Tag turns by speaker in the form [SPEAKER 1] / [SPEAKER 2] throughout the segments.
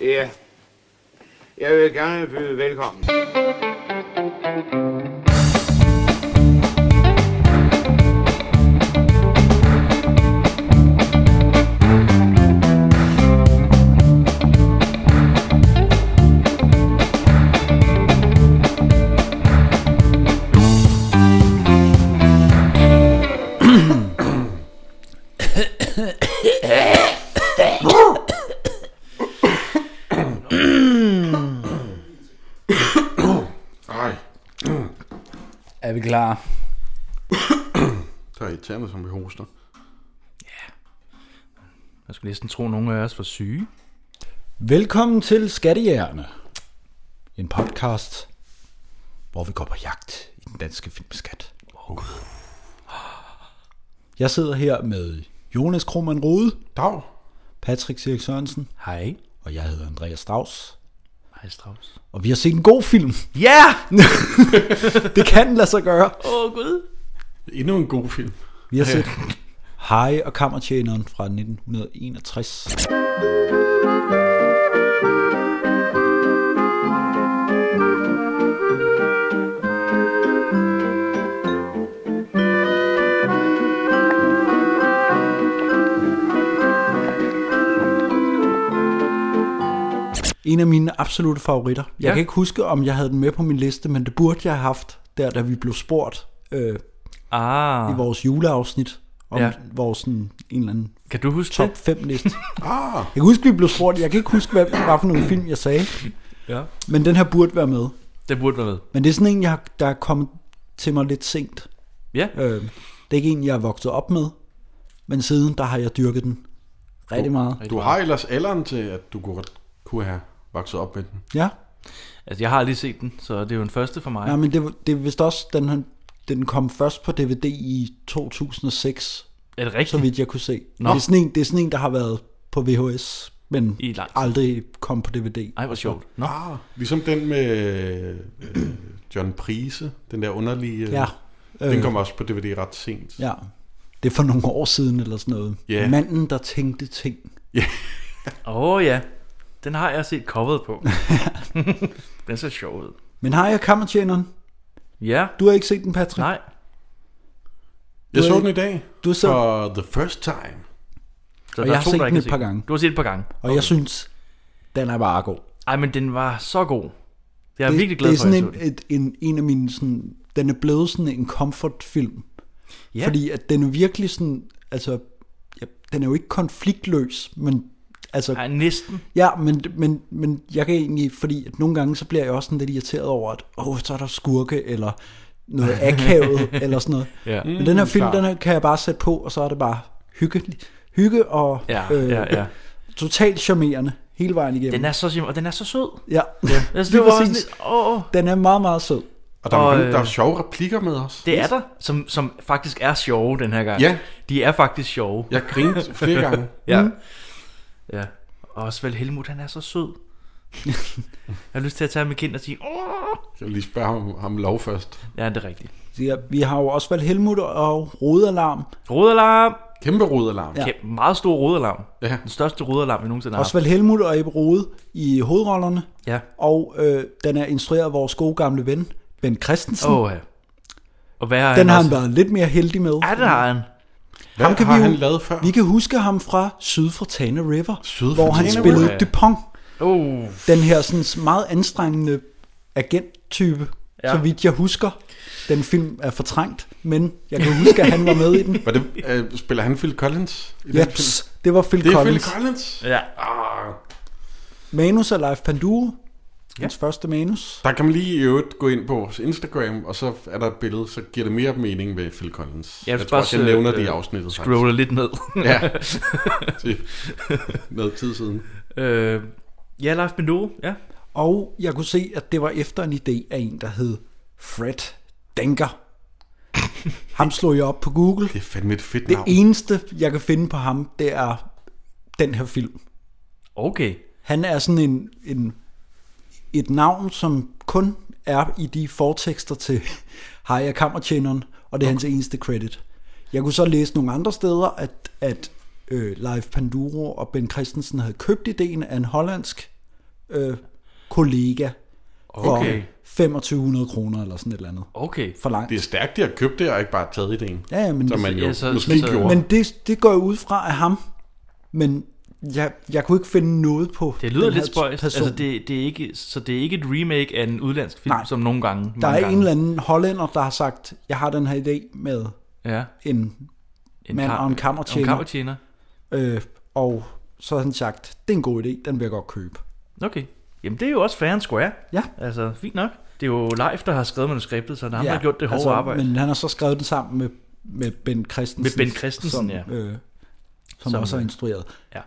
[SPEAKER 1] Ja. Jeg vil gerne byde velkommen.
[SPEAKER 2] Ej,
[SPEAKER 3] Er vi klar?
[SPEAKER 2] det er irriterende, som vi hoster.
[SPEAKER 4] Man skulle næsten tro, at nogen af os var syge.
[SPEAKER 3] Velkommen til Skattejægerne. En podcast, hvor vi går på jagt i den danske filmskat. Jeg sidder her med Jonas Krohmann Rode,
[SPEAKER 2] Dag.
[SPEAKER 3] Patrick Sirik Sørensen,
[SPEAKER 4] Hej.
[SPEAKER 3] og jeg hedder Andreas Strauss.
[SPEAKER 4] Hej, Strauss.
[SPEAKER 3] Og vi har set en god film.
[SPEAKER 4] Ja!
[SPEAKER 3] Det kan lade sig gøre.
[SPEAKER 4] Åh, oh, Gud.
[SPEAKER 2] Endnu en god film.
[SPEAKER 3] Vi har set Hej og Kammertjeneren fra 1961. En af mine absolutte favoritter. Jeg
[SPEAKER 4] Ja.
[SPEAKER 3] kan ikke huske, om jeg havde den med på min liste, men det burde jeg have haft, der da vi blev spurgt øh, i
[SPEAKER 4] Ah,
[SPEAKER 3] vores juleafsnit, om ja.
[SPEAKER 4] Ja.
[SPEAKER 3] vores sådan, en eller anden
[SPEAKER 4] kan du huske
[SPEAKER 3] top
[SPEAKER 4] det?
[SPEAKER 3] 5 liste.
[SPEAKER 2] Ah,
[SPEAKER 3] Jeg kan huske, vi blev spurgt, jeg kan ikke huske, hvad, hvad for nogle film jeg sagde,
[SPEAKER 4] Ja.
[SPEAKER 3] men den her burde være med.
[SPEAKER 4] Det burde være med.
[SPEAKER 3] Men det er sådan en, jeg, har- der er kommet til mig lidt sent.
[SPEAKER 4] Ja.
[SPEAKER 3] Øh, det er ikke en, jeg er vokset op med, men siden der har jeg dyrket den
[SPEAKER 4] Oh,
[SPEAKER 3] rigtig meget.
[SPEAKER 2] du har ellers alderen til, at du kunne, kunne have vokset op med den.
[SPEAKER 3] Ja,
[SPEAKER 4] Altså, jeg har lige set den, så det er jo en første for mig.
[SPEAKER 3] ja men det, var- det er vist også, den, her- den kom først på DVD i 2006,
[SPEAKER 4] er det
[SPEAKER 3] så
[SPEAKER 4] rigtigt?
[SPEAKER 3] vidt jeg kunne se.
[SPEAKER 4] Nå.
[SPEAKER 3] Det, er sådan en, det er sådan en, der har været på VHS, men
[SPEAKER 4] I lang tid.
[SPEAKER 3] aldrig kom på DVD.
[SPEAKER 4] Ej, hvor sjovt. Nå.
[SPEAKER 2] Ah, ligesom den med øh, John Prise, den der underlige. øh,
[SPEAKER 3] Ja.
[SPEAKER 2] Den kom også på DVD ret sent.
[SPEAKER 3] Ja, det er for nogle år siden eller sådan noget.
[SPEAKER 2] Ja.
[SPEAKER 3] Manden, der tænkte ting.
[SPEAKER 4] Åh, oh, ja. Den har jeg set coveret på. den ser sjov ud.
[SPEAKER 3] Men har jeg kammertjeneren?
[SPEAKER 4] Ja.
[SPEAKER 3] Du har ikke set den, Patrick?
[SPEAKER 4] Nej.
[SPEAKER 2] Jeg så
[SPEAKER 3] Du-
[SPEAKER 2] den i dag
[SPEAKER 3] Du så, og,
[SPEAKER 2] for the first time.
[SPEAKER 4] Så
[SPEAKER 3] Og
[SPEAKER 4] der
[SPEAKER 3] jeg
[SPEAKER 4] er
[SPEAKER 3] har
[SPEAKER 4] to,
[SPEAKER 3] set
[SPEAKER 4] der
[SPEAKER 3] den
[SPEAKER 4] ikke
[SPEAKER 3] et par gange.
[SPEAKER 4] Du har set den et par gange.
[SPEAKER 3] og jeg synes, den er bare god.
[SPEAKER 4] Ej, men den var så god. Jeg er virkelig glad
[SPEAKER 3] det er
[SPEAKER 4] for, at jeg
[SPEAKER 3] sådan
[SPEAKER 4] så den.
[SPEAKER 3] en, et, en, en af mine sådan, den er blevet sådan en comfortfilm.
[SPEAKER 4] Ja.
[SPEAKER 3] Fordi at den er virkelig sådan, altså, ja, den er jo ikke konfliktløs, men altså,
[SPEAKER 4] Ej, næsten.
[SPEAKER 3] Ja, men, men, men jeg kan egentlig, fordi at nogle gange, så bliver jeg også sådan lidt irriteret over, at åh, så er der skurke, eller noget akavet, eller sådan noget.
[SPEAKER 4] Ja.
[SPEAKER 3] Men den her film,
[SPEAKER 2] klar.
[SPEAKER 3] den her kan jeg bare sætte på, og så er det bare hygge, hygge og øh,
[SPEAKER 4] Ja, ja, ja.
[SPEAKER 3] totalt charmerende hele vejen igennem.
[SPEAKER 4] Den er så sjov, og den er så sød.
[SPEAKER 3] ja,
[SPEAKER 4] Altså,
[SPEAKER 3] Lige
[SPEAKER 4] det var også
[SPEAKER 3] præcis.
[SPEAKER 4] lidt, åh,
[SPEAKER 3] den er meget, meget sød.
[SPEAKER 2] Og der,
[SPEAKER 4] Og,
[SPEAKER 2] er, mange, der er
[SPEAKER 4] øh,
[SPEAKER 2] sjove replikker med os.
[SPEAKER 4] Det er der, som, som faktisk er sjove den her gang.
[SPEAKER 2] Ja.
[SPEAKER 4] De er faktisk sjove.
[SPEAKER 2] Jeg grinte flere gange.
[SPEAKER 4] Ja. Mm. ja. Og også vel Helmut, han er så sød. jeg har lyst til at tage ham i kind og sige, Åh!
[SPEAKER 2] Jeg vil lige spørge ham, ham lov først.
[SPEAKER 4] Ja, det er rigtigt.
[SPEAKER 3] Så Ja, vi har jo også valgt Helmut og Rodalarm.
[SPEAKER 4] Rodalarm!
[SPEAKER 2] Kæmpe rodalarm.
[SPEAKER 3] Ja.
[SPEAKER 2] Ja.
[SPEAKER 4] Ja. Meget stor rodalarm.
[SPEAKER 2] ja.
[SPEAKER 4] Den største rodalarm, vi nogensinde har
[SPEAKER 3] Også valgt Helmut og Ebbe Rode i hovedrollerne.
[SPEAKER 4] haft. Ja.
[SPEAKER 3] Og øh, den er instrueret af vores gode gamle ven, Ben Christensen.
[SPEAKER 4] Åh, ja. Og hvad har
[SPEAKER 3] Den
[SPEAKER 4] han
[SPEAKER 3] har han
[SPEAKER 4] også?
[SPEAKER 3] været lidt mere heldig med.
[SPEAKER 4] Ja, det har han.
[SPEAKER 2] Hvad
[SPEAKER 3] Ham kan
[SPEAKER 2] har
[SPEAKER 3] vi jo-
[SPEAKER 2] han lavet før?
[SPEAKER 3] Vi kan huske ham fra Syd for Tane River,
[SPEAKER 2] Syd for
[SPEAKER 3] hvor han
[SPEAKER 2] Tane
[SPEAKER 3] spillede
[SPEAKER 4] River.
[SPEAKER 3] Dupont,
[SPEAKER 4] Oh,
[SPEAKER 3] den her sådan meget anstrengende agenttype, ja.
[SPEAKER 4] Ja.
[SPEAKER 3] så vidt jeg husker. Den film er fortrængt, men jeg kan huske, at han var med i den.
[SPEAKER 2] Var det, øh, spiller han Phil Collins? I den film?
[SPEAKER 3] Jeps, det var Phil
[SPEAKER 2] Det er
[SPEAKER 3] Collins.
[SPEAKER 2] Phil Collins.
[SPEAKER 4] ja.
[SPEAKER 2] Ah,
[SPEAKER 3] Manus af Leif Panduro,
[SPEAKER 4] Ja.
[SPEAKER 3] hans første manus.
[SPEAKER 2] der kan man lige i øvrigt gå ind på vores Instagram, og så er der et billede, så giver det mere mening med Phil Collins.
[SPEAKER 4] Ja,
[SPEAKER 2] Jeg,
[SPEAKER 4] hvis
[SPEAKER 2] tror
[SPEAKER 4] bare
[SPEAKER 2] også, jeg
[SPEAKER 4] så,
[SPEAKER 2] nævner det i
[SPEAKER 4] øh,
[SPEAKER 2] afsnittet.
[SPEAKER 4] Scroller lidt ned.
[SPEAKER 2] Ja, det er noget tid siden.
[SPEAKER 4] øh, ja, Leif Bendoro. Ja.
[SPEAKER 3] Og jeg kunne se, at det var efter en idé af en, der hed Fred Denker. Ham slog jeg op på Google.
[SPEAKER 2] Det er fandme et fedt
[SPEAKER 3] Det
[SPEAKER 2] navn.
[SPEAKER 3] eneste, jeg kan finde på ham, det er den her film.
[SPEAKER 4] Okay.
[SPEAKER 3] Han er sådan en, en et navn, som kun er i de fortekster til Hej og Kammertjeneren, og det er okay. hans eneste credit. Jeg kunne så læse nogle andre steder, at, at øh, Leif Panduro og Ben Christensen havde købt ideen af en hollandsk øh, kollega for
[SPEAKER 4] Okay.
[SPEAKER 3] 2500 kroner eller sådan et eller andet.
[SPEAKER 4] Okay.
[SPEAKER 3] For langt.
[SPEAKER 2] Det er stærkt, de har købt det, og ikke bare taget ideen.
[SPEAKER 3] Ja, ja, men,
[SPEAKER 2] Som man jo
[SPEAKER 4] Ja, så-
[SPEAKER 2] måske
[SPEAKER 4] så-
[SPEAKER 2] gjorde.
[SPEAKER 3] men det, det går jo ud fra af ham. Men jeg, jeg kunne ikke finde noget på
[SPEAKER 4] Det lyder
[SPEAKER 3] den her
[SPEAKER 4] lidt spøjs.
[SPEAKER 3] person.
[SPEAKER 4] Altså, det, det er ikke, så det er ikke et remake af en udlandsk film,
[SPEAKER 3] Nej.
[SPEAKER 4] Nej. som nogle gange.
[SPEAKER 3] Der
[SPEAKER 4] mange
[SPEAKER 3] er
[SPEAKER 4] gange.
[SPEAKER 3] en eller anden hollænder, der har sagt, jeg har den her idé med
[SPEAKER 4] Ja.
[SPEAKER 3] en mand og en kammertjener.
[SPEAKER 4] En kammertjener.
[SPEAKER 3] Øh, og så har han sagt, det er en god idé, den vil jeg godt købe.
[SPEAKER 4] Okay. Jamen, det er jo også fair and square.
[SPEAKER 3] Ja.
[SPEAKER 4] Altså, fint nok. Det er jo Leif, der har skrevet manuskriptet, så han ja, har gjort det hårde altså, arbejde. Men...
[SPEAKER 3] Men han har så skrevet den sammen med, med Ben Christensen.
[SPEAKER 4] Med Ben Christensen,
[SPEAKER 3] som,
[SPEAKER 4] ja.
[SPEAKER 3] Øh, som, som
[SPEAKER 4] Som- øh,
[SPEAKER 3] også har instrueret.
[SPEAKER 4] Ja.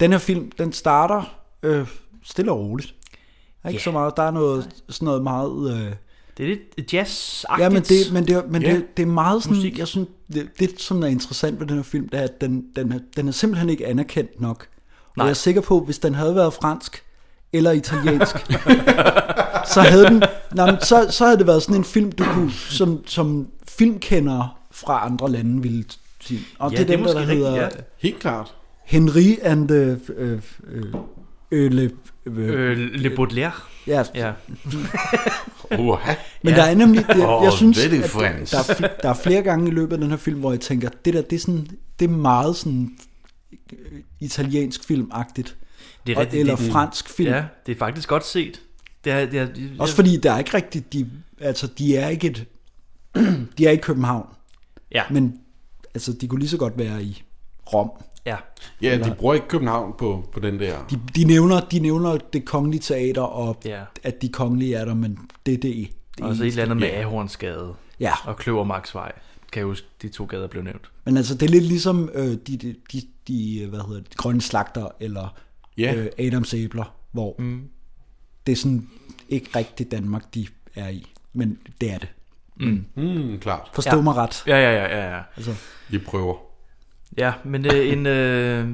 [SPEAKER 3] Den her film, den starter øh, stille og roligt. Der er ikke
[SPEAKER 4] Ja.
[SPEAKER 3] så meget, der er noget, sådan noget meget... Øh,
[SPEAKER 4] Det er lidt jazz
[SPEAKER 3] ja, men det, men det, men
[SPEAKER 2] Ja.
[SPEAKER 3] det, det er meget sådan,
[SPEAKER 4] Musik.
[SPEAKER 3] jeg synes, det, det som er interessant ved den her film, det er, at den, den, er, den er simpelthen ikke anerkendt nok. Nej. Og
[SPEAKER 4] Nej.
[SPEAKER 3] jeg er sikker på, hvis den havde været fransk eller italiensk, så havde den, nej, men så, så havde det været sådan en film, du kunne, som, som filmkendere fra andre lande ville sige. Og
[SPEAKER 4] Ja,
[SPEAKER 3] det er
[SPEAKER 4] det er
[SPEAKER 3] den, der, der
[SPEAKER 4] måske rigtigt,
[SPEAKER 3] hedder
[SPEAKER 4] ja.
[SPEAKER 2] Helt klart.
[SPEAKER 3] Henri and the... Øh, øh, øh, le, øh,
[SPEAKER 4] Øh, Le Baudelaire.
[SPEAKER 3] ja,
[SPEAKER 4] Ja.
[SPEAKER 2] Uha.
[SPEAKER 3] Men
[SPEAKER 4] Ja.
[SPEAKER 3] der er nemlig, jeg, jeg
[SPEAKER 2] Oh,
[SPEAKER 3] synes,
[SPEAKER 2] very
[SPEAKER 3] at
[SPEAKER 2] French.
[SPEAKER 3] der, er fl- der er flere gange i løbet af den her film, hvor jeg tænker, det der, det er, sådan, det er meget sådan øh, italiensk filmagtigt,
[SPEAKER 4] Det er
[SPEAKER 3] og-
[SPEAKER 4] rigtigt,
[SPEAKER 3] eller
[SPEAKER 4] det er-
[SPEAKER 3] fransk film.
[SPEAKER 4] Ja, det er faktisk godt set. Det er, det er, det er,
[SPEAKER 3] Også fordi der er ikke rigtigt, de, altså de er ikke et, de er i København,
[SPEAKER 4] Ja, men...
[SPEAKER 3] men altså de kunne lige så godt være i Rom.
[SPEAKER 4] ja.
[SPEAKER 2] Ja, de bruger ikke København på, på den der.
[SPEAKER 3] De, de, nævner, de nævner det kongelige teater, og
[SPEAKER 4] Ja.
[SPEAKER 3] at de kongelige er der, men det, det er det.
[SPEAKER 4] Og så
[SPEAKER 3] eneste.
[SPEAKER 4] et eller andet med Ahornsgade
[SPEAKER 3] Ja,
[SPEAKER 4] og Kløvermarksvej. Kan jeg huske, de to gader blev nævnt.
[SPEAKER 3] men altså det er lidt ligesom øh, de, de, de, de, øh, hvad hedder det, de grønne slagter, eller
[SPEAKER 2] Ja,
[SPEAKER 3] øh, Adams æbler, hvor mm. det er sådan ikke rigtig Danmark, de er i. Men det er det.
[SPEAKER 2] mm, klart.
[SPEAKER 3] Forstå ja.
[SPEAKER 4] Ja.
[SPEAKER 3] mig ret. Altså,
[SPEAKER 4] Ja, ja, ja, ja, ja.
[SPEAKER 2] Vi prøver.
[SPEAKER 4] Ja, men øh, en øh,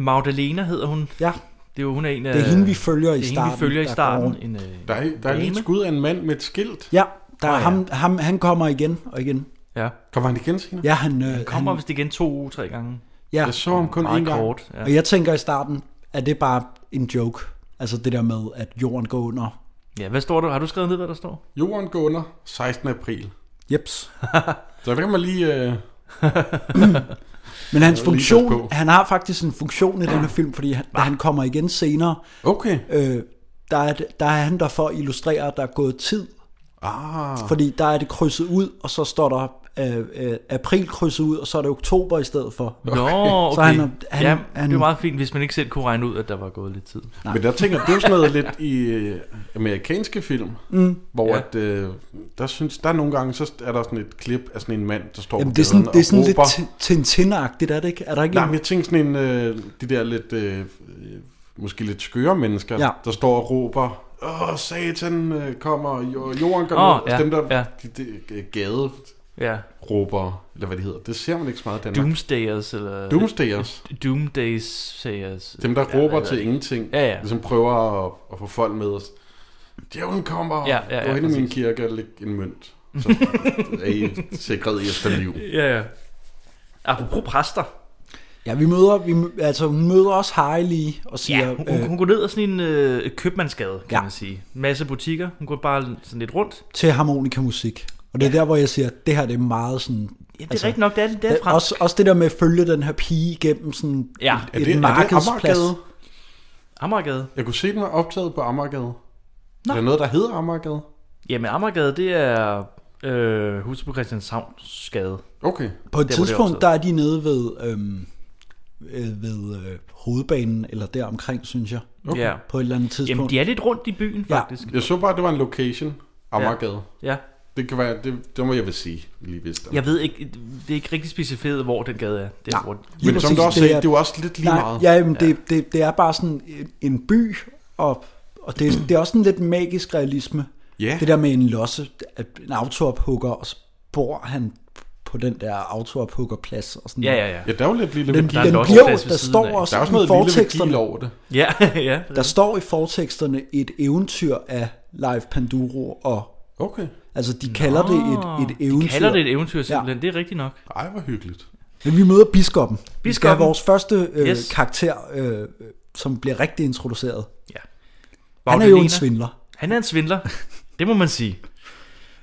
[SPEAKER 4] Magdalena hedder hun.
[SPEAKER 3] Ja,
[SPEAKER 4] Det er jo, hun er en af...
[SPEAKER 3] det er hende, vi følger i
[SPEAKER 4] Øh, det er
[SPEAKER 3] starten.
[SPEAKER 4] hende, vi følger i
[SPEAKER 3] der
[SPEAKER 4] starten.
[SPEAKER 3] går-
[SPEAKER 4] En, øh,
[SPEAKER 2] Der er, der er lige et
[SPEAKER 4] Dame.
[SPEAKER 2] skud af en mand med et skilt.
[SPEAKER 3] Ja, der er
[SPEAKER 4] Åh, ja.
[SPEAKER 3] ham, ham, han kommer igen og igen.
[SPEAKER 4] ja.
[SPEAKER 2] Kommer han igen senere?
[SPEAKER 3] Ja, han, øh,
[SPEAKER 4] Kommer
[SPEAKER 3] han,
[SPEAKER 4] vist igen to-tre gange.
[SPEAKER 3] ja.
[SPEAKER 2] Jeg så ham kun
[SPEAKER 4] Meget
[SPEAKER 2] én gang.
[SPEAKER 4] kort. Ja.
[SPEAKER 3] Og jeg tænker i starten, er det bare en joke? Altså det der med, at jorden går under.
[SPEAKER 4] ja, hvad står der? Har du skrevet ned, hvad der står?
[SPEAKER 2] Jorden går under 16. april.
[SPEAKER 3] Jeps.
[SPEAKER 2] Så der kan man lige... Øh, lige
[SPEAKER 3] Men hans
[SPEAKER 2] passe på.
[SPEAKER 3] funktion, han har faktisk en funktion i den her film, fordi han, da han kommer igen senere,
[SPEAKER 2] okay.
[SPEAKER 3] øh, der, er, det- der er han der for at illustrere, at der er gået tid
[SPEAKER 2] Ah,
[SPEAKER 3] Fordi der er det krydset ud, og så står der øh, øh, april krydset ud, og så er det oktober i stedet for.
[SPEAKER 4] Nå, okay.
[SPEAKER 3] Så han er- han-
[SPEAKER 4] ja,
[SPEAKER 3] han-
[SPEAKER 4] det er meget fint, hvis man ikke selv kunne regne ud, at der var gået lidt tid.
[SPEAKER 2] men der tænker jeg, det er jo sådan noget lidt i øh, amerikanske film, mm. hvor
[SPEAKER 4] Ja.
[SPEAKER 2] ja. at, øh, der synes, der er nogle gange, så er der sådan et klip af sådan en mand, der står
[SPEAKER 3] Jamen,
[SPEAKER 2] på
[SPEAKER 3] det er sådan,
[SPEAKER 2] gaden
[SPEAKER 3] det er sådan
[SPEAKER 2] og
[SPEAKER 3] lidt
[SPEAKER 2] råber.
[SPEAKER 3] Tin- Tintin-agtigt, er det ikke? Er der ikke
[SPEAKER 2] Nej, men
[SPEAKER 3] en...
[SPEAKER 2] jeg tænker sådan en, øh, de der lidt, øh, øh, måske lidt skøre mennesker,
[SPEAKER 3] Ja.
[SPEAKER 2] ja. der står og råber, åh, satan øh, kommer, og jorden går
[SPEAKER 4] Åh,
[SPEAKER 2] oh, ned.
[SPEAKER 4] ja,
[SPEAKER 2] Ja, dem der,
[SPEAKER 4] ja.
[SPEAKER 2] ja. de, de, øh, gade
[SPEAKER 4] Ja.
[SPEAKER 2] råber, eller hvad de hedder, det ser man ikke så meget i Danmark. Doom.
[SPEAKER 4] Doomsdayers, eller...
[SPEAKER 2] Doomsdayers.
[SPEAKER 4] Doomdays-sayers.
[SPEAKER 2] Dem, der
[SPEAKER 4] Ja,
[SPEAKER 2] råber
[SPEAKER 4] eller-
[SPEAKER 2] til ingenting,
[SPEAKER 4] Ja, ja.
[SPEAKER 2] ligesom prøver at, at få folk med os. Djævlen kommer,
[SPEAKER 4] Ja, ja, ja,
[SPEAKER 2] gå hen i min
[SPEAKER 4] præcis.
[SPEAKER 2] kirke og læg en mønt. Så er I sikret i efterliv.
[SPEAKER 4] Ja, ja. Apropos præster.
[SPEAKER 3] Ja, vi møder, vi, mø- altså, hun møder også Harley lige og siger... øh,
[SPEAKER 4] Ja, hun, hun, hun går ned ad sådan en øh, købmandsgade, kan
[SPEAKER 3] Ja.
[SPEAKER 4] ja. man sige. Masse butikker. Hun går bare sådan lidt rundt.
[SPEAKER 3] til harmonikamusik. Og det er der, hvor jeg siger, det her det er meget sådan...
[SPEAKER 4] Ja, det er altså, rigtigt nok, det er, det er
[SPEAKER 3] det,
[SPEAKER 4] fransk.
[SPEAKER 3] også, også det der med at følge den her pige igennem sådan
[SPEAKER 4] Ja.
[SPEAKER 3] et,
[SPEAKER 2] Er
[SPEAKER 3] et
[SPEAKER 2] det, er det
[SPEAKER 3] markedsplads.
[SPEAKER 2] Amagergade?
[SPEAKER 4] Amagergade.
[SPEAKER 2] Jeg kunne se, den var optaget på Amagergade. Er der noget, der hedder Amagergade?
[SPEAKER 4] Jamen, Amagergade, det er øh, huset på Christianshavnsgade.
[SPEAKER 2] Okay.
[SPEAKER 3] På et
[SPEAKER 4] det er
[SPEAKER 3] tidspunkt,
[SPEAKER 4] optaget.
[SPEAKER 3] der er de nede ved, øhm, øh, ved øh, hovedbanen, eller der omkring, synes jeg.
[SPEAKER 4] Okay. Ja.
[SPEAKER 3] På et eller andet tidspunkt.
[SPEAKER 4] Jamen, de er lidt rundt i byen,
[SPEAKER 3] Ja.
[SPEAKER 4] faktisk.
[SPEAKER 2] Jeg så bare, at det var en location. Amagergade. Ja.
[SPEAKER 4] Ja.
[SPEAKER 2] Det kan være, det, det må jeg vil sige, lige vidste.
[SPEAKER 4] Jeg ved ikke, det er ikke rigtig specificeret, hvor den gade er. Det er
[SPEAKER 3] Nej.
[SPEAKER 4] hvor,
[SPEAKER 3] Lige
[SPEAKER 2] Men som
[SPEAKER 3] præcis,
[SPEAKER 2] du også
[SPEAKER 3] det
[SPEAKER 2] sagde,
[SPEAKER 3] er-
[SPEAKER 2] det er jo også lidt lige
[SPEAKER 3] Nej,
[SPEAKER 2] meget.
[SPEAKER 3] ja, jamen, det, det, det er bare sådan en- en by, og, og det, det er også en lidt magisk realisme.
[SPEAKER 2] Ja.
[SPEAKER 3] Det der med en losse, at en autoophugger, og så bor han på den der autoophuggerplads. Og sådan
[SPEAKER 4] ja,
[SPEAKER 3] noget.
[SPEAKER 4] ja, ja.
[SPEAKER 2] ja, der er jo lidt lille
[SPEAKER 3] Den,
[SPEAKER 2] værdi.
[SPEAKER 4] Der er
[SPEAKER 3] den
[SPEAKER 4] en losseplads
[SPEAKER 3] bliver,
[SPEAKER 4] ved
[SPEAKER 3] jo- der
[SPEAKER 4] siden
[SPEAKER 3] står
[SPEAKER 4] af.
[SPEAKER 3] også
[SPEAKER 2] Der er også
[SPEAKER 3] i
[SPEAKER 2] noget lille værdi
[SPEAKER 3] forteksterne,
[SPEAKER 2] over det.
[SPEAKER 4] Ja, ja.
[SPEAKER 3] der står i forteksterne et eventyr af Leif Panduro, og
[SPEAKER 2] Okay.
[SPEAKER 3] altså de kalder det et, et eventyr.
[SPEAKER 4] Ah. De kalder det et eventyr, simpelthen. Ja. Det er rigtigt nok.
[SPEAKER 2] Ej, hvor hyggeligt.
[SPEAKER 3] Men vi møder biskoppen. biskoppen. Vi skal have
[SPEAKER 4] Biskoppen.
[SPEAKER 3] vores første øh, yes.
[SPEAKER 4] Yes.
[SPEAKER 3] karakter, øh, som bliver rigtig introduceret.
[SPEAKER 4] Ja.
[SPEAKER 3] Han er jo en svindler.
[SPEAKER 4] Han er en svindler, det må man sige.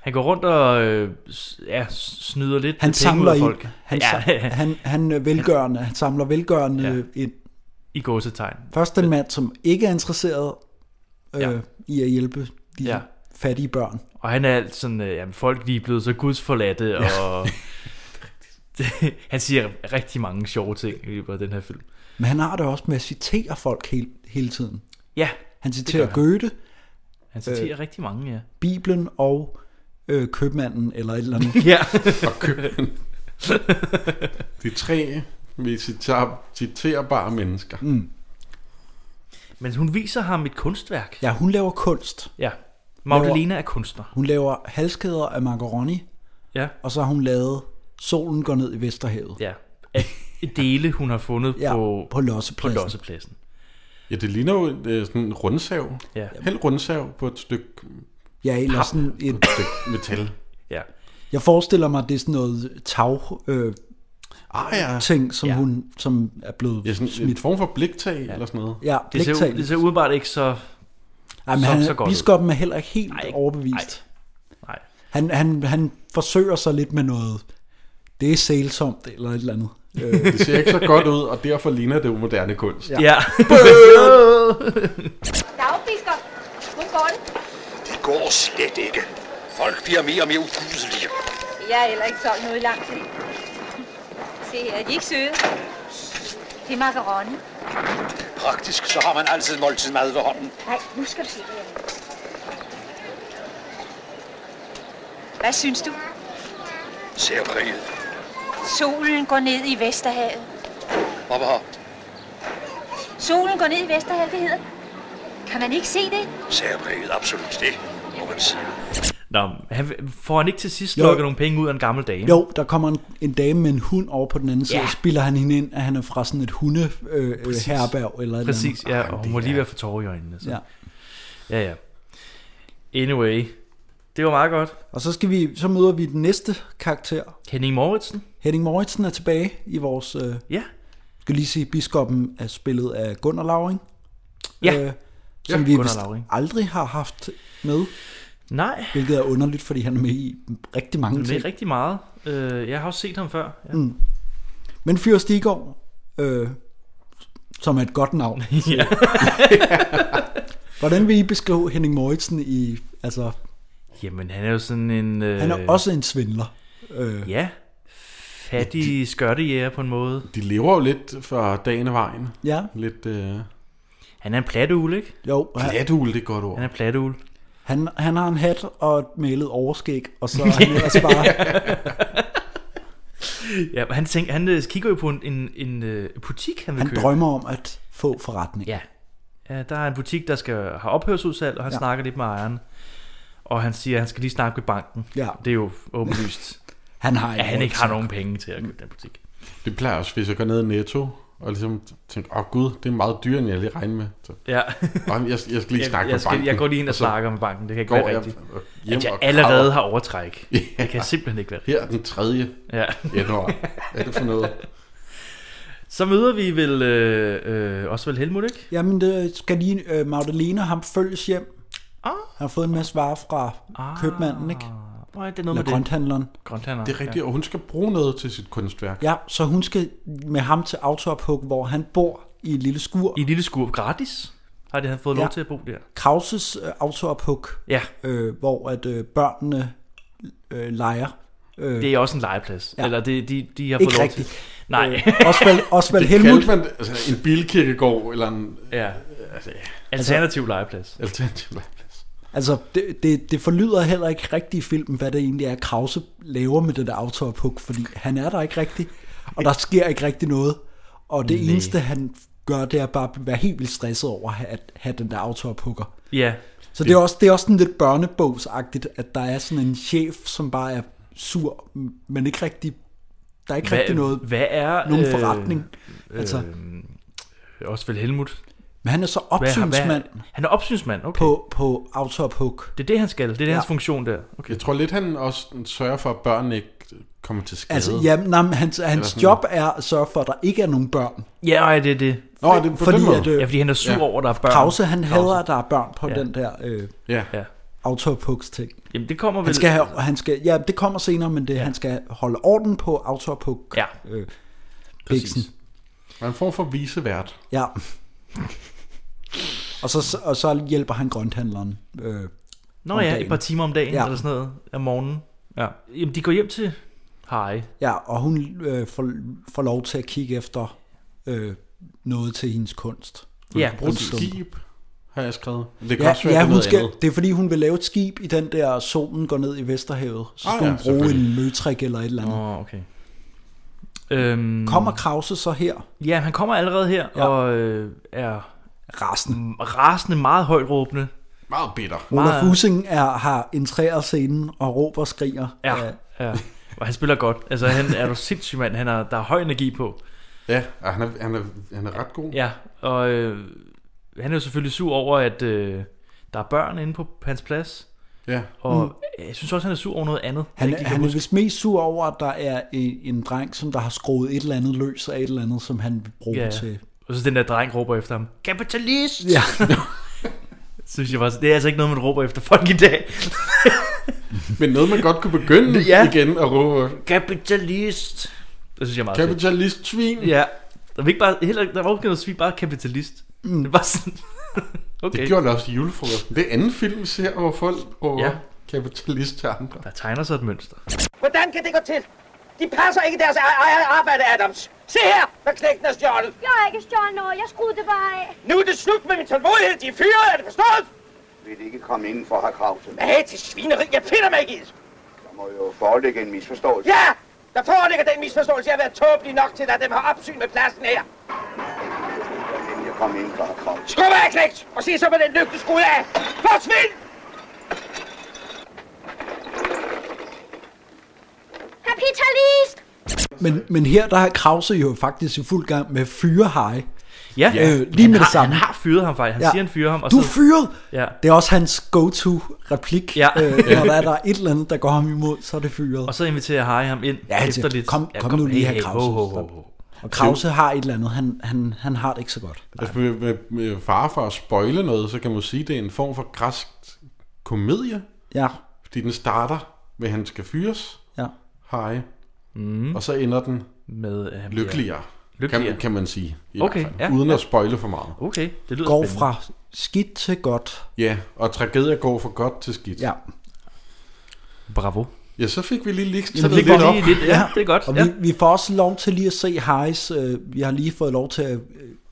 [SPEAKER 4] Han går rundt og øh, s- ja, s- snyder lidt
[SPEAKER 3] Han
[SPEAKER 4] penge ud
[SPEAKER 3] samler
[SPEAKER 4] af
[SPEAKER 3] ind.
[SPEAKER 4] folk.
[SPEAKER 3] Han, ja.
[SPEAKER 4] ja,
[SPEAKER 3] han, han er velgørende. Han samler velgørende ja. ind.
[SPEAKER 4] i gåsetegn.
[SPEAKER 3] Først den mand, som ikke er interesseret øh,
[SPEAKER 4] Ja.
[SPEAKER 3] ja. i at hjælpe de
[SPEAKER 4] Ja.
[SPEAKER 3] ja. fattige børn.
[SPEAKER 4] Og han er alt sådan, øh, jamen folk de er blevet så gudsforladte, og han siger rigtig mange sjove ting i løbet af den her film.
[SPEAKER 3] Men han har det også med at citere folk hele, hele tiden.
[SPEAKER 4] Ja,
[SPEAKER 3] Han
[SPEAKER 4] gør
[SPEAKER 3] citerer
[SPEAKER 4] han.
[SPEAKER 3] Goethe,
[SPEAKER 4] han citerer øh. rigtig mange, ja.
[SPEAKER 3] Bibelen og øh, købmanden eller et eller andet.
[SPEAKER 4] Ja,
[SPEAKER 2] Og køb den. De tre visitar- citerbare mennesker. Mm.
[SPEAKER 4] men hun viser ham et kunstværk.
[SPEAKER 3] Ja, hun laver kunst.
[SPEAKER 4] Ja, Magdalena er kunstner.
[SPEAKER 3] Hun laver halskæder af macaroni,
[SPEAKER 4] Ja,
[SPEAKER 3] og så har hun lavet Solen går ned i Vesterhavet.
[SPEAKER 4] ja. At dele hun har fundet
[SPEAKER 3] Ja,
[SPEAKER 4] på,
[SPEAKER 3] på
[SPEAKER 4] på
[SPEAKER 3] lossepladsen.
[SPEAKER 4] lossepladsen.
[SPEAKER 2] Ja, det ligner jo øh, sådan en rundsav.
[SPEAKER 4] Ja.
[SPEAKER 2] Held rundsav på et stykke,
[SPEAKER 3] Ja, eller sådan et,
[SPEAKER 2] et stykke metal.
[SPEAKER 4] Ja.
[SPEAKER 3] jeg forestiller mig, det er sådan noget tag, øh,
[SPEAKER 2] Ah ja,
[SPEAKER 3] ting, som
[SPEAKER 4] Ja.
[SPEAKER 3] ja. hun som er blevet
[SPEAKER 2] ja
[SPEAKER 3] ja,
[SPEAKER 2] sådan en
[SPEAKER 3] smidt.
[SPEAKER 2] form for bliktag ja. eller sådan noget.
[SPEAKER 3] Ja,
[SPEAKER 4] Det ser, u-
[SPEAKER 3] bliktagel.
[SPEAKER 4] det ser udenbart ikke så...
[SPEAKER 3] Ej, men
[SPEAKER 4] så-
[SPEAKER 3] han,
[SPEAKER 4] så godt ud.
[SPEAKER 3] biskoppen er heller ikke helt
[SPEAKER 4] Nej,
[SPEAKER 3] Ej,
[SPEAKER 4] ikke-
[SPEAKER 3] overbevist.
[SPEAKER 4] Nej.
[SPEAKER 3] Han, han, han forsøger sig lidt med noget, det er sælsomt eller et eller andet. Øh,
[SPEAKER 2] Det ser ikke så godt ud, og derfor ligner det jo moderne kunst. Ja.
[SPEAKER 4] Ja.
[SPEAKER 5] Dagbiskop, hun går det.
[SPEAKER 6] Det går slet ikke. Folk bliver mere og mere ukuselige.
[SPEAKER 5] Jeg har heller ikke solgt noget i lang tid. Se her, er de ikke søde? Det er macaroni.
[SPEAKER 6] Praktisk, så har man altid en måltid mad ved hånden.
[SPEAKER 5] Nej, nu skal du se det her. Hvad synes du?
[SPEAKER 6] Ser præget.
[SPEAKER 5] Solen går ned i Vesterhavet.
[SPEAKER 6] Hvorfor?
[SPEAKER 5] Solen går ned i Vesterhavet, det hedder det. Kan man ikke se det?
[SPEAKER 6] Ser præget, absolut det, må man sige.
[SPEAKER 4] Nå, han, får han ikke til sidst
[SPEAKER 3] Jo.
[SPEAKER 4] lukket nogle penge ud af en gammel dame?
[SPEAKER 3] jo, der kommer en, en dame med en hund over på den anden side,
[SPEAKER 4] Ja.
[SPEAKER 3] ja. og spiller han hende ind, at han er fra sådan et hunde øh, øh, herberg eller et
[SPEAKER 4] Præcis,
[SPEAKER 3] eller andet.
[SPEAKER 4] ja, og hun må lige være for tårer i øjnene. Så.
[SPEAKER 3] Ja.
[SPEAKER 4] ja, ja. Anyway, det var meget godt.
[SPEAKER 3] Og så, skal vi, så møder vi den næste karakter.
[SPEAKER 4] Henning Moritzen?
[SPEAKER 3] Henning Moritzen er tilbage i vores... Øh,
[SPEAKER 4] Ja.
[SPEAKER 3] skal lige sige, biskoppen er spillet af Gunnar Lauring.
[SPEAKER 4] Ja.
[SPEAKER 3] Øh, som
[SPEAKER 4] Ja,
[SPEAKER 3] ja, vi
[SPEAKER 4] Gunnar
[SPEAKER 3] vist
[SPEAKER 4] Lauring.
[SPEAKER 3] aldrig har haft med,
[SPEAKER 4] Nej,
[SPEAKER 3] hvilket er underligt, fordi han er med i rigtig mange
[SPEAKER 4] det
[SPEAKER 3] ting.
[SPEAKER 4] er rigtig meget. Øh, jeg har også set ham før. Ja.
[SPEAKER 3] Men Fyr Stigård, øh, som er et godt navn.
[SPEAKER 4] Ja.
[SPEAKER 3] Hvordan vil I beskrive Henning Moritzen i... Altså,
[SPEAKER 4] Jamen, han er jo sådan en... Øh,
[SPEAKER 3] han er også en svindler. Øh,
[SPEAKER 4] Ja, fattig skørtejæger på en måde.
[SPEAKER 2] De lever jo lidt fra dagen og vejen.
[SPEAKER 3] ja,
[SPEAKER 2] Lidt øh,
[SPEAKER 4] Han er en platteul, ikke?
[SPEAKER 3] jo. Han,
[SPEAKER 2] glatul, det er et godt ord.
[SPEAKER 4] Han er platteul.
[SPEAKER 3] han, han har en hat og et malet overskæg, og så er han ellers bare...
[SPEAKER 4] Ja, men han, tænker, han øh, kigger jo på en, en, en øh, butik, han vil
[SPEAKER 3] Han
[SPEAKER 4] købe.
[SPEAKER 3] drømmer om at få forretning.
[SPEAKER 4] Ja. ja. Der er en butik, der skal have ophørsudsalg, og han ja.
[SPEAKER 3] Ja.
[SPEAKER 4] snakker lidt med ejeren. Og han siger, at han skal lige snakke med banken.
[SPEAKER 3] Ja.
[SPEAKER 4] Det er jo åbenlyst,
[SPEAKER 3] Han har en
[SPEAKER 4] at han
[SPEAKER 3] Moritzen.
[SPEAKER 4] ikke har nogen penge til at købe den butik.
[SPEAKER 2] Det plejer også, hvis jeg går ned i Netto, og ligesom tænker, åh oh, gud, det er meget dyrere, end jeg lige regnede med. Så,
[SPEAKER 4] Ja.
[SPEAKER 2] "Nå, men jeg, jeg skal lige
[SPEAKER 4] Jeg,
[SPEAKER 2] snakke med
[SPEAKER 4] jeg, skal,
[SPEAKER 2] banken.
[SPEAKER 4] jeg går lige ind og,
[SPEAKER 2] så
[SPEAKER 4] snakker med banken. Det kan ikke
[SPEAKER 2] går
[SPEAKER 4] være
[SPEAKER 2] jeg
[SPEAKER 4] rigtigt.
[SPEAKER 2] hjem
[SPEAKER 4] At jeg
[SPEAKER 2] og
[SPEAKER 4] allerede
[SPEAKER 2] græder.
[SPEAKER 4] har overtræk. Det kan simpelthen ikke være rigtigt.
[SPEAKER 2] Her den 3.
[SPEAKER 4] Ja.
[SPEAKER 2] januar. Hvad er det for noget?
[SPEAKER 4] Så møder vi vel øh, øh, også vel Helmut, ikke?
[SPEAKER 3] Jamen, det skal lige... Øh, Magdalena, ham følges hjem.
[SPEAKER 4] Ah.
[SPEAKER 3] Han har fået en masse varer fra ah. købmanden, ikke?
[SPEAKER 4] Hvor er det noget
[SPEAKER 3] Eller
[SPEAKER 4] med det?
[SPEAKER 3] grønthandleren.
[SPEAKER 4] Grønthandler.
[SPEAKER 2] Det er rigtigt, og hun skal bruge noget til sit kunstværk.
[SPEAKER 3] Ja, så hun skal med ham til autoophug, hvor han bor i et lille skur.
[SPEAKER 4] I et lille skur gratis har det han fået lov
[SPEAKER 3] Ja.
[SPEAKER 4] til at bo der.
[SPEAKER 3] Krauses øh, autoophug,
[SPEAKER 4] Ja,
[SPEAKER 3] øh, hvor at øh, børnene øh, leger. Øh,
[SPEAKER 4] det er også en legeplads. Ja.
[SPEAKER 3] Ja.
[SPEAKER 4] Eller det, de, de har fået
[SPEAKER 3] Ikke
[SPEAKER 4] lov
[SPEAKER 3] rigtigt. Øh.
[SPEAKER 4] til. Nej.
[SPEAKER 3] Osvald, Osvald
[SPEAKER 2] Det Helmut.
[SPEAKER 3] Helmut.
[SPEAKER 2] kaldte man altså, en bilkirkegård eller en
[SPEAKER 4] Ja.
[SPEAKER 2] Altså,
[SPEAKER 4] Alternativ legeplads.
[SPEAKER 2] alternativ legeplads.
[SPEAKER 3] Altså, det, det, det forlyder heller ikke rigtigt i filmen, hvad det egentlig er, Krause laver med det der autoophug, fordi han er der ikke rigtig, og der sker ikke rigtig noget. Og det eneste, han gør, det er bare at være helt vildt stresset over at have den der autoophugger.
[SPEAKER 4] Ja.
[SPEAKER 3] Så det er også, det er også sådan lidt børnebogsagtigt, at der er sådan en chef, som bare er sur, men ikke rigtig, der er ikke rigtig noget,
[SPEAKER 4] Hvad er...
[SPEAKER 3] nogen
[SPEAKER 4] øh,
[SPEAKER 3] forretning. Altså,
[SPEAKER 4] Øh, også vel Helmut.
[SPEAKER 3] Men han er så
[SPEAKER 4] Hvad- hvad-
[SPEAKER 3] opsynsmand
[SPEAKER 4] Han er opsynsmand, okay.
[SPEAKER 3] på, på Autop Hook.
[SPEAKER 4] Det er det, han skal. Det er ja.
[SPEAKER 3] Ja.
[SPEAKER 4] hans funktion der. Okay.
[SPEAKER 2] Jeg tror lidt, han også sørger for, at børn ikke øh, kommer til skade.
[SPEAKER 3] Altså, ja, nej, men hans, hans
[SPEAKER 2] sådan-
[SPEAKER 3] job er at sørge for, at der ikke er nogen børn.
[SPEAKER 4] Ja, nej, det er det.
[SPEAKER 2] Nå, er det på
[SPEAKER 3] fordi
[SPEAKER 2] den måde?
[SPEAKER 3] at, øh,
[SPEAKER 4] Ja, fordi han er sur
[SPEAKER 2] Ja.
[SPEAKER 4] ja. over, at der er børn.
[SPEAKER 3] Krause, han hader, at der er børn på
[SPEAKER 4] Ja.
[SPEAKER 3] den der øh,
[SPEAKER 2] ja.
[SPEAKER 4] Ja.
[SPEAKER 3] Autop Hooks ting.
[SPEAKER 4] Jamen, det kommer vel...
[SPEAKER 3] Han skal have, han skal, ja, det kommer senere, men det, ja. han skal holde orden på Autop Hook.
[SPEAKER 4] Ja.
[SPEAKER 3] Øh,
[SPEAKER 4] Præcis.
[SPEAKER 3] Biksen.
[SPEAKER 2] Man får for visevært.
[SPEAKER 3] Ja. og, så, og så hjælper han grønthandleren. Øh,
[SPEAKER 4] Nå
[SPEAKER 3] om
[SPEAKER 4] ja,
[SPEAKER 3] dagen.
[SPEAKER 4] et par timer om dagen,
[SPEAKER 3] Ja.
[SPEAKER 4] ja. eller sådan noget, om morgenen. Ja. Jamen, de går hjem til Harry.
[SPEAKER 3] ja, og hun øh, får, får lov til at kigge efter øh, noget til hendes kunst.
[SPEAKER 4] Ja,
[SPEAKER 2] Brugt
[SPEAKER 3] Stum.
[SPEAKER 2] skib, har jeg skrevet. Det kan
[SPEAKER 3] Ja,
[SPEAKER 2] også være, det
[SPEAKER 3] ja
[SPEAKER 2] er
[SPEAKER 3] hun
[SPEAKER 2] noget
[SPEAKER 3] skal,
[SPEAKER 2] andet.
[SPEAKER 3] det er fordi, hun vil lave et skib i den der, solen går ned i Vesterhavet. Så
[SPEAKER 2] Ah,
[SPEAKER 3] skal
[SPEAKER 2] ja,
[SPEAKER 3] hun bruge en
[SPEAKER 2] selvfølgelig.
[SPEAKER 3] møtrik eller et eller andet.
[SPEAKER 4] Åh, oh, okay. Øhm,
[SPEAKER 3] Kommer Krause så her?
[SPEAKER 4] Ja, han kommer allerede her
[SPEAKER 3] Ja.
[SPEAKER 4] ja. og øh, er
[SPEAKER 3] Resten.
[SPEAKER 4] rasende, meget højt råbende.
[SPEAKER 2] Meget bitter.
[SPEAKER 3] Olaf
[SPEAKER 4] Mm, Meget-
[SPEAKER 3] Husing er, har entreret scenen og råber og skriger.
[SPEAKER 4] Ja,
[SPEAKER 3] Øh,
[SPEAKER 4] ja. Og han spiller godt. Altså, han er du sindssyg mand. Han er, der er høj energi på.
[SPEAKER 2] Ja, og han er, han er, han er ret god.
[SPEAKER 4] Ja, og øh, han er jo selvfølgelig sur over, at øh, der er børn inde på hans plads.
[SPEAKER 2] ja.
[SPEAKER 4] Og mm. jeg synes også, han er sur over noget andet. jeg
[SPEAKER 3] Han,
[SPEAKER 4] ikke lige kan
[SPEAKER 3] han er
[SPEAKER 4] huske.
[SPEAKER 3] vist mest sur over, at der er en, en dreng, som der har skruet et eller andet løs af et eller andet, som han vil bruge
[SPEAKER 4] Ja,
[SPEAKER 3] ja.
[SPEAKER 4] ja.
[SPEAKER 3] til.
[SPEAKER 4] Og så den der dreng råber efter ham, kapitalist!
[SPEAKER 3] Ja.
[SPEAKER 4] Synes jeg bare, det er altså ikke noget, man råber efter folk i dag.
[SPEAKER 2] Men noget, man godt kunne begynde ja.
[SPEAKER 4] Ja.
[SPEAKER 2] igen at råbe.
[SPEAKER 4] Kapitalist! Det synes jeg er meget fedt.
[SPEAKER 2] Kapitalist svin. Ja,
[SPEAKER 4] Ja. Der var, ikke bare, heller, ikke- der var ikke noget svigt, bare kapitalist. Mm. Det var sådan... okay.
[SPEAKER 2] Det gjorde det også i julefrokosten. Det er anden film, vi ser, hvor folk råber ja.
[SPEAKER 4] Ja.
[SPEAKER 2] kapitalist til andre.
[SPEAKER 4] Der tegner sig et mønster.
[SPEAKER 7] Hvordan kan det gå til? De passer ikke deres eget eget arbejde, Adams. Se her, hvad knægten er stjålet.
[SPEAKER 8] Jeg har ikke stjålet noget, jeg skruede det bare af.
[SPEAKER 7] Nu er det slut med min tålmodighed. De er fyret, er det forstået?
[SPEAKER 6] Vil det ikke komme inden for, herr Krause?
[SPEAKER 7] Nej, til svineri. Jeg finder mig ikke i det.
[SPEAKER 6] Der må jo foreligge en misforståelse.
[SPEAKER 7] Ja, der foreligger den misforståelse, jeg har været tåbelig nok til, at dem har opsyn med pladsen her.
[SPEAKER 6] Men jeg kom inden for, herr Krause.
[SPEAKER 7] Skub af, knægt, og se så med den lygte skud af. Forsvind!
[SPEAKER 8] Kapitalist!
[SPEAKER 3] Men, men her der er Krause jo faktisk i fuld gang med fyrehaje.
[SPEAKER 4] Ja,
[SPEAKER 3] Ja. Øh, lige
[SPEAKER 4] Han
[SPEAKER 3] med det
[SPEAKER 4] har,
[SPEAKER 3] samme.
[SPEAKER 4] Han har fyret ham faktisk. Han
[SPEAKER 3] Ja.
[SPEAKER 4] ja. siger, han fyrer ham. Og
[SPEAKER 3] Du er
[SPEAKER 4] så,
[SPEAKER 3] fyret!
[SPEAKER 4] ja.
[SPEAKER 3] Det er også hans go-to-replik.
[SPEAKER 4] Ja.
[SPEAKER 3] Øh, når der er, der er et eller andet, der går ham imod, så er det fyret.
[SPEAKER 4] Og så inviterer Harry ham ind
[SPEAKER 3] Ja, han
[SPEAKER 4] efter
[SPEAKER 3] siger,
[SPEAKER 4] lidt.
[SPEAKER 3] "Kom- kom nu lige her, Krause,
[SPEAKER 4] ho, ho, ho,
[SPEAKER 3] stop."
[SPEAKER 4] ho.
[SPEAKER 3] Og Krause har et eller andet, han, han, han har det ikke så godt.
[SPEAKER 2] Altså, med, med, med fare for at spoile noget, så kan man sige, at det er en form for græsk komedie.
[SPEAKER 3] Ja,
[SPEAKER 2] Fordi den starter med, at han skal fyres.
[SPEAKER 3] ja.
[SPEAKER 2] Hej. Mm. Og så ender den
[SPEAKER 4] Med, øh,
[SPEAKER 2] lykkeligere.
[SPEAKER 4] Mhm. Lykkeligere.
[SPEAKER 2] Kan, kan man sige. I
[SPEAKER 4] Okay,
[SPEAKER 2] hvert fald,
[SPEAKER 4] ja,
[SPEAKER 2] uden
[SPEAKER 4] ja.
[SPEAKER 2] at spoile for meget.
[SPEAKER 4] Okay, det lyder
[SPEAKER 3] Går
[SPEAKER 4] spændende.
[SPEAKER 3] fra skidt til godt.
[SPEAKER 2] Ja, og tragedier går fra godt til skidt.
[SPEAKER 3] Ja.
[SPEAKER 4] Bravo.
[SPEAKER 2] ja så fik vi lige ligst
[SPEAKER 4] Så
[SPEAKER 2] lidt
[SPEAKER 4] fik vi
[SPEAKER 2] op.
[SPEAKER 4] lige lidt, ja, det er godt.
[SPEAKER 3] Og
[SPEAKER 4] Ja.
[SPEAKER 3] vi, vi får også lov til lige at se Harris. Øh, vi har lige fået lov til at øh,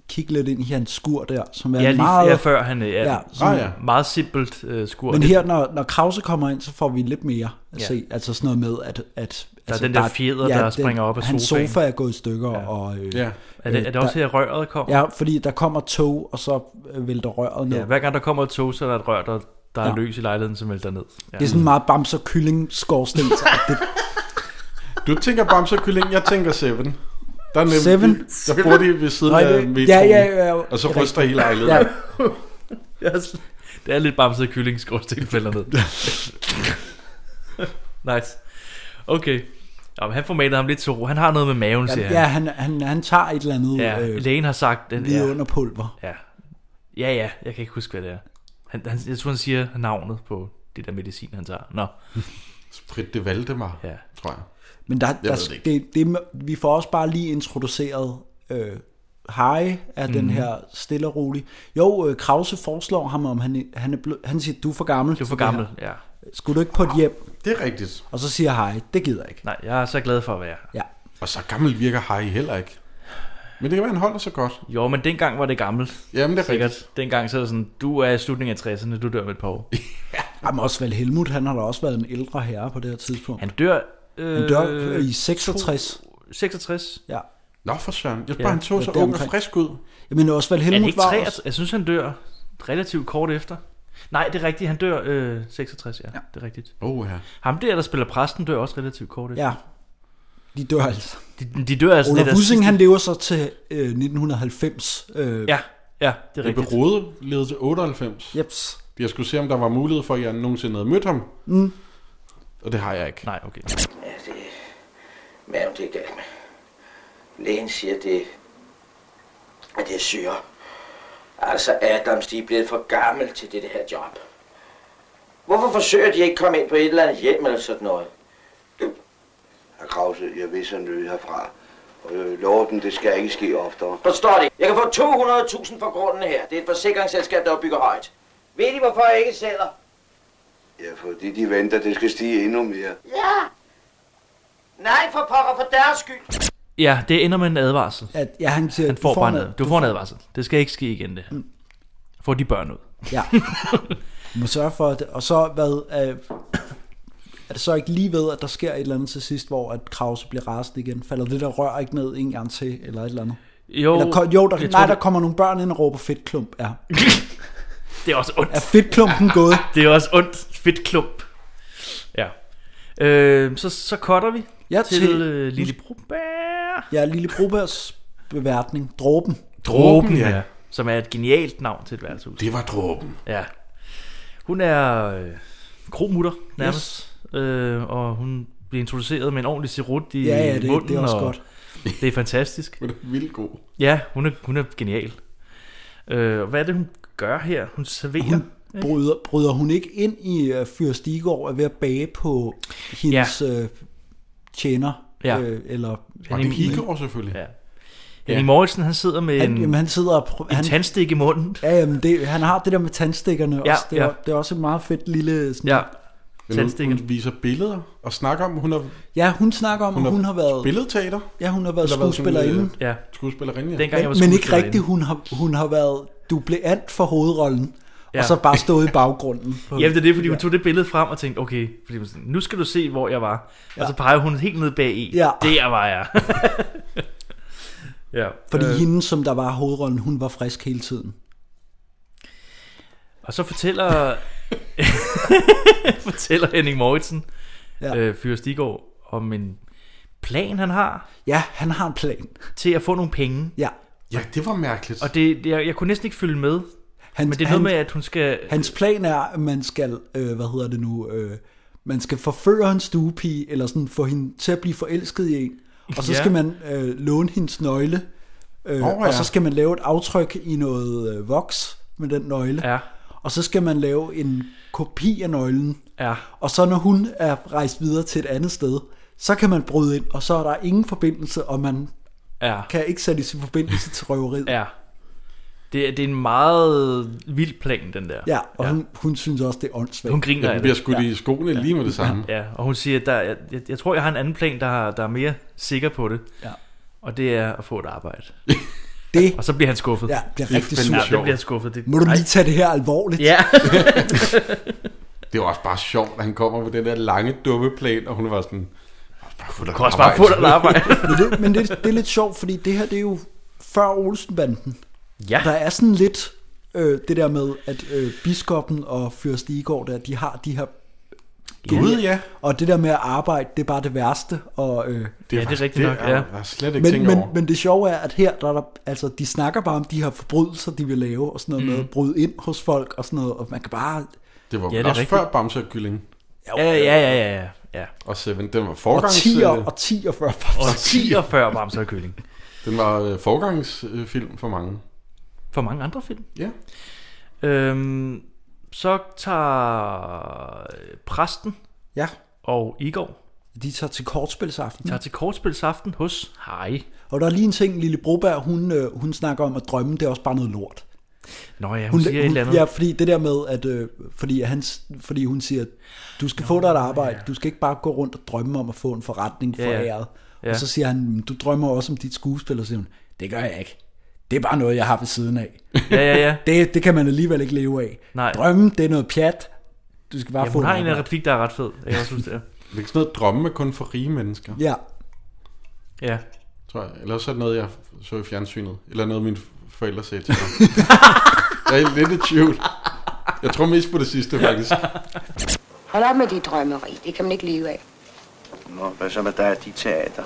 [SPEAKER 3] kigge lidt ind i hans skur der, som er
[SPEAKER 4] Ja, lige
[SPEAKER 3] meget...
[SPEAKER 4] ja, før han øh, er
[SPEAKER 3] Ja,
[SPEAKER 4] ja,
[SPEAKER 3] sådan-
[SPEAKER 2] Ah, ja.
[SPEAKER 4] meget simpelt øh, skur.
[SPEAKER 3] Men
[SPEAKER 4] Det-
[SPEAKER 3] her, når, når Krause kommer ind, så får vi lidt mere at
[SPEAKER 4] Ja.
[SPEAKER 3] se. Altså sådan noget med, at... at der altså,
[SPEAKER 4] den der fjeder, der springer op af
[SPEAKER 3] hans
[SPEAKER 4] sofaen.
[SPEAKER 3] sofa er gået i stykker, ja. og... Øh,
[SPEAKER 2] Ja.
[SPEAKER 4] er, det, er det også her, røret kommer?
[SPEAKER 3] Ja, fordi der kommer tog, og så øh, vælter røret ned.
[SPEAKER 4] ja. Hver gang der kommer et tog, så er der et rør, der, der
[SPEAKER 3] Ja.
[SPEAKER 4] er løs i lejligheden, som vælter ned. Ja.
[SPEAKER 3] Det er sådan meget bams og kylling skorsten.
[SPEAKER 2] Du tænker Bamse og Kylling, jeg tænker Seven. Der er nemlig,
[SPEAKER 3] Seven?
[SPEAKER 2] Der bor de ved siden
[SPEAKER 3] Nå,
[SPEAKER 2] af
[SPEAKER 3] det-
[SPEAKER 2] metroen,
[SPEAKER 3] ja, ja, ja, ja.
[SPEAKER 2] og så
[SPEAKER 3] Det er
[SPEAKER 2] ryster hele lejligheden.
[SPEAKER 3] ja,
[SPEAKER 2] Ja.
[SPEAKER 4] Yes. Det er lidt bamset kylling, skorsten fælder ned. nice. Okay. Jamen, han formater ham lidt til ro. Han har noget med maven, siger
[SPEAKER 3] ja
[SPEAKER 4] han.
[SPEAKER 3] han, han, han tager et eller andet ja,
[SPEAKER 4] Ja,
[SPEAKER 3] øh,
[SPEAKER 4] lægen har sagt... Den,
[SPEAKER 3] lige
[SPEAKER 4] ja,
[SPEAKER 3] under pulver.
[SPEAKER 4] ja. ja, ja, jeg kan ikke huske, hvad det er. Han, han, jeg tror, han siger navnet på det der medicin, han tager. Nå,
[SPEAKER 2] Sprit det Valdemar, ja.
[SPEAKER 4] Ja.
[SPEAKER 2] tror jeg.
[SPEAKER 3] Men der, der,
[SPEAKER 2] ved det
[SPEAKER 3] det det, det, vi får også bare lige introduceret øh, Harry af mm.
[SPEAKER 4] Mhm.
[SPEAKER 3] den her stille og rolig. Jo, øh, Krause foreslår ham, om han, han, er blød, han siger, du er for gammel.
[SPEAKER 4] du er for gammel. Ja.
[SPEAKER 3] Skulle du ikke på et hjem?
[SPEAKER 2] Det er rigtigt.
[SPEAKER 3] Og så siger Harry, det gider jeg ikke.
[SPEAKER 4] Nej, jeg er så glad for at være her.
[SPEAKER 3] Ja.
[SPEAKER 2] Og så gammel virker Harry heller ikke. Men det kan være, han holder sig godt.
[SPEAKER 4] Jo, men dengang var det gammelt.
[SPEAKER 2] Jamen, det er
[SPEAKER 4] Sikkert.
[SPEAKER 2] rigtigt.
[SPEAKER 4] Dengang så er det sådan, du er i slutningen af 60'erne, du dør med et par år.
[SPEAKER 3] Jamen også vel Helmut, han har da også været en ældre herre på det her tidspunkt.
[SPEAKER 4] Han
[SPEAKER 3] Han,
[SPEAKER 4] dør... Øh,
[SPEAKER 3] han dør øh, i 66.
[SPEAKER 4] 66.
[SPEAKER 3] Ja.
[SPEAKER 2] Nå for søren. Jeg bare,
[SPEAKER 4] Ja,
[SPEAKER 2] han så
[SPEAKER 3] ja,
[SPEAKER 2] så
[SPEAKER 3] det er
[SPEAKER 2] ung og
[SPEAKER 3] omkring.
[SPEAKER 2] frisk ud.
[SPEAKER 3] Jamen også vel
[SPEAKER 4] Er det
[SPEAKER 3] Helmut
[SPEAKER 4] ikke
[SPEAKER 3] var
[SPEAKER 4] 63?
[SPEAKER 3] også.
[SPEAKER 4] Jeg synes, han dør relativt kort efter. Nej, det er rigtigt. Han dør øh, 66, ja. ja. Det er rigtigt.
[SPEAKER 2] Åh ja.
[SPEAKER 4] Ham der, der spiller præsten, dør også relativt kort efter.
[SPEAKER 3] Ja. De dør altså.
[SPEAKER 4] De, de dør altså
[SPEAKER 3] Olaf
[SPEAKER 4] lidt af
[SPEAKER 3] Husing,
[SPEAKER 4] sidste-
[SPEAKER 3] han lever så til øh, 1990. Øh,
[SPEAKER 4] Ja, Ja, det er
[SPEAKER 2] Ebbe
[SPEAKER 4] rigtigt.
[SPEAKER 2] Rode levede til 98.
[SPEAKER 3] Jeps.
[SPEAKER 2] Jeg skulle se, om der var mulighed for, at jeg nogensinde havde mødt ham. Mm. Og det har jeg ikke.
[SPEAKER 4] Nej, okay.
[SPEAKER 7] Ja, det... Maven, det er galt med. Lægen siger, det... At det er syre. Altså, Adams, de er blevet for gammel til det her job. Hvorfor forsøger de ikke at komme ind på et eller andet hjem eller sådan noget?
[SPEAKER 6] Herr Krause, jeg vil sådan løbe herfra. Og jeg lover dem, det skal ikke ske oftere.
[SPEAKER 7] Forstår det? Jeg kan få 200.000 for grunden her. Det er et forsikringsselskab, der bygger højt. Ved de, hvorfor jeg ikke sælger?
[SPEAKER 6] Ja, fordi de venter, det skal stige endnu mere.
[SPEAKER 7] Ja! Nej, for pokker, for deres skyld.
[SPEAKER 4] Ja, det ender med en advarsel.
[SPEAKER 3] At, ja, han siger,
[SPEAKER 4] Han får bare en
[SPEAKER 3] noget.
[SPEAKER 4] ad- Du får en advarsel. Det skal ikke ske igen, det her. Får de børn ud.
[SPEAKER 3] Ja. Du må sørge for det. Og så hvad, øh, er det så ikke lige ved, at der sker et eller andet til sidst, hvor at Krause bliver rasende igen? Falder det der rør ikke ned en gang til, eller et eller andet?
[SPEAKER 4] Jo,
[SPEAKER 3] Eller, ko- jo, der,
[SPEAKER 4] jeg
[SPEAKER 3] nej,
[SPEAKER 4] tror,
[SPEAKER 3] der kommer nogle børn ind og råber fedtklump. Ja.
[SPEAKER 4] Det er også ondt.
[SPEAKER 3] Er fedtklumpen gået?
[SPEAKER 4] Det er også ondt. Fedt klump. Ja. Øh, så, så cutter vi
[SPEAKER 3] Ja,
[SPEAKER 4] til,
[SPEAKER 3] til-
[SPEAKER 4] til øh, Lille Brobær.
[SPEAKER 3] Ja, Lille Brobergs beværtning. Dråben.
[SPEAKER 2] Dråben, ja.
[SPEAKER 4] Som er et genialt navn til et værtshus.
[SPEAKER 2] Det var dråben.
[SPEAKER 4] Ja. Hun er øh, kromutter nærmest. Yes. Øh, og hun bliver introduceret med en ordentlig sirut i
[SPEAKER 3] Ja, ja, det,
[SPEAKER 4] munden.
[SPEAKER 3] det er også
[SPEAKER 4] og
[SPEAKER 3] godt.
[SPEAKER 4] Det er fantastisk.
[SPEAKER 2] Men det er vildt god.
[SPEAKER 4] Ja, hun er, hun er genial. Øh, og hvad er det, hun gør her? Hun serverer. Hun...
[SPEAKER 3] Bryder, bryder hun ikke ind i uh, Fyr Stigård er ved at bage på hendes ja. øh, tjener?
[SPEAKER 4] Ja.
[SPEAKER 3] Øh, eller,
[SPEAKER 2] Og det higår selvfølgelig.
[SPEAKER 4] Ja.
[SPEAKER 2] Ja.
[SPEAKER 4] Henning
[SPEAKER 2] Ja.
[SPEAKER 4] Morrison, han sidder med
[SPEAKER 3] han,
[SPEAKER 4] en,
[SPEAKER 3] jamen, han sidder og... Pr-
[SPEAKER 4] en
[SPEAKER 3] han,
[SPEAKER 4] tandstik i munden.
[SPEAKER 3] ja, jamen, det, han har det der med tandstikkerne
[SPEAKER 4] Ja,
[SPEAKER 3] også. Det er,
[SPEAKER 4] ja.
[SPEAKER 3] det er også et meget fedt lille... Sådan,
[SPEAKER 4] Ja,
[SPEAKER 2] Hun,
[SPEAKER 4] tandstikken.
[SPEAKER 2] hun viser billeder og snakker om, hun har
[SPEAKER 3] ja, hun snakker om, hun, hun har været...
[SPEAKER 2] billedteater.
[SPEAKER 3] Ja, hun har været
[SPEAKER 2] Eller været sådan,
[SPEAKER 3] skuespillerinde.
[SPEAKER 2] øh,
[SPEAKER 4] Ja,
[SPEAKER 2] Skuespillerinde, ja.
[SPEAKER 4] dengang jeg var
[SPEAKER 3] men, men ikke
[SPEAKER 4] skuespillerinde.
[SPEAKER 3] rigtigt, hun har, hun har været dubleant for hovedrollen, ja.
[SPEAKER 4] Ja.
[SPEAKER 3] og så bare stået i baggrunden.
[SPEAKER 4] Jamen det er det, fordi hun tog det billede frem og tænkte, okay, fordi hun sådan, nu skal du se, hvor jeg var. Ja. Og så peger hun helt ned bag i.
[SPEAKER 3] Ja.
[SPEAKER 4] Der var jeg. ja.
[SPEAKER 3] Fordi øh. hende, som der var hovedrollen, hun var frisk hele tiden.
[SPEAKER 4] Og så fortæller, fortæller Henning Moritz,
[SPEAKER 3] Ja.
[SPEAKER 4] ja. øh, Fyre Stigård, om en plan, han har
[SPEAKER 3] Ja, han har en plan.
[SPEAKER 4] til at få nogle penge.
[SPEAKER 3] Ja.
[SPEAKER 2] ja, det var mærkeligt.
[SPEAKER 4] Og det, det- jeg, jeg kunne næsten ikke følge med,
[SPEAKER 3] Hans,
[SPEAKER 4] men det er
[SPEAKER 3] han,
[SPEAKER 4] noget med, at hun skal...
[SPEAKER 3] Hans plan er, at man skal, øh, hvad hedder det nu, øh, man skal forføre en stuepige, eller sådan få hende til at blive forelsket i en, og så ja.
[SPEAKER 4] Ja.
[SPEAKER 3] skal man øh, låne hendes nøgle, øh,
[SPEAKER 2] Åh,
[SPEAKER 3] oh, ja. og
[SPEAKER 2] ja.
[SPEAKER 3] så skal man lave et aftryk i noget øh, voks med den nøgle,
[SPEAKER 4] Ja.
[SPEAKER 3] og så skal man lave en kopi af nøglen,
[SPEAKER 4] Ja.
[SPEAKER 3] og så når hun er rejst videre til et andet sted, så kan man bryde ind, og så er der ingen forbindelse, og man
[SPEAKER 4] Ja.
[SPEAKER 3] kan ikke sætte i forbindelse til røveriet.
[SPEAKER 4] ja. Det, er- det er en meget vild plan, den der.
[SPEAKER 3] Ja, og ja. Hun, hun synes også, det er åndssvagt.
[SPEAKER 4] Hun
[SPEAKER 2] ja,
[SPEAKER 4] griner
[SPEAKER 2] den
[SPEAKER 4] af
[SPEAKER 2] bliver
[SPEAKER 4] det.
[SPEAKER 2] skudt i skoene lige med det samme.
[SPEAKER 4] Ja, og hun siger, at der, jeg, jeg, jeg tror, jeg har en anden plan, der, har- der er mere sikker på det.
[SPEAKER 3] Ja.
[SPEAKER 4] Og det er at få et arbejde.
[SPEAKER 3] Det
[SPEAKER 4] Og så bliver han skuffet.
[SPEAKER 3] ja, bliver
[SPEAKER 2] Det er
[SPEAKER 3] rigtig
[SPEAKER 2] fandme
[SPEAKER 4] ja
[SPEAKER 3] sur.
[SPEAKER 2] sjovt.
[SPEAKER 4] det bliver han skuffet. Det,
[SPEAKER 3] Må du lige tage det her alvorligt?
[SPEAKER 4] Ja.
[SPEAKER 2] Det var også bare sjovt, at han kommer på den der lange, dumme plan, og hun var sådan... Bare få dig
[SPEAKER 4] Du kan også bare få dig et arbejde.
[SPEAKER 3] Men, det, men det, det er lidt sjovt, fordi det her det er jo før Olsenbanden.
[SPEAKER 4] ja.
[SPEAKER 3] Der er sådan lidt øh, det der med, at øh, biskoppen og Fyrst Igård, der, de har de her...
[SPEAKER 2] Gud, ja.
[SPEAKER 3] Og det der med at arbejde, det er bare det værste. Og, øh,
[SPEAKER 4] Ja, det er
[SPEAKER 2] faktisk-
[SPEAKER 4] rigtigt nok,
[SPEAKER 2] er,
[SPEAKER 4] ja.
[SPEAKER 2] Jeg har slet ikke
[SPEAKER 3] men,
[SPEAKER 2] tænkt
[SPEAKER 3] men,
[SPEAKER 2] over.
[SPEAKER 3] men det sjove er, at her, der er der, altså, de snakker bare om de her forbrydelser, de vil lave, og sådan noget mm.
[SPEAKER 4] Mhm.
[SPEAKER 3] med at bryde ind hos folk, og sådan noget, og man kan bare...
[SPEAKER 2] det var
[SPEAKER 4] Ja,
[SPEAKER 2] ja,
[SPEAKER 4] det
[SPEAKER 2] det
[SPEAKER 4] er
[SPEAKER 2] også
[SPEAKER 4] rigtigt.
[SPEAKER 2] rigtigt. før Bamse og Kylling
[SPEAKER 4] Ja, ja, ja, ja, ja. ja.
[SPEAKER 2] og Seven. Den var
[SPEAKER 3] Og
[SPEAKER 2] forgangs...
[SPEAKER 3] 10
[SPEAKER 2] øh,
[SPEAKER 3] og 10 og 40
[SPEAKER 4] Og 10 år før Bamser og Kylling.
[SPEAKER 2] Den var øh, forgangsfilm for mange.
[SPEAKER 4] For mange andre film.
[SPEAKER 2] Ja.
[SPEAKER 4] Øhm, så tager øh, præsten
[SPEAKER 3] Ja,
[SPEAKER 4] og Igor
[SPEAKER 3] de tager til kortspilsaften.
[SPEAKER 4] tager til kortspilsaften hos Harry.
[SPEAKER 3] Og der er lige en ting, Lille Broberg, hun, øh, hun snakker om, at drømmen, det er også bare noget lort.
[SPEAKER 4] Nå ja, hun,
[SPEAKER 3] Hun,
[SPEAKER 4] hun siger et eller andet.
[SPEAKER 3] ja, fordi det der med, at øh, fordi, han, fordi hun siger, at du skal få dig et arbejde, du skal ikke bare gå rundt og drømme om at få en forretning for
[SPEAKER 4] Ja, ja.
[SPEAKER 3] æret.
[SPEAKER 4] Ja.
[SPEAKER 3] Og så siger han, "Men du drømmer også om dit skuespil, og så siger hun, det gør jeg ikke. Det er bare noget, jeg har ved siden af.
[SPEAKER 4] ja, ja, ja.
[SPEAKER 3] Det, det kan man alligevel ikke leve af.
[SPEAKER 4] Nej.
[SPEAKER 3] Drømme, det er noget pjat. Du skal bare
[SPEAKER 4] Jamen,
[SPEAKER 3] få
[SPEAKER 4] hun har
[SPEAKER 3] et
[SPEAKER 4] en eller anden
[SPEAKER 3] arbejde.
[SPEAKER 4] replik, der er ret fed. Jeg også synes, det er.
[SPEAKER 2] Det er ikke sådan noget drømme kun for rige mennesker,
[SPEAKER 3] Ja,
[SPEAKER 4] Ja.
[SPEAKER 2] tror jeg. Eller så er det noget, jeg så i fjernsynet. Eller noget, mine forældre sagde til mig. jeg er lidt i tvivl. Jeg tror mest på det sidste, faktisk.
[SPEAKER 9] Hold op med de drømmeri. Det kan man ikke leve af.
[SPEAKER 6] Nå, hvad så med dig og de teater?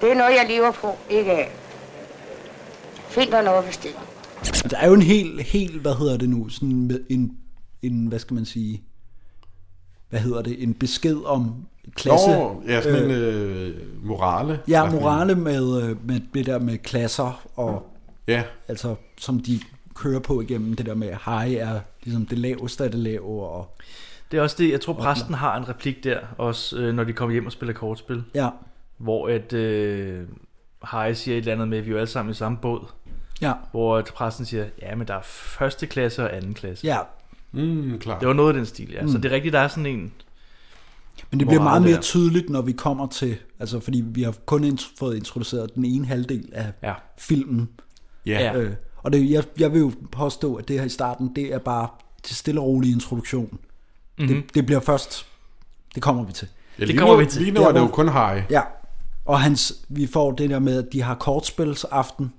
[SPEAKER 9] Det er noget, jeg lever på, ikke af. Find dig noget at bestille.
[SPEAKER 3] Der er jo en helt, helt hvad hedder det nu, sådan med en, en, hvad skal man sige, hvad hedder det, en besked om klasse.
[SPEAKER 2] Nå, ja, sådan en øh, morale.
[SPEAKER 3] Ja, morale med, øh, med det der med klasser, og
[SPEAKER 2] Ja,
[SPEAKER 3] altså, som de kører på igennem det der med, hej er ligesom det laveste af det lave, og
[SPEAKER 4] Det er også det, jeg tror præsten har en replik der, også øh, når de kommer hjem og spiller kortspil,
[SPEAKER 3] ja,
[SPEAKER 4] hvor at øh, Harry siger et eller andet med, at vi er jo alle sammen i samme båd,
[SPEAKER 3] ja,
[SPEAKER 4] hvor at præsten siger, ja, men der er første klasse og anden klasse.
[SPEAKER 3] ja.
[SPEAKER 2] mm, klart.
[SPEAKER 4] Det var noget af den stil, ja. Mm. Så det er rigtigt, der er sådan en,
[SPEAKER 3] Men det bliver
[SPEAKER 4] Morale
[SPEAKER 3] meget mere
[SPEAKER 4] der.
[SPEAKER 3] tydeligt, når vi kommer til, altså fordi vi har kun int- fået introduceret den ene halvdel af
[SPEAKER 4] ja,
[SPEAKER 3] filmen,
[SPEAKER 2] Ja,
[SPEAKER 4] ja.
[SPEAKER 2] ja.
[SPEAKER 3] Øh, og det, jeg, jeg vil jo påstå, at det her i starten, det er bare til stille og rolig introduktion. Mm-hmm.
[SPEAKER 4] Mhm.
[SPEAKER 3] Det, det bliver først, det kommer vi til.
[SPEAKER 2] lige
[SPEAKER 4] kommer
[SPEAKER 2] nu-
[SPEAKER 4] vi til.
[SPEAKER 2] Lige nu
[SPEAKER 3] Ja,
[SPEAKER 2] er det jo
[SPEAKER 3] hvor-
[SPEAKER 2] kun Harry,
[SPEAKER 3] Ja, og hans, vi får det der med, at de har kortspilsaften.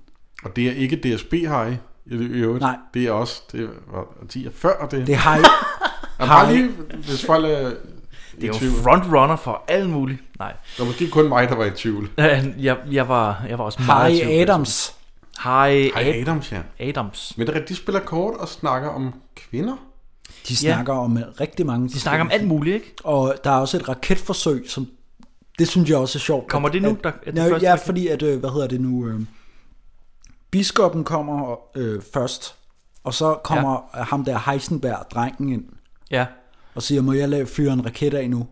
[SPEAKER 2] og det er ikke DSB Harry. I i øvrigt.
[SPEAKER 3] Nej.
[SPEAKER 2] Det er også, det var 10 år før det.
[SPEAKER 3] Det
[SPEAKER 2] det
[SPEAKER 3] er hej.
[SPEAKER 2] bare lige, hvis folk er
[SPEAKER 4] Det er
[SPEAKER 2] i
[SPEAKER 4] jo
[SPEAKER 2] tvivl.
[SPEAKER 4] en frontrunner for alt muligt. Nej,
[SPEAKER 2] Der var måske kun mig, der var i tvivl.
[SPEAKER 4] jeg, jeg, var, jeg var også meget i
[SPEAKER 3] Harry
[SPEAKER 4] tvivl.
[SPEAKER 3] Adams.
[SPEAKER 4] Hej
[SPEAKER 2] Hej
[SPEAKER 4] Ad-
[SPEAKER 2] Adams, ja.
[SPEAKER 4] Adams.
[SPEAKER 2] Men det er rigtigt, de spiller kort og snakker om kvinder.
[SPEAKER 3] De snakker ja. om øh, rigtig mange.
[SPEAKER 4] De snakker om alt muligt, ikke?
[SPEAKER 3] Og der er også et raketforsøg, som det synes jeg også er sjovt.
[SPEAKER 4] Kommer
[SPEAKER 3] at-
[SPEAKER 4] det nu,
[SPEAKER 3] At,
[SPEAKER 4] der-
[SPEAKER 3] at
[SPEAKER 4] at
[SPEAKER 3] ja,
[SPEAKER 4] det første
[SPEAKER 3] ja,
[SPEAKER 4] raket-
[SPEAKER 3] fordi at, øh, hvad hedder det nu, øh, biskoppen kommer øh, først, og så kommer ja. ham der Heisenberg, drengen ind,
[SPEAKER 4] Ja,
[SPEAKER 3] og siger, må jeg lave fyre en raket af nu?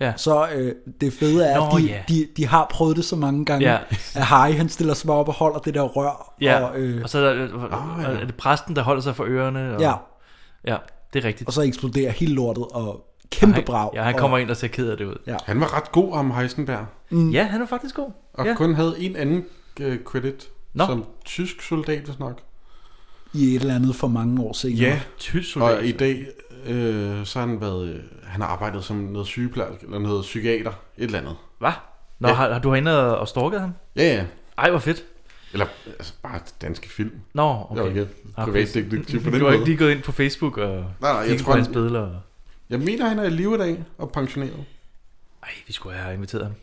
[SPEAKER 4] ja.
[SPEAKER 3] Så øh, det fede er, at
[SPEAKER 4] Nå,
[SPEAKER 3] de,
[SPEAKER 4] ja.
[SPEAKER 3] de, de har prøvet det så mange gange,
[SPEAKER 4] Ja.
[SPEAKER 3] at Harry han stiller sig bare op og holder det der rør.
[SPEAKER 4] Ja,
[SPEAKER 3] Og, øh,
[SPEAKER 4] og så er, der, oh,
[SPEAKER 2] ja.
[SPEAKER 4] ja. er det præsten, der holder sig for ørerne. Og,
[SPEAKER 3] ja,
[SPEAKER 4] ja, det er rigtigt.
[SPEAKER 3] og så eksploderer hele lortet, og kæmpe
[SPEAKER 4] han,
[SPEAKER 3] brag.
[SPEAKER 4] ja, han kommer ind og ser ked af det ud.
[SPEAKER 3] Ja.
[SPEAKER 2] Han var ret god om Heisenberg,
[SPEAKER 4] Mm. Ja, han er faktisk god.
[SPEAKER 2] og
[SPEAKER 4] ja.
[SPEAKER 2] ja. kun havde en anden øh, credit
[SPEAKER 4] Nå.
[SPEAKER 2] som tysk soldat, hvis nok.
[SPEAKER 3] og, i et eller andet for mange år senere.
[SPEAKER 2] Ja,
[SPEAKER 4] Tysk
[SPEAKER 2] og i
[SPEAKER 4] soldat.
[SPEAKER 2] dag, øh, så har han været, øh, han har arbejdet som noget sygeplejerske, eller noget psykiater, et eller andet.
[SPEAKER 4] Hvad? Nå,
[SPEAKER 2] Ja.
[SPEAKER 4] ja. har, har du været inde og stalket ham?
[SPEAKER 2] Ja, ja.
[SPEAKER 4] Ej, hvor fedt.
[SPEAKER 2] Eller altså, bare danske film.
[SPEAKER 4] Nå,
[SPEAKER 2] Okay. Jeg var
[SPEAKER 4] okay. Ah,
[SPEAKER 2] ikke privatdetektiv på
[SPEAKER 4] Du
[SPEAKER 2] den
[SPEAKER 4] har
[SPEAKER 2] måde.
[SPEAKER 4] ikke lige gået ind på Facebook og
[SPEAKER 2] Nej, nej, jeg
[SPEAKER 4] kigget
[SPEAKER 2] tror,
[SPEAKER 4] på hans
[SPEAKER 2] han-
[SPEAKER 4] billeder. og-
[SPEAKER 2] Jeg mener, han er i live i dag og pensioneret.
[SPEAKER 4] Ej, vi skulle have inviteret ham.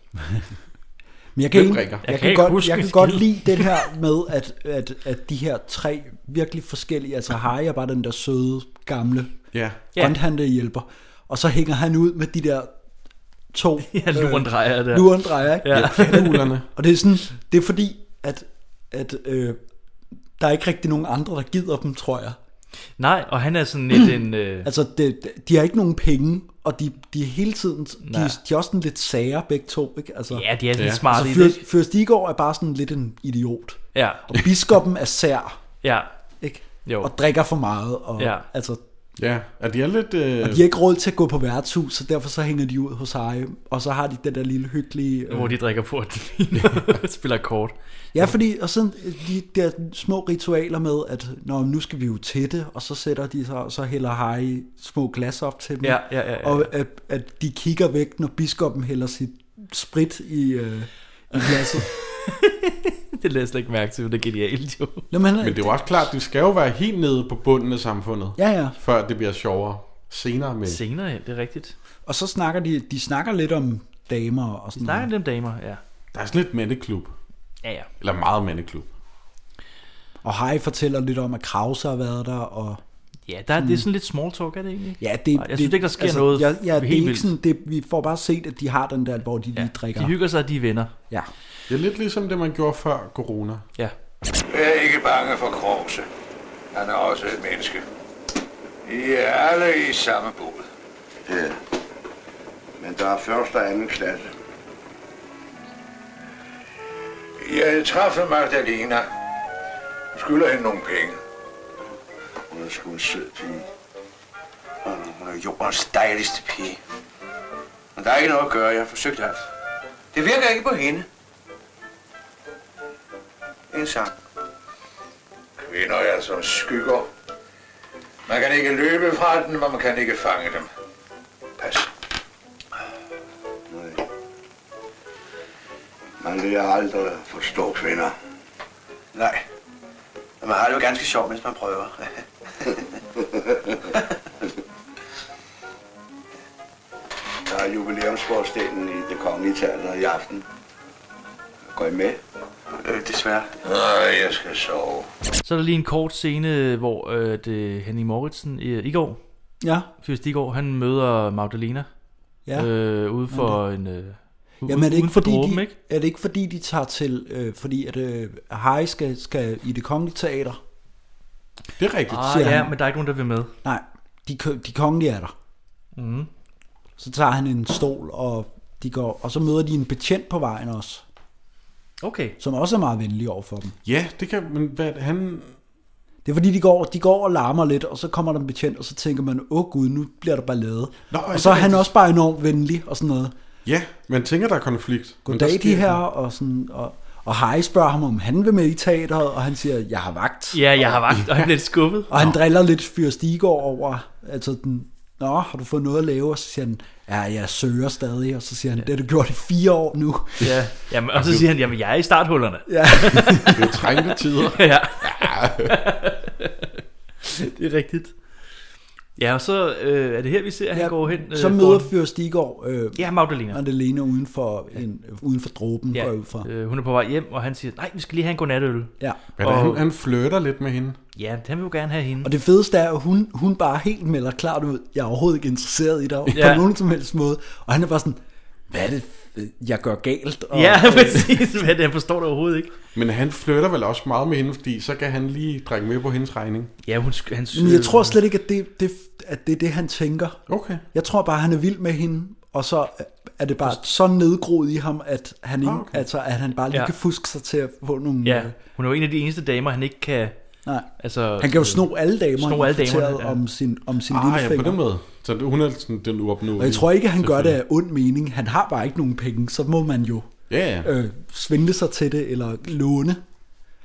[SPEAKER 3] Men jeg kan,
[SPEAKER 2] Hvem
[SPEAKER 3] egentlig-
[SPEAKER 2] drikker?
[SPEAKER 3] jeg,
[SPEAKER 4] Jeg
[SPEAKER 3] kan
[SPEAKER 4] kan ikke
[SPEAKER 3] godt,
[SPEAKER 4] huske
[SPEAKER 3] jeg kan
[SPEAKER 4] en
[SPEAKER 3] godt
[SPEAKER 4] skid.
[SPEAKER 3] lide det her med, at, at, at de her tre virkelig forskellige, altså Harry er bare den der søde, gamle,
[SPEAKER 2] Ja.
[SPEAKER 4] Ja.
[SPEAKER 3] ja. hjælper, og så hænger han ud med de der to øh,
[SPEAKER 4] Ja, luren drejer der.
[SPEAKER 3] luren drejer, ikke?
[SPEAKER 4] Ja.
[SPEAKER 2] Katteulerne.
[SPEAKER 3] Og det er sådan, det er fordi, at, at øh, der er ikke rigtig nogen andre, der gider dem, tror jeg.
[SPEAKER 4] Nej, og han er sådan lidt en... Øh,
[SPEAKER 3] Altså, det, de har ikke nogen penge, og de, de er hele tiden, de,
[SPEAKER 4] Nej.
[SPEAKER 3] de er også sådan lidt sager begge to, ikke? Altså,
[SPEAKER 4] ja, de er lidt
[SPEAKER 2] Ja.
[SPEAKER 4] ja. smarte
[SPEAKER 3] altså
[SPEAKER 4] i det.
[SPEAKER 3] Fyr, Fyr Stigård er bare sådan lidt en idiot,
[SPEAKER 4] Ja,
[SPEAKER 3] og biskoppen er sær,
[SPEAKER 4] ja,
[SPEAKER 3] ikke?
[SPEAKER 4] jo.
[SPEAKER 3] Og drikker for meget, og ja.
[SPEAKER 4] Ja.
[SPEAKER 3] altså,
[SPEAKER 2] Ja, og de er lidt... Øh,
[SPEAKER 3] de har ikke råd til at gå på værtshus, så derfor så hænger de ud hos Harry, og så har de den der lille hyggelige...
[SPEAKER 4] Hvor
[SPEAKER 3] Øh,
[SPEAKER 4] de drikker på og spiller kort.
[SPEAKER 3] ja, fordi, og sådan øh, de der små ritualer med, at Nå, men nu skal vi jo til det, og så sætter de sig, og så hælder Harry små glas op til dem.
[SPEAKER 4] Ja, ja, ja, ja.
[SPEAKER 3] Og at, at de kigger væk, når biskoppen hælder sit sprit i, øh, i glasset.
[SPEAKER 4] Det lader jeg slet ikke mærke til, men det er genialt jo.
[SPEAKER 3] Nå, men,
[SPEAKER 2] Men det er jo også klart, de skal jo være helt nede på bunden af samfundet,
[SPEAKER 3] Ja, ja.
[SPEAKER 2] før det bliver sjovere senere. Men
[SPEAKER 4] Senere, ja, det er rigtigt.
[SPEAKER 3] Og så snakker de, de snakker lidt om damer og sådan
[SPEAKER 4] Nej,
[SPEAKER 2] Mm.
[SPEAKER 3] noget.
[SPEAKER 4] dem damer, ja.
[SPEAKER 2] der er sådan lidt mandeklub.
[SPEAKER 4] Ja, ja.
[SPEAKER 2] Eller meget mandeklub.
[SPEAKER 3] Og Harry fortæller lidt om, at Krause har været der, og
[SPEAKER 4] Ja, der, det er sådan lidt small talk, er det egentlig?
[SPEAKER 3] Ja, det,
[SPEAKER 4] Jeg synes ikke, der sker noget
[SPEAKER 3] Ja, ja,
[SPEAKER 4] helt
[SPEAKER 3] det er ikke
[SPEAKER 4] vildt.
[SPEAKER 3] sådan, det, vi får bare set, at de har den der, hvor de lige drikker.
[SPEAKER 4] De hygger sig, og de er venner.
[SPEAKER 3] ja.
[SPEAKER 2] Det er lidt ligesom det, man gjorde før corona.
[SPEAKER 4] Ja.
[SPEAKER 6] Jeg er ikke bange for Krause. Han er også et menneske. I er alle i samme båd. Ja. Men der er første og anden klasse. Jeg træffer Magdalena. Jeg skylder hende nogle penge. Hun er sgu en sød pige. Hun hun er jordens dejligste pige. Men der er ikke noget at gøre. Jeg har forsøgt alt. Det virker ikke på hende. En sang. Kvinder er som altså skygger. Man kan ikke løbe fra dem, og man kan ikke fange dem. Pas. Nej. Man lærer aldrig at forstå kvinder. Nej. Men man har det jo ganske sjovt, mens man prøver. Der er jubilæumsforestillingen i det kongelige teater i aften. Går I med? øh, desværre. Nej, jeg skal sove.
[SPEAKER 4] Så er der lige en kort scene, hvor øh, det Henning Moritzen øh, i, i går,
[SPEAKER 3] Ja,
[SPEAKER 4] Fyrs Stigård, han møder Magdalena
[SPEAKER 3] ja.
[SPEAKER 4] ja. øh, ude for en... Øh, u-
[SPEAKER 3] Jamen, er
[SPEAKER 4] uden
[SPEAKER 3] det, ikke
[SPEAKER 4] for
[SPEAKER 3] fordi,
[SPEAKER 4] dråben,
[SPEAKER 3] de,
[SPEAKER 4] ikke?
[SPEAKER 3] er det ikke fordi, de tager til, øh, fordi at øh, Harry skal, skal i det kongelige teater?
[SPEAKER 2] Det er rigtigt.
[SPEAKER 4] Ah,
[SPEAKER 3] siger
[SPEAKER 4] ja,
[SPEAKER 3] han.
[SPEAKER 4] men der er ikke nogen, der vil med.
[SPEAKER 3] Nej, de, kø- de kongelige er der.
[SPEAKER 4] Mm.
[SPEAKER 3] Så tager han en stol, og, de går, og så møder de en betjent på vejen også,
[SPEAKER 4] Okay.
[SPEAKER 3] som også er meget venlig over for dem.
[SPEAKER 2] Ja, det kan... Men hvad, han...
[SPEAKER 3] Det er fordi, de går, de går og larmer lidt, og så kommer der en betjent, og så tænker man, åh gud, nu bliver der ballade.
[SPEAKER 2] Nå, er
[SPEAKER 3] og
[SPEAKER 2] det
[SPEAKER 3] så er han
[SPEAKER 2] rigtigt?
[SPEAKER 3] også bare enormt venlig og sådan noget.
[SPEAKER 2] Ja, man tænker, der er konflikt. men der
[SPEAKER 3] Goddag de
[SPEAKER 2] sker-
[SPEAKER 3] her, og, sådan, og, og Harry spørger ham, om han vil med i teateret, og han siger, jeg har vagt.
[SPEAKER 4] Ja, jeg har vagt, og jeg bliver lidt skuffet.
[SPEAKER 3] Og han driller lidt Fyr Stigård over, altså den, Nå, har du fået noget at lave? Og så siger han, ja, jeg søger stadig. Og så siger han, det har du gjort i fire år nu.
[SPEAKER 4] Ja. Jamen, og så siger han, jamen jeg er i starthullerne.
[SPEAKER 3] Ja,
[SPEAKER 2] Det er jo trængte tider.
[SPEAKER 4] ja. det er rigtigt. Ja, og så øh, er det her, vi ser, at han
[SPEAKER 3] Ja,
[SPEAKER 4] går hen. Øh,
[SPEAKER 3] så møder
[SPEAKER 4] for-
[SPEAKER 3] Fyr Stigård øh, ja.
[SPEAKER 4] Ja, Magdalena.
[SPEAKER 3] Madeleine uden for, en, uden for dråben, ja. går jeg ud fra.
[SPEAKER 4] øh, hun er på vej hjem, og han siger, nej, vi skal lige have en godnatøl.
[SPEAKER 3] Ja.
[SPEAKER 2] Men og...
[SPEAKER 4] Og-
[SPEAKER 2] han, han flirter lidt med hende.
[SPEAKER 4] Ja, han vil jo gerne have hende.
[SPEAKER 3] Og det fedeste er, at hun, hun bare helt melder klart ud, jeg er overhovedet ikke interesseret i dig ja.
[SPEAKER 4] Ja.
[SPEAKER 3] på nogen som helst måde. Og han er bare sådan, hvad er det, øh, jeg gør galt? Og, øh,
[SPEAKER 4] Ja, præcis. Hvad det, er, han forstår det overhovedet ikke.
[SPEAKER 2] Men han flytter vel også meget med hende, fordi så kan han lige drikke med på hendes regning.
[SPEAKER 4] Ja, hun, sk- han,
[SPEAKER 3] Men jeg tror slet ikke, at det, det, at det er det, han tænker.
[SPEAKER 2] Okay.
[SPEAKER 3] Jeg tror bare, han er vild med hende, og så er det bare så nedgroet i ham, at han, ikke,
[SPEAKER 2] Ah, okay.
[SPEAKER 3] okay. altså, at han bare lige
[SPEAKER 4] Ja.
[SPEAKER 3] ja. kan fuske sig til at få nogle...
[SPEAKER 4] Ja,
[SPEAKER 3] øh,
[SPEAKER 4] hun er jo en af de eneste damer, han ikke kan...
[SPEAKER 3] nej.
[SPEAKER 4] Altså,
[SPEAKER 3] Han kan jo
[SPEAKER 4] øh,
[SPEAKER 3] sno alle damer,
[SPEAKER 4] sno
[SPEAKER 3] han har
[SPEAKER 4] alle damerne,
[SPEAKER 3] fortalt
[SPEAKER 4] ja.
[SPEAKER 3] om sin, om sin
[SPEAKER 2] Ah, ja, på
[SPEAKER 3] lillefinger.
[SPEAKER 2] den måde. Så det- hun er sådan den uopnåelige.
[SPEAKER 3] og jeg tror ikke, at han gør det
[SPEAKER 2] Selvfølgelig.
[SPEAKER 3] af ond mening. Han har bare ikke nogen penge, så må man jo
[SPEAKER 2] Ja, ja.
[SPEAKER 3] øh, svindle sig til det, eller låne.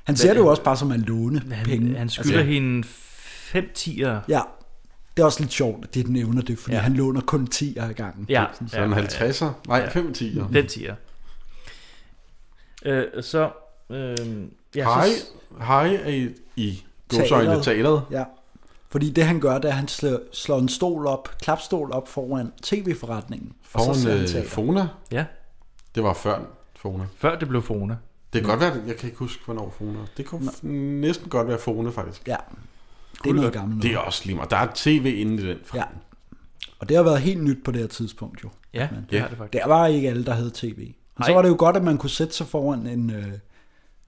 [SPEAKER 3] Han ser det jo også bare som at låne
[SPEAKER 4] Han,
[SPEAKER 3] penge.
[SPEAKER 4] han skylder altså, hende fem tier.
[SPEAKER 3] Ja, det er også lidt sjovt, at det den nævner det, fordi
[SPEAKER 4] Ja.
[SPEAKER 3] ja. han låner kun 10 af gangen.
[SPEAKER 4] Ja,
[SPEAKER 2] Så en 50'er. Nej, 25'er.
[SPEAKER 4] Fem tier. Øh, så... Øh, ja,
[SPEAKER 2] Harry,
[SPEAKER 4] Så,
[SPEAKER 2] Harry er i, i godsøjne
[SPEAKER 3] Teateret.
[SPEAKER 2] teateret.
[SPEAKER 3] Ja. Fordi det han gør, det er, at han slår, slår en stol op, klapstol op foran tv-forretningen. og så ser han
[SPEAKER 2] Foran øh,
[SPEAKER 3] teater.
[SPEAKER 2] Fona.
[SPEAKER 4] ja,
[SPEAKER 2] Det var før Fona.
[SPEAKER 4] før det blev Fona.
[SPEAKER 2] Det kan
[SPEAKER 3] Mm.
[SPEAKER 2] godt være, jeg kan ikke huske, hvornår Fona. Det kunne f- næsten godt være Fona, faktisk.
[SPEAKER 3] Ja, det er noget gammelt
[SPEAKER 2] Det er
[SPEAKER 3] noget.
[SPEAKER 2] også lige meget. Der er tv inde i den. Ja.
[SPEAKER 3] Mm. Ja. Og det har været helt nyt på det her tidspunkt jo.
[SPEAKER 4] Ja, det
[SPEAKER 2] Ja.
[SPEAKER 4] har det faktisk.
[SPEAKER 3] Der var ikke alle, der havde tv. Og så
[SPEAKER 4] Nej.
[SPEAKER 3] var det jo godt, at man kunne sætte sig foran en øh,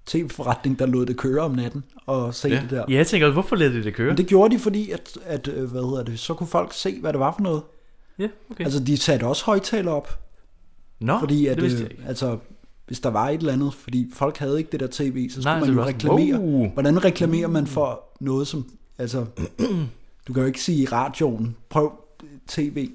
[SPEAKER 3] tv-forretning, der lod det køre om natten og se
[SPEAKER 2] Ja.
[SPEAKER 3] ja. det der.
[SPEAKER 4] Ja, jeg tænker, hvorfor lader de det køre?
[SPEAKER 3] Men det gjorde de, fordi at, at øh, hvad hedder det, så kunne folk se, hvad det var for noget.
[SPEAKER 4] ja, okay.
[SPEAKER 3] Altså, de satte også højtaler op,
[SPEAKER 4] Nå,
[SPEAKER 3] fordi at,
[SPEAKER 4] det vidste jeg
[SPEAKER 3] øh,
[SPEAKER 4] ikke.
[SPEAKER 3] altså, hvis der var et eller andet, fordi folk havde ikke det der tv, så skulle
[SPEAKER 4] Nej,
[SPEAKER 3] Nej, man
[SPEAKER 4] så
[SPEAKER 3] jo
[SPEAKER 4] det var sådan,
[SPEAKER 3] reklamere.
[SPEAKER 4] wow.
[SPEAKER 3] Hvordan reklamerer man for noget som, altså, du kan jo ikke sige i radioen, prøv tv.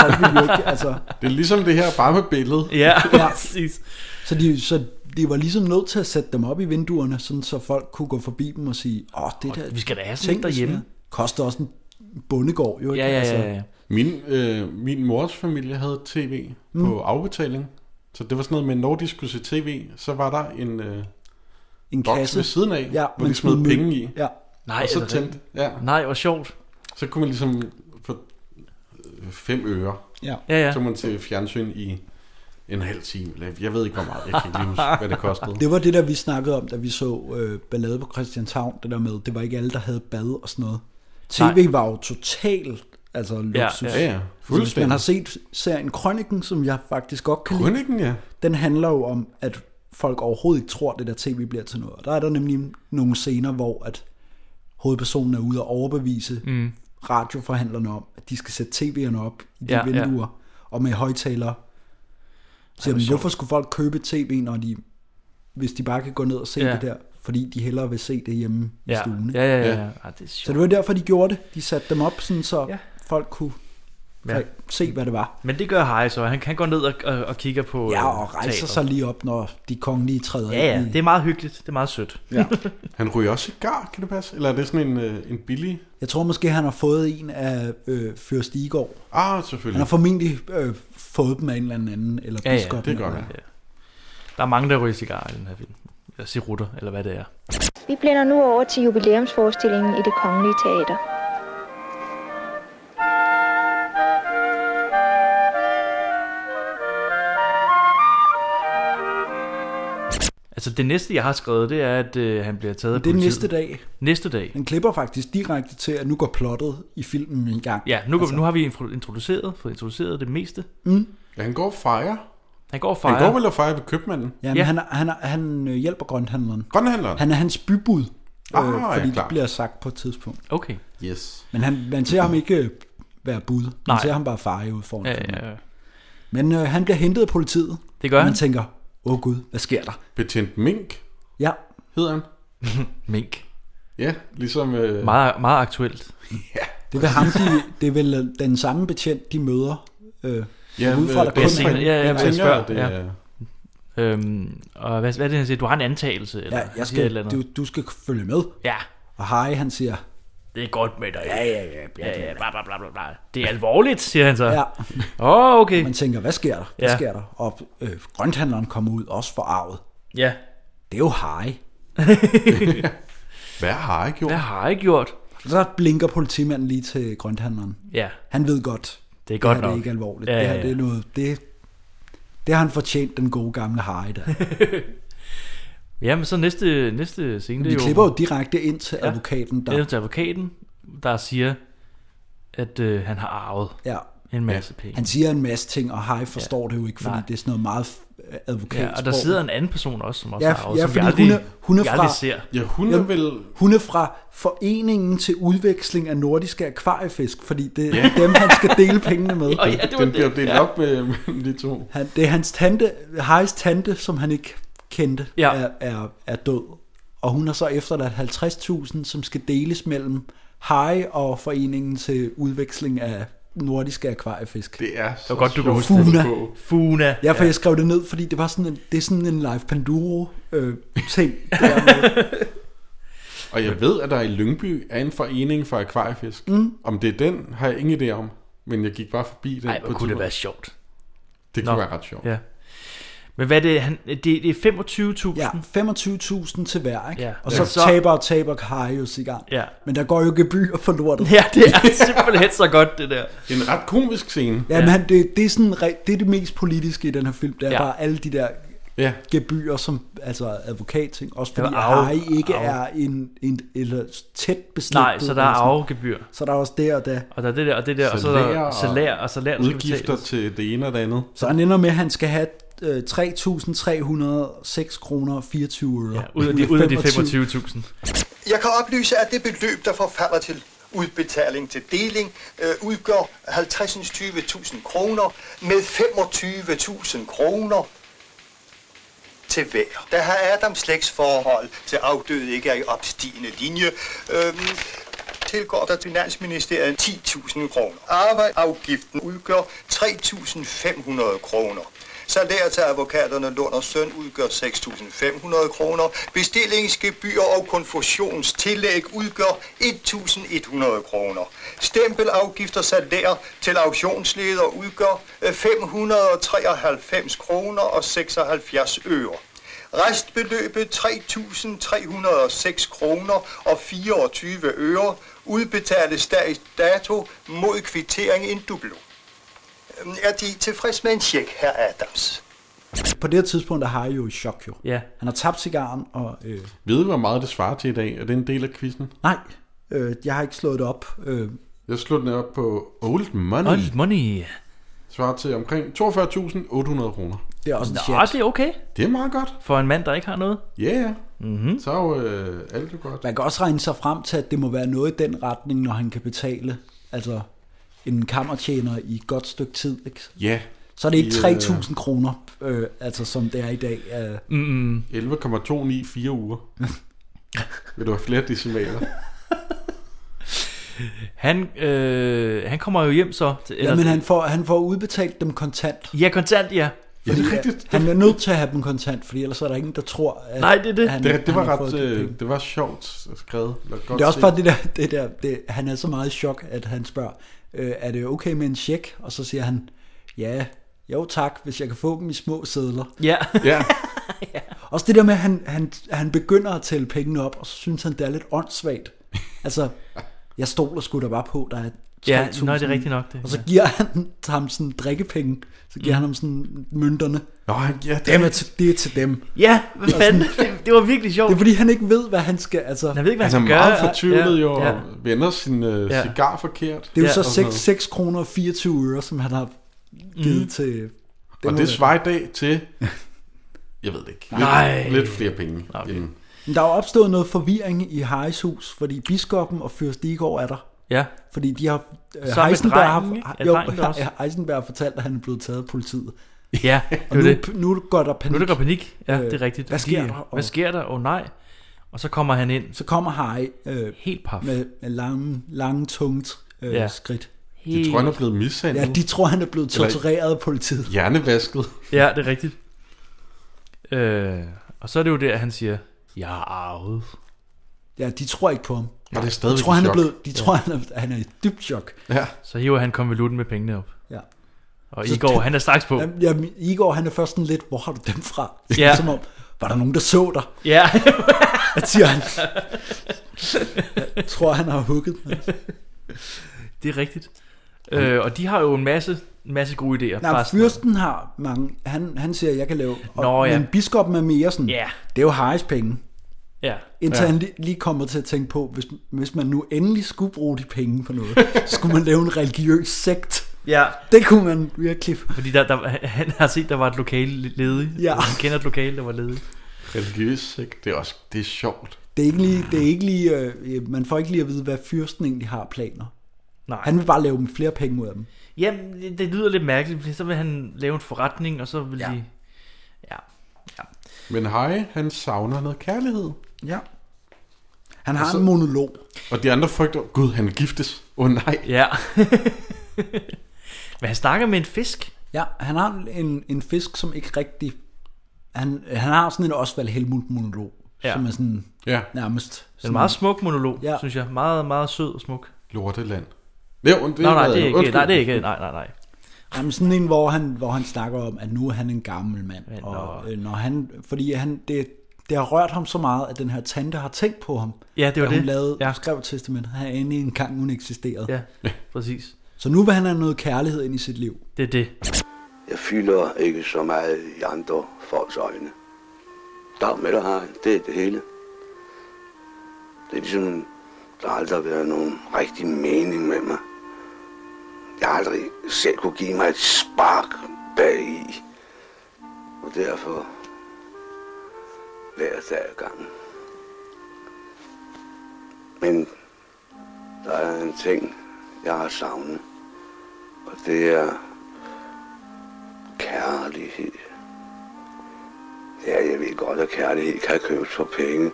[SPEAKER 3] Folk vil jo ikke, altså,
[SPEAKER 2] Det er ligesom det her, bare med billedet.
[SPEAKER 4] Ja,
[SPEAKER 3] Ja.
[SPEAKER 4] præcis.
[SPEAKER 3] så, de, så de var ligesom nødt til at sætte dem op i vinduerne, sådan, så folk kunne gå forbi dem og sige, åh, oh, det der
[SPEAKER 4] Vi skal da have sådan
[SPEAKER 3] ting
[SPEAKER 4] et derhjemme.
[SPEAKER 3] koster også en bondegård, jo ikke?
[SPEAKER 4] Ja, ja,
[SPEAKER 3] Altså,
[SPEAKER 4] ja, ja.
[SPEAKER 2] Min, øh, min mors familie havde tv mm. på afbetaling. Så det var sådan noget med, når de skulle se tv, så var der en øh,
[SPEAKER 3] en
[SPEAKER 2] boks
[SPEAKER 3] kasse.
[SPEAKER 2] ved siden af,
[SPEAKER 3] Ja,
[SPEAKER 2] hvor
[SPEAKER 3] man
[SPEAKER 2] de smed
[SPEAKER 3] smed
[SPEAKER 2] penge i.
[SPEAKER 3] Ja,
[SPEAKER 4] Nej,
[SPEAKER 2] og
[SPEAKER 4] er
[SPEAKER 2] så
[SPEAKER 4] det
[SPEAKER 2] tændte, ja,
[SPEAKER 4] rigtigt? Nej, hvor sjovt.
[SPEAKER 2] så kunne man ligesom få øh, fem øre,
[SPEAKER 3] ja.
[SPEAKER 4] Ja, ja.
[SPEAKER 2] så kunne man se fjernsyn i en halv time. Eller Jeg ved ikke, hvor meget. Jeg kan ikke lige huske, hvad det kostede.
[SPEAKER 3] Det var det der, vi snakkede om, da vi så øh, ballade på Christianshavn, det der med, det var ikke alle, der havde bad og sådan noget. TV
[SPEAKER 4] Nej.
[SPEAKER 3] var jo totalt altså, luksus.
[SPEAKER 4] ja.
[SPEAKER 2] Ja, ja.
[SPEAKER 3] Så hvis man
[SPEAKER 2] Fuldstændig.
[SPEAKER 3] har set serien Krøniken, som jeg faktisk godt kan lide,
[SPEAKER 2] Krønningen, ja.
[SPEAKER 3] den handler jo om, at folk overhovedet ikke tror, at det der tv bliver til noget. Og Der er der nemlig nogle scener, hvor at hovedpersonen er ude og overbevise mm. radioforhandlerne om, at de skal sætte tv'erne op i de
[SPEAKER 4] Ja,
[SPEAKER 3] ja,
[SPEAKER 4] ja.
[SPEAKER 3] vinduer, ja. og med højtalere. Så siger man, hvorfor skulle folk købe tv, når de, hvis de bare kan gå ned og se
[SPEAKER 4] Ja.
[SPEAKER 3] ja. det der? Fordi de hellere vil se det hjemme ja.
[SPEAKER 4] Ja,
[SPEAKER 3] i stuen.
[SPEAKER 4] ja,
[SPEAKER 3] Ja.
[SPEAKER 4] ja, ja.
[SPEAKER 2] Ja.
[SPEAKER 4] ja. Ej, det er sjovt.
[SPEAKER 3] Så det var derfor, de gjorde det. De satte dem op, sådan, så
[SPEAKER 4] Ja.
[SPEAKER 3] ja. folk kunne
[SPEAKER 4] Ja.
[SPEAKER 3] ja. se, hvad det var.
[SPEAKER 4] Men det gør Harry så. Han, han går ned og, og, og kigger på
[SPEAKER 3] Ja,
[SPEAKER 4] øh,
[SPEAKER 3] og rejser
[SPEAKER 4] teateret.
[SPEAKER 3] sig lige op, når de kongelige træder
[SPEAKER 4] Ja, ja.
[SPEAKER 3] ind i-
[SPEAKER 4] Det er meget hyggeligt. Det er meget sødt.
[SPEAKER 2] Han ryger også cigar, kan det passe? Eller er det sådan en, øh, en billig?
[SPEAKER 3] Jeg tror måske, han har fået en af øh, Fyrst Igor.
[SPEAKER 2] Ah,
[SPEAKER 3] Han
[SPEAKER 2] selvfølgelig.
[SPEAKER 3] har formentlig øh, fået dem af en eller anden, eller
[SPEAKER 4] Mm. Ja, ja,
[SPEAKER 3] biskoppen.
[SPEAKER 2] det gør
[SPEAKER 3] eller-
[SPEAKER 2] han.
[SPEAKER 4] Der er mange, der ryger cigarer i den her film. Eller cirutter, eller hvad det er.
[SPEAKER 8] Vi blænder nu over til jubilæumsforestillingen i det kongelige teater.
[SPEAKER 4] Altså, Så det næste, jeg har skrevet, det er, at øh, han bliver taget af
[SPEAKER 3] Det er
[SPEAKER 4] politiet.
[SPEAKER 3] næste dag.
[SPEAKER 4] Næste dag.
[SPEAKER 3] Den klipper faktisk direkte til, at nu går plottet i filmen i gang.
[SPEAKER 4] Ja, nu, altså. nu har vi intro- introduceret, fået introduceret det meste.
[SPEAKER 2] Ja, han går og fejrer.
[SPEAKER 4] Han går og
[SPEAKER 2] Han
[SPEAKER 4] fejrer.
[SPEAKER 2] går vel og fejrer ved købmanden.
[SPEAKER 3] Jamen,
[SPEAKER 4] Ja.
[SPEAKER 3] ja. han, han, han øh, hjælper grønthandleren.
[SPEAKER 2] Grønhandleren.
[SPEAKER 3] Han er hans bybud,
[SPEAKER 2] Ah,
[SPEAKER 3] øh,
[SPEAKER 2] ja,
[SPEAKER 3] fordi
[SPEAKER 2] klar.
[SPEAKER 3] det bliver sagt på et tidspunkt.
[SPEAKER 4] Okay.
[SPEAKER 2] Yes.
[SPEAKER 3] Men han, man ser ham ikke øh, være bud. Man
[SPEAKER 4] Nej.
[SPEAKER 3] ser ham bare fare ud foran.
[SPEAKER 4] Ja,
[SPEAKER 3] filmen.
[SPEAKER 4] ja, ja.
[SPEAKER 3] Men øh, han bliver hentet af politiet.
[SPEAKER 4] Det gør
[SPEAKER 3] og
[SPEAKER 4] han.
[SPEAKER 3] man tænker, åh oh, gud, hvad sker der?
[SPEAKER 2] Betjent Mink
[SPEAKER 3] Ja,
[SPEAKER 2] hedder han.
[SPEAKER 4] Mink.
[SPEAKER 2] Ja, ligesom... Øh,
[SPEAKER 4] Meget, meget aktuelt.
[SPEAKER 3] det er vel, ham, de, det er vel øh, den samme betjent, de møder. Øh,
[SPEAKER 2] ja,
[SPEAKER 3] ud fra,
[SPEAKER 2] øh,
[SPEAKER 3] der
[SPEAKER 2] Bent
[SPEAKER 3] kun-
[SPEAKER 2] Frank.
[SPEAKER 4] Ja, ja,
[SPEAKER 2] Jeg
[SPEAKER 4] ja,
[SPEAKER 2] tænker,
[SPEAKER 4] ja.
[SPEAKER 2] at det er...
[SPEAKER 4] Øhm, og hvad, hvad er det, han siger? Du har en antagelse? Eller
[SPEAKER 3] ja,
[SPEAKER 4] han siger
[SPEAKER 3] jeg
[SPEAKER 4] et
[SPEAKER 3] skal,
[SPEAKER 4] eller andet.
[SPEAKER 3] du, du skal følge med.
[SPEAKER 4] Ja,
[SPEAKER 3] Og Harry, han siger,
[SPEAKER 4] det er godt med dig.
[SPEAKER 3] ja, ja, ja, bla,
[SPEAKER 4] ja,
[SPEAKER 3] bla,
[SPEAKER 4] ja,
[SPEAKER 3] bla.
[SPEAKER 4] bla, bla, bla, bla, bla. Det er alvorligt, siger han så. Åh,
[SPEAKER 3] Ja,
[SPEAKER 4] oh, okay.
[SPEAKER 3] man tænker, hvad sker der? Hvad
[SPEAKER 4] Ja.
[SPEAKER 3] sker der? Og øh, grønthandleren kommer ud, også forarvet.
[SPEAKER 4] Ja.
[SPEAKER 3] Det er jo Harry.
[SPEAKER 2] Hvad har jeg gjort?
[SPEAKER 4] Hvad har jeg gjort?
[SPEAKER 3] Og så blinker politimanden lige til grønthandleren.
[SPEAKER 4] Ja,
[SPEAKER 3] Han ved godt,
[SPEAKER 4] det er godt
[SPEAKER 3] det
[SPEAKER 4] nok.
[SPEAKER 3] her, Det er ikke alvorligt.
[SPEAKER 4] Ja,
[SPEAKER 3] Ja, ja, ja.
[SPEAKER 4] ja,
[SPEAKER 3] Det her det er
[SPEAKER 4] ja.
[SPEAKER 3] noget... Det, det har han fortjent, den gode gamle Harry der.
[SPEAKER 4] Ja, men så næste, næste scene, det
[SPEAKER 3] Vi
[SPEAKER 4] er jo...
[SPEAKER 3] klipper jo direkte ind til
[SPEAKER 4] Ja.
[SPEAKER 3] advokaten
[SPEAKER 4] Det er
[SPEAKER 3] der.
[SPEAKER 4] til advokaten, der siger, at øh, han har arvet
[SPEAKER 3] Ja.
[SPEAKER 4] en masse penge.
[SPEAKER 3] Han siger en masse ting, og Harry forstår ja. det jo ikke, fordi
[SPEAKER 4] Nej.
[SPEAKER 3] Nej. det er sådan noget meget øh, advokatsprog.
[SPEAKER 4] ja, og der sidder en anden person også, som også
[SPEAKER 3] Ja,
[SPEAKER 4] har arvet,
[SPEAKER 3] ja,
[SPEAKER 4] som vi
[SPEAKER 3] fordi
[SPEAKER 4] aldrig,
[SPEAKER 3] hun er- hun er
[SPEAKER 4] vi aldrig
[SPEAKER 3] fra-
[SPEAKER 4] ser.
[SPEAKER 2] Ja, hun er
[SPEAKER 3] Jamen-
[SPEAKER 2] vel...
[SPEAKER 3] Hun er fra Foreningen til Udveksling af Nordiske Akvariefisk, fordi det er dem, han skal dele pengene med.
[SPEAKER 4] Åh, ja, det var
[SPEAKER 2] Den bliver
[SPEAKER 4] det.
[SPEAKER 2] delt
[SPEAKER 4] ja.
[SPEAKER 2] op med, med de to.
[SPEAKER 3] Han, det er hans tante, Harrys tante, som han ikke kendte,
[SPEAKER 4] Ja.
[SPEAKER 3] ja. er, er, er død. Og hun har så efterladt 50.000, som skal deles mellem Harry og foreningen til udveksling af nordiske akvariefisk.
[SPEAKER 2] Det er så
[SPEAKER 4] var godt, du kunne
[SPEAKER 2] sjovt
[SPEAKER 4] huske
[SPEAKER 2] at
[SPEAKER 3] det.
[SPEAKER 2] få.
[SPEAKER 4] Funa.
[SPEAKER 3] Ja, for ja. jeg skrev det ned, fordi det var sådan en, det er sådan en live Panduro øh, ting. det der med.
[SPEAKER 2] Og jeg ved, at der i Lyngby er en forening for akvariefisk. Mm. Om det er den, har jeg ingen idé om. Men jeg gik bare forbi den.
[SPEAKER 4] Ej, hvor
[SPEAKER 2] på
[SPEAKER 4] kunne det
[SPEAKER 2] turen.
[SPEAKER 4] være sjovt.
[SPEAKER 2] Det
[SPEAKER 4] Nå.
[SPEAKER 2] kunne være ret sjovt.
[SPEAKER 4] Ja. Men hvad er det? Han, det, det er 25.000.
[SPEAKER 3] ja, 25.000 til hver, ikke?
[SPEAKER 4] Ja.
[SPEAKER 3] Ja. Og så,
[SPEAKER 4] Ja.
[SPEAKER 3] så taber og taber Harry jo cigar.
[SPEAKER 4] Ja.
[SPEAKER 3] Men der går jo gebyr for lortet.
[SPEAKER 4] ja, det er simpelthen så godt, det der.
[SPEAKER 2] Det er en ret komisk scene.
[SPEAKER 3] Ja, men han, det, det, er sådan, re- det er det mest politiske i den her film, det er
[SPEAKER 4] Ja.
[SPEAKER 3] ja. bare alle de der
[SPEAKER 2] Ja.
[SPEAKER 3] gebyrer som altså advokatting, også fordi
[SPEAKER 4] Ja,
[SPEAKER 3] ja,
[SPEAKER 4] arve-
[SPEAKER 3] Harry ikke
[SPEAKER 4] arve.
[SPEAKER 3] er en, en eller tæt beslægtet.
[SPEAKER 4] Nej, så der er
[SPEAKER 3] eller sådan.
[SPEAKER 4] arvegebyr.
[SPEAKER 3] Så der er også det og der.
[SPEAKER 4] Og der er det der, og det der, og så er
[SPEAKER 2] Salær
[SPEAKER 4] der
[SPEAKER 2] og
[SPEAKER 4] salær, og salær, der skal
[SPEAKER 2] Udgifter
[SPEAKER 4] betales.
[SPEAKER 2] til det ene og det andet.
[SPEAKER 3] Så han ender med, at han skal have øh, 3.306 kroner og 24 øre.
[SPEAKER 4] Ja, ud af de, ud af de 25.000.
[SPEAKER 10] Jeg kan oplyse, at det beløb, der forfalder til udbetaling til deling, øh, udgør 50.000 kroner med 25.000 kroner til hver. Da har Adams slægtsforhold til afdøde ikke er i opstigende linje, øhm, tilgår der Finansministeriet 10.000 kroner. Arbejdsafgiften udgør 3.500 kroner. Salær til advokaterne Lund og Søn udgør 6.500 kroner. Bestillingsgebyr og konfusionstillæg udgør 1.100 kroner. Stempelafgift og salær til auktionsleder udgør øh, 593 kroner og 76 øre. Restbeløbet 3.306 kroner og 24 øre udbetales dags dato mod kvittering en dublo. Øhm, Er de tilfreds med en tjek, herr Adams?
[SPEAKER 3] På det her tidspunkt er Harry jo i chok jo.
[SPEAKER 4] Ja.
[SPEAKER 3] Han har tabt cigaren, og øh,
[SPEAKER 2] Ved I, hvor meget det svarer til i dag? Er det en del af quizzen?
[SPEAKER 3] nej, øh, jeg har ikke slået det op. Øh,
[SPEAKER 2] Jeg slog den op på Old Money.
[SPEAKER 4] Old money.
[SPEAKER 2] Svarer til omkring 42.800 kroner.
[SPEAKER 3] det er også en
[SPEAKER 4] Nå,
[SPEAKER 3] chat.
[SPEAKER 4] det er okay.
[SPEAKER 2] Det er meget godt.
[SPEAKER 4] For en mand, der ikke har noget.
[SPEAKER 2] Ja, yeah.
[SPEAKER 4] Mhm.
[SPEAKER 2] mm-hmm. Så er jo øh, alt jo godt.
[SPEAKER 3] Man kan også regne sig frem til, at det må være noget i den retning, når han kan betale. Altså en kammertjener i et godt stykke tid, ikke?
[SPEAKER 2] Ja,
[SPEAKER 3] Så er det ikke
[SPEAKER 2] I, øh,
[SPEAKER 3] 3.000 kroner, øh, altså som det er i dag. Øh.
[SPEAKER 2] 11,294 uger. Vil du have flere decimaler?
[SPEAKER 4] Han, øh, han kommer jo hjem så. Til,
[SPEAKER 2] altså-
[SPEAKER 4] eller-
[SPEAKER 3] Jamen han får, han får udbetalt dem kontant.
[SPEAKER 4] Ja, kontant, ja.
[SPEAKER 2] Ja, det er
[SPEAKER 3] Fordi,
[SPEAKER 2] rigtigt.
[SPEAKER 3] øh, Han er nødt til at have dem kontant, for ellers er der ingen, der tror, at
[SPEAKER 4] Nej, det er det.
[SPEAKER 3] Han,
[SPEAKER 2] Det, det var
[SPEAKER 3] han har fået
[SPEAKER 2] ret,
[SPEAKER 3] de penge.
[SPEAKER 2] øh, det var sjovt skrevet. Eller godt
[SPEAKER 3] det er også
[SPEAKER 2] set.
[SPEAKER 3] bare det der, det der det, han er så meget i chok, at han spørger, øh, er det okay med en check? Og så siger han, ja, jo tak, hvis jeg kan få dem i små sædler.
[SPEAKER 4] Ja.
[SPEAKER 2] Ja,
[SPEAKER 3] Også det der med, at han, han, han begynder at tælle pengene op, og så synes han, det er lidt åndssvagt. Altså, jeg stoler sgu da bare på, der er
[SPEAKER 4] Ja,
[SPEAKER 3] 3.000.
[SPEAKER 4] nej, det er rigtigt nok det,
[SPEAKER 3] Og så
[SPEAKER 4] ja.
[SPEAKER 3] giver han ham sådan drikkepenge. Så giver mm. han ham sådan mønterne.
[SPEAKER 2] Nå, ja,
[SPEAKER 3] det, er til, det er til dem.
[SPEAKER 4] Ja, hvad
[SPEAKER 3] Og sådan-
[SPEAKER 4] fanden? Det, det var virkelig sjovt.
[SPEAKER 3] Det er fordi, han ikke ved, hvad han skal... Altså,
[SPEAKER 4] Han ved ikke, hvad
[SPEAKER 2] Han er
[SPEAKER 4] han skal
[SPEAKER 2] meget
[SPEAKER 4] gøre.
[SPEAKER 2] fortvivlet
[SPEAKER 4] Ja,
[SPEAKER 2] jo, og
[SPEAKER 4] ja.
[SPEAKER 2] vender sin øh,
[SPEAKER 4] Ja.
[SPEAKER 2] cigar forkert.
[SPEAKER 3] Det er jo så
[SPEAKER 2] og sådan
[SPEAKER 3] 6,
[SPEAKER 2] noget.
[SPEAKER 3] 6 kroner og 24 øre, som han har givet
[SPEAKER 2] Mm.
[SPEAKER 3] mm. til...
[SPEAKER 2] Og
[SPEAKER 3] må
[SPEAKER 2] det
[SPEAKER 3] være-
[SPEAKER 2] svarer i dag til, jeg ved det ikke, lidt,
[SPEAKER 4] Nej.
[SPEAKER 2] lidt flere penge. Okay. End,
[SPEAKER 3] Men der er jo opstået noget forvirring i Harrys hus, fordi biskoppen og Fyrst Igård er der.
[SPEAKER 4] Ja.
[SPEAKER 3] Fordi de har... Øh,
[SPEAKER 4] Sammen med drengen,
[SPEAKER 3] har,
[SPEAKER 4] ikke? Er
[SPEAKER 3] jo,
[SPEAKER 4] drengen der også?
[SPEAKER 3] Heisenberg har fortalt, at han er blevet taget af politiet.
[SPEAKER 4] Ja,
[SPEAKER 3] og
[SPEAKER 4] det
[SPEAKER 3] nu,
[SPEAKER 4] er det.
[SPEAKER 3] nu går der panik.
[SPEAKER 4] Nu er der går panik. Ja,
[SPEAKER 3] Øh,
[SPEAKER 4] det er rigtigt.
[SPEAKER 3] Hvad
[SPEAKER 4] Fordi,
[SPEAKER 3] sker der?
[SPEAKER 4] Hvad sker der? Åh oh, nej. Og så kommer han ind.
[SPEAKER 3] Så kommer Harry øh,
[SPEAKER 4] Helt paf.
[SPEAKER 3] med, med lange, lange tungt øh,
[SPEAKER 4] Ja.
[SPEAKER 3] ja. skridt.
[SPEAKER 2] de tror, han er blevet mishandlet.
[SPEAKER 3] Ja, de tror, han er blevet
[SPEAKER 2] Eller-
[SPEAKER 3] tortureret af politiet.
[SPEAKER 2] Hjernevasket.
[SPEAKER 4] Ja, det er rigtigt. Øh, og så er det jo der, han siger, jeg har arvet.
[SPEAKER 3] Ja, de tror ikke på ham.
[SPEAKER 2] Og det er
[SPEAKER 3] De
[SPEAKER 2] stadigvæk
[SPEAKER 3] tror, han er
[SPEAKER 2] et chok.
[SPEAKER 3] blevet, de tror, han, er, han er i dybt chok.
[SPEAKER 2] Ja.
[SPEAKER 4] Så hiver han konvolutten med pengene op.
[SPEAKER 3] Ja.
[SPEAKER 4] Og
[SPEAKER 3] Så-
[SPEAKER 4] Igor, han er straks på.
[SPEAKER 3] Jamen, jamen, Igor, han er først sådan lidt, hvor har du dem fra?
[SPEAKER 4] Ja.
[SPEAKER 3] Ja. Som om, var der nogen, der så dig?
[SPEAKER 4] Ja.
[SPEAKER 3] Hvad siger han? Jeg tror, han har hugget. mig.
[SPEAKER 4] det er rigtigt. Øh, og de har jo en masse, en masse gode idéer.
[SPEAKER 3] Nej,
[SPEAKER 4] Bare sådan-
[SPEAKER 3] fyrsten har mange. Han, han siger, jeg kan lave. Og,
[SPEAKER 4] Nå, ja.
[SPEAKER 3] Men biskoppen er mere sådan,
[SPEAKER 4] Ja.
[SPEAKER 3] det er jo Harrys penge.
[SPEAKER 4] Ja.
[SPEAKER 3] Indtil
[SPEAKER 2] Ja.
[SPEAKER 3] ja. han lige, lige kommer til at tænke på, hvis, hvis man nu endelig skulle bruge de penge på noget, skulle man lave en religiøs sekt.
[SPEAKER 4] Ja,
[SPEAKER 3] Det kunne man virkelig.
[SPEAKER 4] fordi der, der, han har set, der var et lokale ledigt.
[SPEAKER 3] Ja.
[SPEAKER 4] Han kender et lokale, der var ledigt.
[SPEAKER 2] Religiøs, ikke? Det er også det er sjovt.
[SPEAKER 3] Det er ikke lige, det er ikke lige øh, man får ikke lige at vide, hvad fyrsten egentlig har af planer.
[SPEAKER 4] Nej.
[SPEAKER 3] Han vil bare lave dem flere penge ud af dem.
[SPEAKER 4] Jamen, det, det lyder lidt mærkeligt, fordi så vil han lave en forretning, og så vil ja. de... Ja. ja.
[SPEAKER 2] Men hej, han savner noget kærlighed.
[SPEAKER 3] Ja. Han har
[SPEAKER 2] Og så-
[SPEAKER 3] en monolog.
[SPEAKER 2] Og de andre frygter, gud, han vil giftes. Åh oh, nej.
[SPEAKER 4] Ja. Men han snakker med en fisk.
[SPEAKER 3] Ja, han har en, en fisk, som ikke rigtig... Han, han har sådan en Osvald Helmut monolog,
[SPEAKER 4] Ja.
[SPEAKER 3] ja. som er sådan
[SPEAKER 2] Ja,
[SPEAKER 3] nærmest...
[SPEAKER 4] Det er en
[SPEAKER 3] Sådan,
[SPEAKER 4] meget smuk monolog, ja.
[SPEAKER 3] Ja.
[SPEAKER 4] synes jeg. Meget, meget sød og smuk.
[SPEAKER 2] lorteland. Jo, det,
[SPEAKER 4] Nå, nej, det er ikke,
[SPEAKER 2] undskyld.
[SPEAKER 4] nej, det er ikke, nej, nej, nej.
[SPEAKER 3] jamen, sådan en, hvor han, hvor han snakker om, at nu er han en gammel mand.
[SPEAKER 4] Men, og-
[SPEAKER 3] og, øh, når han, fordi han, det, det har rørt ham så meget, at den her tante har tænkt på ham.
[SPEAKER 4] Ja, det var
[SPEAKER 3] da
[SPEAKER 4] det.
[SPEAKER 3] Hun lavede,
[SPEAKER 4] Ja.
[SPEAKER 3] ja. skrev testamentet, han endelig en gang, hun eksisterede.
[SPEAKER 4] Ja, præcis.
[SPEAKER 3] Så nu vil han have noget kærlighed ind i sit liv.
[SPEAKER 4] Det er det.
[SPEAKER 11] Jeg fylder ikke så meget i andre folks øjne. Dag med dig, Harry. Det er det hele. Det er ligesom, der aldrig har været nogen rigtig mening med mig. Jeg har aldrig selv kunne give mig et spark bagi. Og derfor hver dag ad gangen. Men der er en ting, jeg har savnet. Og det er kærlighed. Ja, jeg ved godt, at kærlighed kan købes for penge.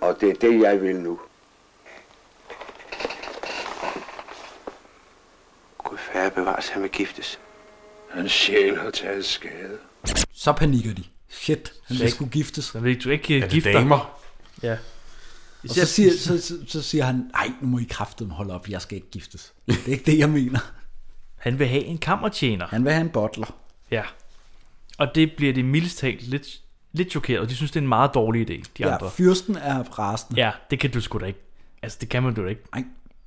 [SPEAKER 11] Og det er det, jeg vil nu. Gud færre bevares, han vil giftes.
[SPEAKER 6] Hans sjæl har taget skade.
[SPEAKER 3] Så panikker de. Shit, han vil
[SPEAKER 4] Shit.
[SPEAKER 3] skulle giftes.
[SPEAKER 4] Så vil du ikke øh,
[SPEAKER 2] Er
[SPEAKER 4] ja,
[SPEAKER 2] det
[SPEAKER 4] gifte dig.
[SPEAKER 2] damer?
[SPEAKER 4] Ja.
[SPEAKER 3] Og så siger, så, så, så siger han, nej, nu må I kraftedeme holde op, jeg skal ikke giftes. Det er ikke det, jeg mener.
[SPEAKER 4] Han vil have en kammertjener.
[SPEAKER 3] Han vil have en butler.
[SPEAKER 4] Ja. Og det bliver det mildest talt lidt, lidt chokeret, og de synes, det er en meget dårlig idé, de
[SPEAKER 3] Ja,
[SPEAKER 4] andre.
[SPEAKER 3] fyrsten er rasende.
[SPEAKER 4] Ja, det kan du sgu da ikke. Altså, det kan man jo da ikke.
[SPEAKER 3] Nej,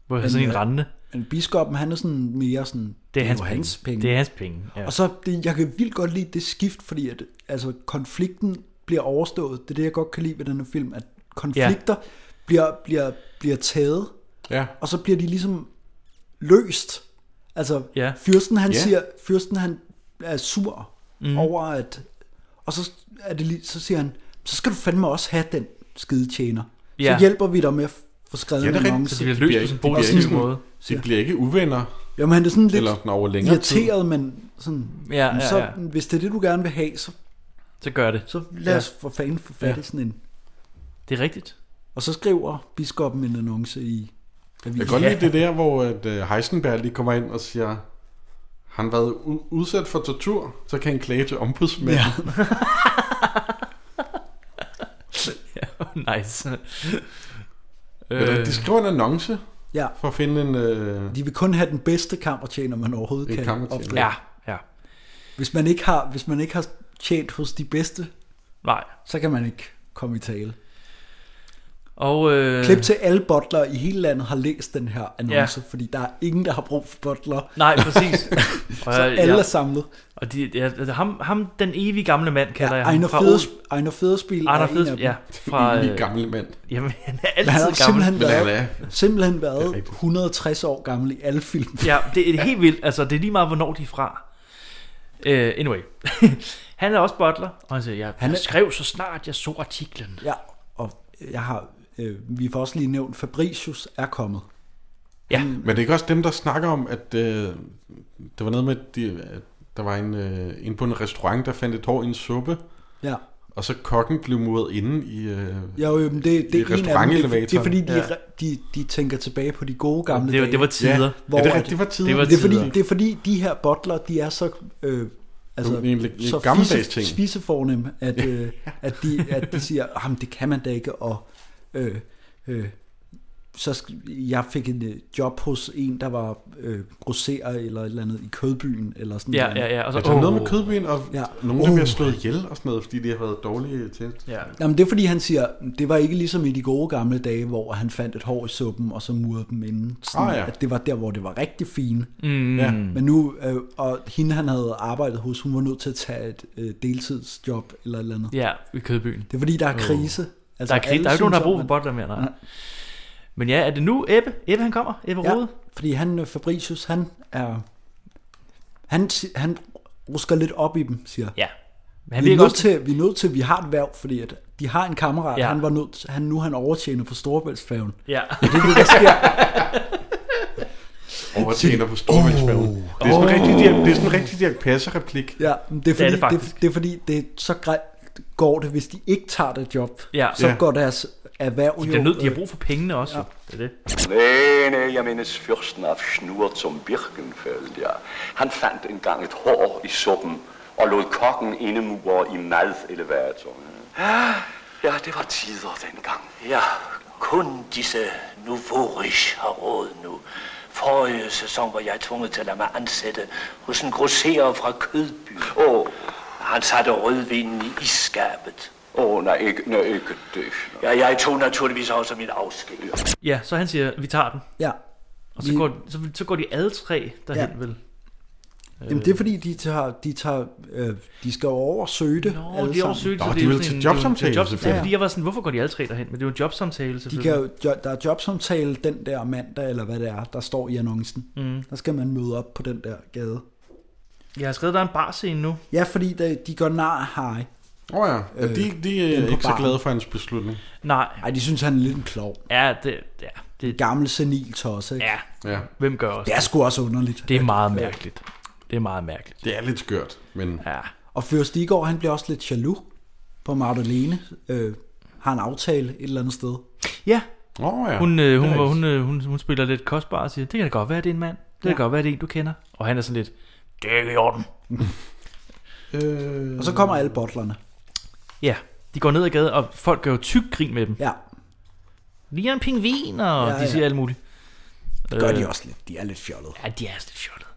[SPEAKER 4] Hvor er
[SPEAKER 3] Men,
[SPEAKER 4] sådan en
[SPEAKER 3] øh,
[SPEAKER 4] rendende.
[SPEAKER 3] men biskoppen, han er sådan mere sådan, det
[SPEAKER 4] Det er hans
[SPEAKER 3] jo
[SPEAKER 4] penge.
[SPEAKER 3] hans penge.
[SPEAKER 4] Det er hans penge. Ja.
[SPEAKER 3] Og så, det, jeg kan vildt godt lide det skift, fordi at, altså, konflikten bliver overstået. Det er det, jeg godt kan lide ved den her film, at konflikter ja. bliver, bliver, bliver taget,
[SPEAKER 2] Ja.
[SPEAKER 3] og så bliver de ligesom løst. Altså,
[SPEAKER 4] Ja.
[SPEAKER 3] ja. fyrsten han
[SPEAKER 2] Ja.
[SPEAKER 3] ja. siger, fyrsten han er sur
[SPEAKER 4] Mhm.
[SPEAKER 3] mm. over at, og så, er det lige, så siger han, så skal du fandme også have den skide tjener. Ja.
[SPEAKER 4] Ja.
[SPEAKER 3] Så hjælper vi dig med at få skrevet
[SPEAKER 2] Ja,
[SPEAKER 3] ja,
[SPEAKER 2] det er
[SPEAKER 3] en
[SPEAKER 2] rigtigt.
[SPEAKER 3] annonce.
[SPEAKER 4] Så de bliver løst på
[SPEAKER 2] ikke-
[SPEAKER 4] sådan en
[SPEAKER 2] de bliver
[SPEAKER 4] positiv
[SPEAKER 2] ikke-
[SPEAKER 4] måde.
[SPEAKER 2] De bliver ikke uvenner.
[SPEAKER 3] Jamen han er sådan lidt
[SPEAKER 2] Eller, nå, over længere
[SPEAKER 3] irriteret, men sådan,
[SPEAKER 4] Ja,
[SPEAKER 3] men
[SPEAKER 4] ja,
[SPEAKER 3] så,
[SPEAKER 4] ja.
[SPEAKER 3] hvis det er det, du gerne vil have, så,
[SPEAKER 4] Så gør det.
[SPEAKER 3] så lad os for fanden få fat i sådan en.
[SPEAKER 4] Det er rigtigt.
[SPEAKER 3] Og så skriver biskoppen en annonce i avisen.
[SPEAKER 2] Jeg kan godt lide det der, hvor at øh, Heisenberg lige kommer ind og siger, han har været u- udsat for tortur, så kan han klage til ombudsmanden. Ja.
[SPEAKER 3] oh,
[SPEAKER 4] Ja, nice.
[SPEAKER 2] Øh. De skriver en annonce
[SPEAKER 3] Ja,
[SPEAKER 2] for at finde en... Øh,
[SPEAKER 3] de vil kun have den bedste kammertjener, man overhovedet
[SPEAKER 2] En
[SPEAKER 3] kan
[SPEAKER 2] kammertjener.
[SPEAKER 3] opdrive.
[SPEAKER 4] ja, ja.
[SPEAKER 3] Hvis man ikke har, hvis man ikke har tjent hos de bedste,
[SPEAKER 4] Nej.
[SPEAKER 3] så kan man ikke komme i tale.
[SPEAKER 4] Og, øh,
[SPEAKER 3] Klip til alle bottler i hele landet har læst den her annonce, ja. fordi der er ingen, der har brug for bottler.
[SPEAKER 4] Nej, præcis. øh,
[SPEAKER 3] så alle er samlet.
[SPEAKER 4] Og de, ja, altså, ham, ham, den evige gamle mand, kalder ja, jeg ham.
[SPEAKER 3] Ejner
[SPEAKER 4] fra
[SPEAKER 3] Federsp- Ejner Federspil er
[SPEAKER 4] Ejner
[SPEAKER 3] en
[SPEAKER 4] Federspil,
[SPEAKER 3] af dem.
[SPEAKER 4] ja. Fra,
[SPEAKER 2] Evige
[SPEAKER 4] øh,
[SPEAKER 2] gamle mand.
[SPEAKER 4] Jamen, han er
[SPEAKER 3] Men han har
[SPEAKER 4] altid
[SPEAKER 3] simpelthen
[SPEAKER 4] gammel.
[SPEAKER 3] været, simpelthen været 160 år gammel i alle film.
[SPEAKER 4] Ja, det er helt vildt. Altså, det er lige meget, hvornår de er fra. Uh, anyway. han er også butler, og han siger, jeg, han
[SPEAKER 3] Han
[SPEAKER 4] er...
[SPEAKER 3] er-
[SPEAKER 4] skrev så snart jeg så artiklen.
[SPEAKER 3] Ja, og jeg har, øh, vi får også lige nævnt, Fabricius er kommet.
[SPEAKER 4] Ja.
[SPEAKER 2] Men det er ikke også dem, der snakker om, at øh, der var noget med, at, de, at der var en øh, inde på en restaurant, der fandt et hår i en suppe.
[SPEAKER 3] Ja.
[SPEAKER 2] Og så kokken blev muret inde i, øh,
[SPEAKER 3] Ja, jo, men det, det,
[SPEAKER 2] i
[SPEAKER 3] er en af dem. Det,
[SPEAKER 2] restaurantelevatoren.
[SPEAKER 3] det er fordi, de,
[SPEAKER 2] ja.
[SPEAKER 3] ja. de, de tænker tilbage på de gode gamle
[SPEAKER 4] Det var-
[SPEAKER 3] dage.
[SPEAKER 4] det var tider. Ja,
[SPEAKER 3] Hvor
[SPEAKER 2] ja, det er
[SPEAKER 3] at-
[SPEAKER 2] rigtigt, det var tider.
[SPEAKER 3] Det,
[SPEAKER 2] Det var
[SPEAKER 3] er fordi,
[SPEAKER 2] tider.
[SPEAKER 3] det er fordi, de her bottler, de er så... Øh, altså,
[SPEAKER 2] Det er egentlig lidt
[SPEAKER 3] så
[SPEAKER 2] gammeldags
[SPEAKER 3] fisse,
[SPEAKER 2] ting.
[SPEAKER 3] spisefornem, at, øh, at, de, at de siger, jamen det kan man da ikke, og øh, øh, så sk- jeg fik en øh, job hos en, der var øh, grosserer eller et eller andet i Kødbyen, eller sådan
[SPEAKER 4] Ja,
[SPEAKER 3] noget.
[SPEAKER 4] ja, ja. Og så,
[SPEAKER 2] Ja, der er noget med kødben, og
[SPEAKER 3] Ja.
[SPEAKER 2] ja. nogle af dem
[SPEAKER 3] Uh.
[SPEAKER 2] bliver slået ihjel og sådan noget, fordi de har været dårlige til.
[SPEAKER 4] Ja.
[SPEAKER 3] Jamen det er fordi han siger, det var ikke ligesom i de gode gamle dage, hvor han fandt et hår i suppen, og så murede dem inden. Sådan,
[SPEAKER 2] Ah, ja.
[SPEAKER 3] at det var der, hvor det var rigtig fint.
[SPEAKER 4] Mm. Ja.
[SPEAKER 3] Men nu, øh, og hende han havde arbejdet hos, hun var nødt til at tage et øh, deltidsjob eller et eller andet.
[SPEAKER 4] Ja, i Kødbyen.
[SPEAKER 3] Det er fordi, der er krise.
[SPEAKER 4] Altså, der er, krig,
[SPEAKER 3] alle
[SPEAKER 4] der er jo ikke nogen, der har
[SPEAKER 3] synes,
[SPEAKER 4] brug
[SPEAKER 3] at
[SPEAKER 4] for
[SPEAKER 3] man-
[SPEAKER 4] bottler mere, nej.
[SPEAKER 3] Nej.
[SPEAKER 4] Men ja, er det nu Ebbe? Ebbe han kommer? Ebbe ja. Rode?
[SPEAKER 3] Fordi han, øh, Fabricius, han er... Han, si- han rusker lidt op i dem, siger.
[SPEAKER 4] Ja. Men han
[SPEAKER 3] vi, er
[SPEAKER 4] virker
[SPEAKER 3] nødt
[SPEAKER 4] også...
[SPEAKER 3] til, vi er nødt til, vi har et værv, fordi at de har en kammerat,
[SPEAKER 4] Ja.
[SPEAKER 3] ja. han var nødt, han, nu er han overtjener på Storebæltsfærgen.
[SPEAKER 4] Ja.
[SPEAKER 3] Det er det, der sker.
[SPEAKER 2] Overtjener på storvældsmæven. Oh. Det er sådan en rigtig, Dirk- det er sådan en rigtig Dirk Passer-replik.
[SPEAKER 3] Ja, men det er
[SPEAKER 4] Det er det
[SPEAKER 3] fordi, det er, det,
[SPEAKER 4] faktisk.
[SPEAKER 3] det, er fordi det, er- så gre- går det, hvis de ikke tager det job,
[SPEAKER 4] Ja.
[SPEAKER 3] så
[SPEAKER 2] Ja.
[SPEAKER 3] går deres erhverv
[SPEAKER 4] De,
[SPEAKER 3] jo...
[SPEAKER 4] bliver nødt, de har brug for pengene også. Ja. Det er det.
[SPEAKER 12] Læne, jeg mindes fyrsten af Schnur zum Birkenfeld, ja. Han fandt engang et hår i suppen og lod kokken indemure i madelevatoren. Ah,
[SPEAKER 6] Ja, det var tider dengang.
[SPEAKER 12] Ja, kun disse nouveau-riche har råd nu. Forrige sæson var jeg tvunget til at lade mig ansætte hos en grosserer fra Kødby. Åh, oh. han satte rødvinen i isskabet.
[SPEAKER 6] Åh, oh, nej, ikke, nej, ikke det.
[SPEAKER 12] Ja, jeg tog naturligvis også min afsked.
[SPEAKER 4] Ja, så han siger, vi tager den.
[SPEAKER 3] Ja.
[SPEAKER 4] Og så,
[SPEAKER 3] Vi-
[SPEAKER 4] går, så, så går de alle tre derhen, ja.
[SPEAKER 3] Ja.
[SPEAKER 4] vel?
[SPEAKER 3] Jamen, det er fordi, de tager, de tager, øh, de skal jo over og søge det.
[SPEAKER 4] Nå, de
[SPEAKER 3] alle
[SPEAKER 4] er
[SPEAKER 3] sammen.
[SPEAKER 4] over Søgte,
[SPEAKER 2] Nå,
[SPEAKER 4] det
[SPEAKER 2] de
[SPEAKER 4] er jo
[SPEAKER 2] vil
[SPEAKER 4] sådan
[SPEAKER 2] til
[SPEAKER 4] en-
[SPEAKER 2] jobsamtale,
[SPEAKER 4] det er jo en job- Ja,
[SPEAKER 2] selvfølgelig.
[SPEAKER 4] fordi jeg var sådan, hvorfor går de alle tre derhen? Men det er jo en jobsamtale,
[SPEAKER 3] De
[SPEAKER 4] selvfølgelig.
[SPEAKER 3] kan jo, jo- der er jobsamtale den der mandag, eller hvad det er, der står i annoncen.
[SPEAKER 4] Mm.
[SPEAKER 3] Der skal man møde op på den der gade.
[SPEAKER 4] Jeg har skrevet, der er en barscene nu.
[SPEAKER 3] Ja, fordi de, de går nar af Harry.
[SPEAKER 2] Åh oh, ja, ja de, de
[SPEAKER 3] Øh, den
[SPEAKER 2] er
[SPEAKER 3] på
[SPEAKER 2] ikke så
[SPEAKER 3] baren.
[SPEAKER 2] glade for hans beslutning.
[SPEAKER 4] Nej,
[SPEAKER 3] Ej, de synes, han er lidt en klog.
[SPEAKER 4] ja, det, ja, det,
[SPEAKER 3] Gammel senil tosse, ikke?
[SPEAKER 4] ja,
[SPEAKER 2] Ja,
[SPEAKER 4] hvem gør også
[SPEAKER 3] Det er sgu også underligt.
[SPEAKER 4] Det er meget mærkeligt. Det er meget mærkeligt.
[SPEAKER 2] det er lidt skørt, men
[SPEAKER 4] Ja.
[SPEAKER 3] Og Først Igor, han bliver også lidt jaloux på Magdalene. Øh, har en aftale et eller andet sted.
[SPEAKER 4] Ja,
[SPEAKER 2] Åh oh, ja.
[SPEAKER 4] hun,
[SPEAKER 2] det
[SPEAKER 4] øh,
[SPEAKER 2] er
[SPEAKER 4] hun, hun,
[SPEAKER 2] rigtigt.
[SPEAKER 4] hun, øh, hun, hun spiller lidt kostbar og siger, det kan da godt være, det er en mand. Det kan da godt være, det er en, du kender. Og han er sådan lidt, det er ikke i orden.
[SPEAKER 2] Øh,
[SPEAKER 3] Og så kommer alle bottlerne.
[SPEAKER 4] Ja, de går ned ad gaden, og folk gør jo tyk grin med dem.
[SPEAKER 3] Ja,
[SPEAKER 4] Lige en pingvin, og ja,
[SPEAKER 3] Ja,
[SPEAKER 4] de
[SPEAKER 3] ja.
[SPEAKER 4] siger alt muligt.
[SPEAKER 3] det gør de også lidt. De er lidt fjollede.
[SPEAKER 4] Ja, de er altså lidt fjollet.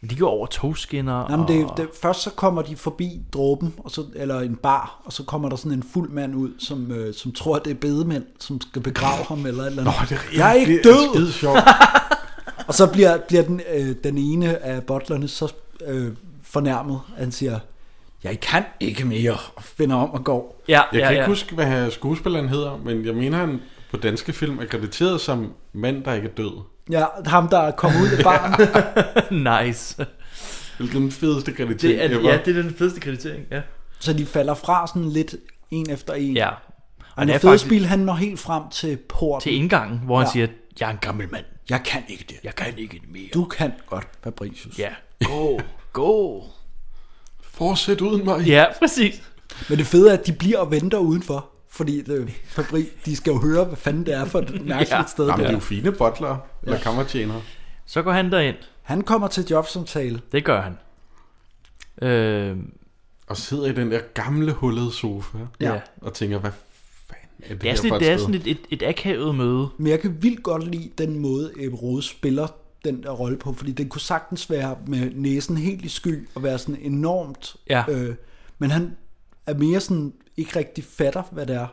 [SPEAKER 4] Men de går over togskinner,
[SPEAKER 3] Jamen,
[SPEAKER 4] og...
[SPEAKER 3] det, det, først så kommer de forbi dråben, og så, eller en bar, og så kommer der sådan en fuld mand ud, som, øh, som tror, at det er bedemænd, som skal begrave ham eller et eller andet. Nå,
[SPEAKER 2] det
[SPEAKER 3] jeg er
[SPEAKER 2] det
[SPEAKER 3] ikke
[SPEAKER 2] Det er skide
[SPEAKER 3] død!
[SPEAKER 2] sjovt.
[SPEAKER 3] Og så bliver, bliver den, øh, den ene af bottlerne så øh, fornærmet. Han siger, jeg kan ikke mere, og finder om og går.
[SPEAKER 4] Ja,
[SPEAKER 2] Jeg
[SPEAKER 4] ja,
[SPEAKER 2] kan ikke
[SPEAKER 4] ja.
[SPEAKER 2] huske, hvad skuespilleren hedder, men jeg mener, han på danske film er krediteret som mand, der ikke er død.
[SPEAKER 3] Ja, ham der kommer ud af baren,
[SPEAKER 4] nice.
[SPEAKER 2] Hvilken den fedeste kreditering
[SPEAKER 4] Det er, ja,
[SPEAKER 2] det...
[SPEAKER 4] det er den fedeste kreditering, ja.
[SPEAKER 3] så de falder fra sådan lidt en efter en.
[SPEAKER 4] Ja.
[SPEAKER 3] Og den
[SPEAKER 4] er
[SPEAKER 3] fede
[SPEAKER 4] faktisk
[SPEAKER 3] spil, han når helt frem til porten.
[SPEAKER 4] til indgangen, hvor han
[SPEAKER 3] Ja.
[SPEAKER 4] siger, jeg er en gammel mand.
[SPEAKER 3] Jeg kan ikke det.
[SPEAKER 4] Jeg kan ikke mere.
[SPEAKER 3] Du kan godt, Fabricius.
[SPEAKER 4] Ja, gå, gå.
[SPEAKER 2] Fortsæt uden mig.
[SPEAKER 4] Ja, præcis.
[SPEAKER 3] Men det fede er, at de bliver og venter udenfor. Fordi det, Fabri, de skal jo høre, hvad fanden det er for et mærkeligt
[SPEAKER 4] Ja.
[SPEAKER 3] ja. sted.
[SPEAKER 2] Jamen, det er
[SPEAKER 3] Der.
[SPEAKER 2] jo fine bottler, eller kammertjenere.
[SPEAKER 4] Så går han derind.
[SPEAKER 3] Han kommer til jobsamtale.
[SPEAKER 4] Det gør han. Øh,
[SPEAKER 2] Og sidder i den der gamle hullede sofa,
[SPEAKER 4] ja.
[SPEAKER 3] Ja.
[SPEAKER 4] ja.
[SPEAKER 2] og tænker, hvad fanden er det,
[SPEAKER 4] Det er
[SPEAKER 2] her
[SPEAKER 4] sådan,
[SPEAKER 2] for
[SPEAKER 4] et,
[SPEAKER 2] et
[SPEAKER 4] det er
[SPEAKER 2] sted?
[SPEAKER 4] sådan et, et, et akavet møde.
[SPEAKER 3] Men jeg kan vildt godt lide den måde, Ebbe Rode spiller den der rolle på. Fordi den kunne sagtens være med næsen helt i sky og være sådan enormt.
[SPEAKER 4] Ja.
[SPEAKER 3] Øh, men han er mere sådan ikke rigtig fatter, hvad det er.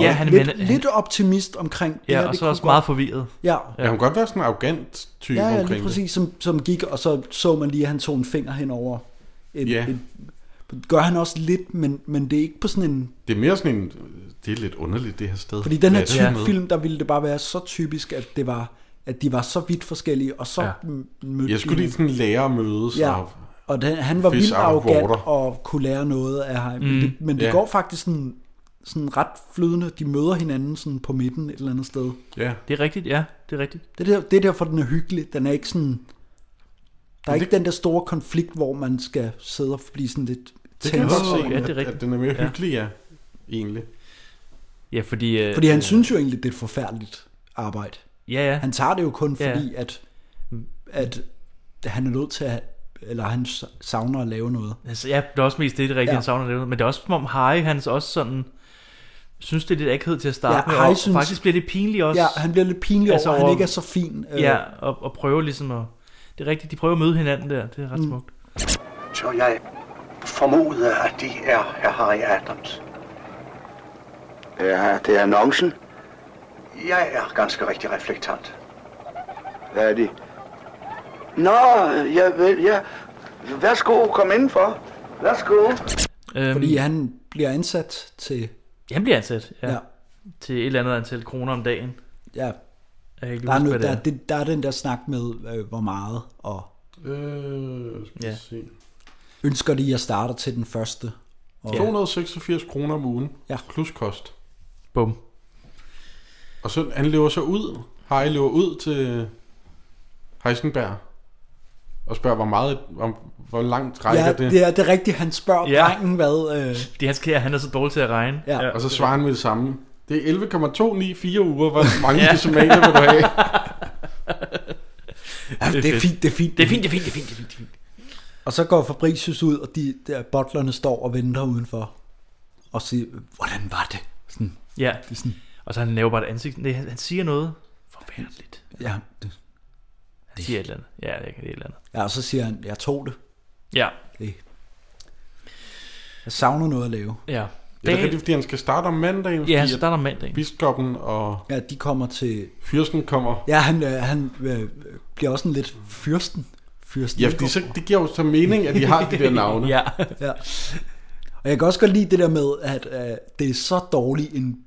[SPEAKER 4] Ja, han
[SPEAKER 3] lidt,
[SPEAKER 4] vender- han-
[SPEAKER 3] lidt optimist omkring det
[SPEAKER 4] Ja,
[SPEAKER 3] her,
[SPEAKER 4] og
[SPEAKER 3] det
[SPEAKER 4] så
[SPEAKER 3] kunne
[SPEAKER 4] også
[SPEAKER 3] godt-
[SPEAKER 4] meget forvirret.
[SPEAKER 3] Ja.
[SPEAKER 2] Ja, hun kan godt være sådan en arrogant type
[SPEAKER 3] Ja, ja, lige
[SPEAKER 2] omkring
[SPEAKER 3] præcis, som, som gik, og så så man lige, at han tog en finger henover. En,
[SPEAKER 2] Ja.
[SPEAKER 3] en, gør han også lidt, men, men det er ikke på sådan en...
[SPEAKER 2] det. Det er mere sådan en, det er lidt underligt det her sted.
[SPEAKER 3] Fordi den her
[SPEAKER 2] Hvad er det
[SPEAKER 3] type
[SPEAKER 2] med?
[SPEAKER 3] film, der ville det bare være så typisk, at det var at de var så vidt forskellige, og så
[SPEAKER 2] Ja.
[SPEAKER 3] ja. mødte
[SPEAKER 2] Jeg skulle
[SPEAKER 3] de-
[SPEAKER 2] lige sådan lære at mødes
[SPEAKER 3] Ja,
[SPEAKER 2] og-
[SPEAKER 3] og den, han var
[SPEAKER 2] Fish
[SPEAKER 3] vildt
[SPEAKER 2] out of
[SPEAKER 3] arrogant
[SPEAKER 2] water.
[SPEAKER 3] og kunne lære noget af ham.
[SPEAKER 2] Mm.
[SPEAKER 3] Men det, men det
[SPEAKER 2] Ja.
[SPEAKER 3] går faktisk sådan, sådan ret flydende. De møder hinanden sådan på midten et eller andet sted.
[SPEAKER 2] Ja.
[SPEAKER 4] Det er rigtigt, ja. Det er rigtigt.
[SPEAKER 3] Det er, der, det er derfor, den er hyggelig. Den er ikke sådan... Der er
[SPEAKER 2] Men
[SPEAKER 3] ikke den der store konflikt, hvor man skal sidde og blive sådan lidt
[SPEAKER 2] Det kan jeg
[SPEAKER 3] tændt
[SPEAKER 2] godt
[SPEAKER 3] over
[SPEAKER 2] se,
[SPEAKER 3] det.
[SPEAKER 2] at, at den er mere
[SPEAKER 4] Ja.
[SPEAKER 2] hyggelig, ja. Egentlig.
[SPEAKER 4] Ja, fordi... Øh,
[SPEAKER 3] Fordi han synes jo egentlig, det er et forfærdeligt arbejde.
[SPEAKER 4] Ja, ja.
[SPEAKER 3] Han tager det jo kun
[SPEAKER 4] Ja.
[SPEAKER 3] fordi, at, at han er nødt til at... Eller han savner at lave noget.
[SPEAKER 4] Altså, ja, det er også mest det, det rigtige, ja.
[SPEAKER 3] Ja.
[SPEAKER 4] han savner det. Men det er også som om Harry, han også sådan, synes det er lidt akavet til at starte
[SPEAKER 3] Ja,
[SPEAKER 4] med,
[SPEAKER 3] Harry
[SPEAKER 4] og
[SPEAKER 3] synes-
[SPEAKER 4] faktisk bliver det pinligt også. altså
[SPEAKER 3] Ja, han bliver lidt pinlig over, at han ikke er så fin, øh.
[SPEAKER 4] Ja, og, og prøver ligesom at, det er rigtigt, de prøver at møde hinanden der, det er ret
[SPEAKER 13] Mm.
[SPEAKER 4] smukt.
[SPEAKER 13] Så jeg formoder, at det er herr Harry Adams.
[SPEAKER 11] Ja, det er annoncen.
[SPEAKER 13] Jeg er ganske rigtig reflektant.
[SPEAKER 11] Hvad er det? Nå, ja, vel, ja. Værsgo, kom indenfor. Værsgo.
[SPEAKER 4] Øhm,
[SPEAKER 3] Fordi han bliver ansat til...
[SPEAKER 4] Han bliver ansat, ja,
[SPEAKER 3] Ja.
[SPEAKER 4] til et eller andet antal kroner om dagen.
[SPEAKER 3] Ja.
[SPEAKER 4] Jeg kan ikke
[SPEAKER 3] Der er,
[SPEAKER 4] huske,
[SPEAKER 3] nu,
[SPEAKER 4] hvad det
[SPEAKER 3] der,
[SPEAKER 4] er.
[SPEAKER 3] er det, der er den der snak med, øh, hvor meget, og
[SPEAKER 2] Øh, skal
[SPEAKER 4] Ja.
[SPEAKER 2] ja. se.
[SPEAKER 3] ønsker de, at jeg starter til den første. Og,
[SPEAKER 2] 286 kroner om ugen.
[SPEAKER 3] Ja.
[SPEAKER 2] Plus kost.
[SPEAKER 4] Bum.
[SPEAKER 2] Og så, han lever så ud. Harry lever ud til Heisenberg. Og spørger, hvor meget, hvor, hvor langt rækker
[SPEAKER 3] ja,
[SPEAKER 2] det?
[SPEAKER 3] det er, det er rigtigt, han spørger
[SPEAKER 4] Ja.
[SPEAKER 3] ja. drengen, hvad... Øh,
[SPEAKER 4] Det er hans kære, han er så dårlig til at regne.
[SPEAKER 3] Ja.
[SPEAKER 2] Og så svarer han med det samme. Det er 11,294 uger, hvor mange ja. decimaler vil du have?
[SPEAKER 3] ja, det, er
[SPEAKER 4] fedt.
[SPEAKER 3] fint, det er fint.
[SPEAKER 4] Det er fint, det er fint, det er fint, det er fint. Det er fint.
[SPEAKER 3] Og så går Fabricius ud, og de der bottlerne står og venter udenfor. Og siger, hvordan var det? Sådan,
[SPEAKER 4] Ja,
[SPEAKER 3] Det er sådan,
[SPEAKER 4] og så han laver bare et ansigt. Nej, han, han siger noget forfærdeligt.
[SPEAKER 3] ja, det,
[SPEAKER 4] Han siger et eller andet. Ja, det er et eller andet.
[SPEAKER 3] ja, og så siger han, jeg tog det.
[SPEAKER 4] Ja.
[SPEAKER 3] Det. Jeg savner noget at lave.
[SPEAKER 4] Ja.
[SPEAKER 2] Ja, det er rigtigt, fordi han skal starte om mandagen.
[SPEAKER 4] Ja, han
[SPEAKER 2] fordi at
[SPEAKER 4] starter om mandagen.
[SPEAKER 2] Biskoppen og
[SPEAKER 3] Ja, de kommer til...
[SPEAKER 2] fyrsten kommer.
[SPEAKER 3] Ja, han, øh, han øh, bliver også en lidt fyrsten. fyrsten
[SPEAKER 2] Ja, fordi så, det giver jo så mening, at de har de der navne.
[SPEAKER 4] ja.
[SPEAKER 3] ja. Og jeg kan også godt lide det der med, at øh, det er så dårlig en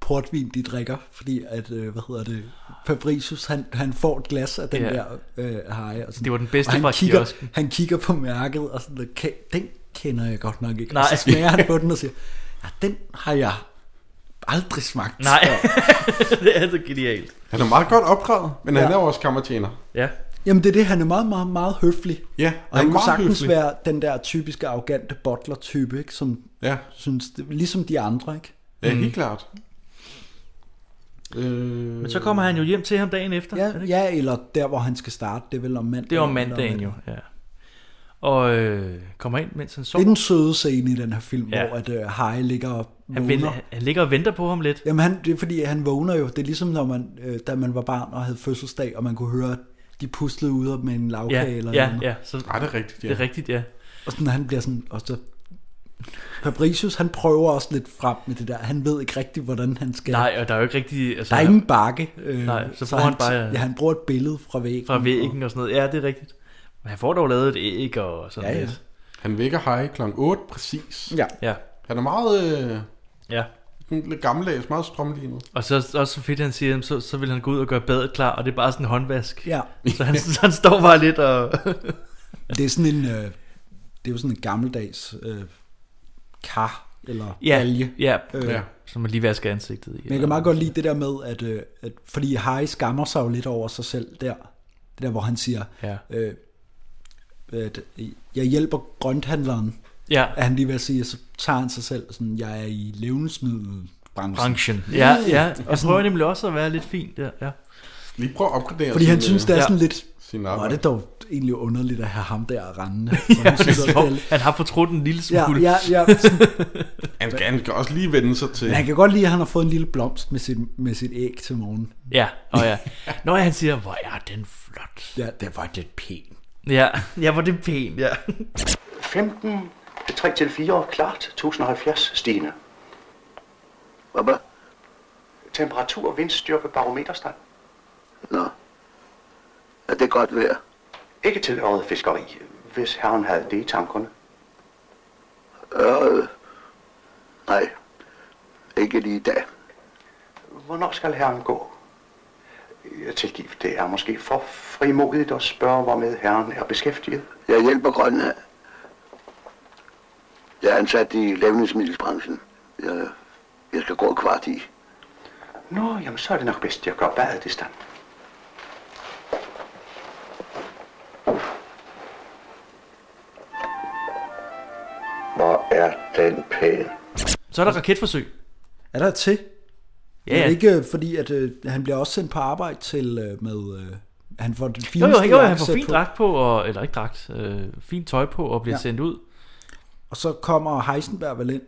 [SPEAKER 3] portvin, de drikker, fordi at, øh, hvad hedder det, Fabricius, han, han får et glas af den
[SPEAKER 4] Ja.
[SPEAKER 3] der øh, hej. Og sådan,
[SPEAKER 4] Det var den bedste
[SPEAKER 3] og han
[SPEAKER 4] fra
[SPEAKER 3] kigger,
[SPEAKER 4] kiosken.
[SPEAKER 3] Han kigger på mærket, og sådan, "Kan- den kender jeg godt nok ikke.
[SPEAKER 4] Nej.
[SPEAKER 3] Og så smager han på den og siger, ja, den har jeg aldrig smagt.
[SPEAKER 4] Nej,
[SPEAKER 3] Og-
[SPEAKER 4] det er så genialt.
[SPEAKER 2] Han er meget godt opdraget, men ja. han
[SPEAKER 3] Ja.
[SPEAKER 2] er jo også kammertjener.
[SPEAKER 4] Ja.
[SPEAKER 3] Jamen det er det, han er meget, meget, meget høflig.
[SPEAKER 2] Ja, han
[SPEAKER 3] og
[SPEAKER 2] er
[SPEAKER 3] han kunne
[SPEAKER 2] meget
[SPEAKER 3] sagtens
[SPEAKER 2] høflig.
[SPEAKER 3] være den der typiske arrogante butler-type, ikke? Som
[SPEAKER 2] Ja.
[SPEAKER 3] synes, det, ligesom de andre, ikke?
[SPEAKER 2] Ja, helt klart. Øh, Men
[SPEAKER 4] Men så kommer han jo hjem til ham dagen efter. er det
[SPEAKER 3] Ja,
[SPEAKER 4] ikke?
[SPEAKER 3] ja, eller der, hvor han skal starte, det er vel om mandagen.
[SPEAKER 4] Det er om
[SPEAKER 3] eller
[SPEAKER 4] mandagen jo, ja. Og øh, kommer ind, mens han
[SPEAKER 3] Det er
[SPEAKER 4] sover.
[SPEAKER 3] den søde scene i den her film,
[SPEAKER 4] Ja.
[SPEAKER 3] ja. hvor at, øh, Harry ligger og
[SPEAKER 4] Han,
[SPEAKER 3] vågner.
[SPEAKER 4] venter, han ligger og venter på ham lidt.
[SPEAKER 3] Jamen han, det er fordi, han vågner jo. Det er ligesom, når man, øh, da man var barn og havde fødselsdag, og man kunne høre, at de puslede ude med en lavkage
[SPEAKER 4] ja,
[SPEAKER 3] eller
[SPEAKER 4] ja,
[SPEAKER 3] noget.
[SPEAKER 4] ja, så,
[SPEAKER 2] Ej, det er rigtigt, ja.
[SPEAKER 4] Det er rigtigt, ja.
[SPEAKER 3] Og sådan, han bliver sådan, og så... Fabricius, han prøver også lidt frem med det der. Han ved ikke rigtigt, hvordan han skal...
[SPEAKER 4] Nej, og der er jo ikke rigtig... Altså,
[SPEAKER 3] der er ingen bakke. Øh,
[SPEAKER 4] Nej, så bruger han bare-
[SPEAKER 3] Ja, han bruger et billede fra væggen.
[SPEAKER 4] Fra væggen og sådan noget. Ja, det er rigtigt. Men han får dog lavet et æg og sådan
[SPEAKER 3] Ja, ja.
[SPEAKER 4] lidt.
[SPEAKER 2] Han vækker Harry kl. 8 præcis.
[SPEAKER 3] Ja.
[SPEAKER 4] Ja.
[SPEAKER 2] Han er meget... Øh,
[SPEAKER 4] Ja.
[SPEAKER 2] sådan lidt gammeldags, meget strømlignet.
[SPEAKER 4] Og så også så fedt, han siger, jamen, så, så vil han gå ud og gøre badet klar, og det er bare sådan en håndvask.
[SPEAKER 3] Ja.
[SPEAKER 4] Så han, så han står bare lidt og...
[SPEAKER 3] Det er sådan en, øh, det er jo sådan en gammeldags øh, kar eller
[SPEAKER 4] ja,
[SPEAKER 3] balje.
[SPEAKER 4] ja,
[SPEAKER 3] Øh,
[SPEAKER 4] ja. Så man lige vasker ansigtet i.
[SPEAKER 3] Men jeg kan meget godt lide det der med, at, øh, at fordi Harry skammer sig jo lidt over sig selv der. Det der, hvor han siger,
[SPEAKER 4] Ja.
[SPEAKER 3] øh, at jeg hjælper grønthandleren.
[SPEAKER 4] Ja.
[SPEAKER 3] At han lige ved at sige, så tager han sig selv sådan, jeg er i levnedsmiddelbranchen.
[SPEAKER 4] Branchen. Ja, ja. Jeg
[SPEAKER 3] Og
[SPEAKER 4] prøver
[SPEAKER 3] sådan,
[SPEAKER 4] nemlig også at være lidt fin der. Ja.
[SPEAKER 2] Lige prøv at opgradere
[SPEAKER 3] fordi han
[SPEAKER 2] sin,
[SPEAKER 3] synes,
[SPEAKER 2] øh,
[SPEAKER 3] det er sådan lidt,
[SPEAKER 2] sin
[SPEAKER 3] hvor er
[SPEAKER 2] arbejde.
[SPEAKER 3] det dog egentlig underligt at have ham der rendende.
[SPEAKER 4] Ja,
[SPEAKER 3] Hvor han synes, at det er lidt-
[SPEAKER 4] han har fortrudt en lille
[SPEAKER 3] Ja,
[SPEAKER 4] smule.
[SPEAKER 3] ja, ja. Sådan,
[SPEAKER 2] Han, kan, han kan også lige vende sig til...
[SPEAKER 3] Men han kan godt lide, at han har fået en lille blomst med sit, med sit æg til morgen.
[SPEAKER 4] Ja, og ja. Når han siger, hvor er den flot.
[SPEAKER 3] Ja, det var det pæn.
[SPEAKER 4] Ja, ja hvor er det pænt, ja.
[SPEAKER 13] 15, 3 til 4, klart, 1070 stigende.
[SPEAKER 11] Hvad?
[SPEAKER 13] Temperatur, vindstyrke, barometerstand.
[SPEAKER 11] Nå. Er det godt vejr?
[SPEAKER 13] Ikke tilhøret fiskeri, hvis herren havde det i tankerne.
[SPEAKER 11] Øh, nej. Ikke lige i dag.
[SPEAKER 13] Hvornår skal herren gå? Jeg tilgiver, det er måske for frimodigt at spørge, hvormed herren er beskæftiget.
[SPEAKER 11] Jeg hjælper Grønland. Jeg er ansat i levnedsmiddelbranchen. Jeg, jeg skal gå kvart i.
[SPEAKER 13] Nå, jamen så er det nok bedst, jeg gør badet i stand.
[SPEAKER 11] Hvor er den pæn?
[SPEAKER 4] Så er der raketforsøg.
[SPEAKER 3] Er der til?
[SPEAKER 4] Ja,
[SPEAKER 3] Er
[SPEAKER 4] ja.
[SPEAKER 3] det ikke øh, fordi, at øh, han bliver også sendt på arbejde til øh, med... Øh, han får den
[SPEAKER 4] Jo,
[SPEAKER 3] fineste
[SPEAKER 4] jo, jo, han får
[SPEAKER 3] jakkesæt
[SPEAKER 4] fin
[SPEAKER 3] på.
[SPEAKER 4] dragt på, og, eller ikke dragt, øh, fint tøj på og bliver
[SPEAKER 3] Ja.
[SPEAKER 4] ja. sendt ud.
[SPEAKER 3] Og så kommer Heisenberg vel ind.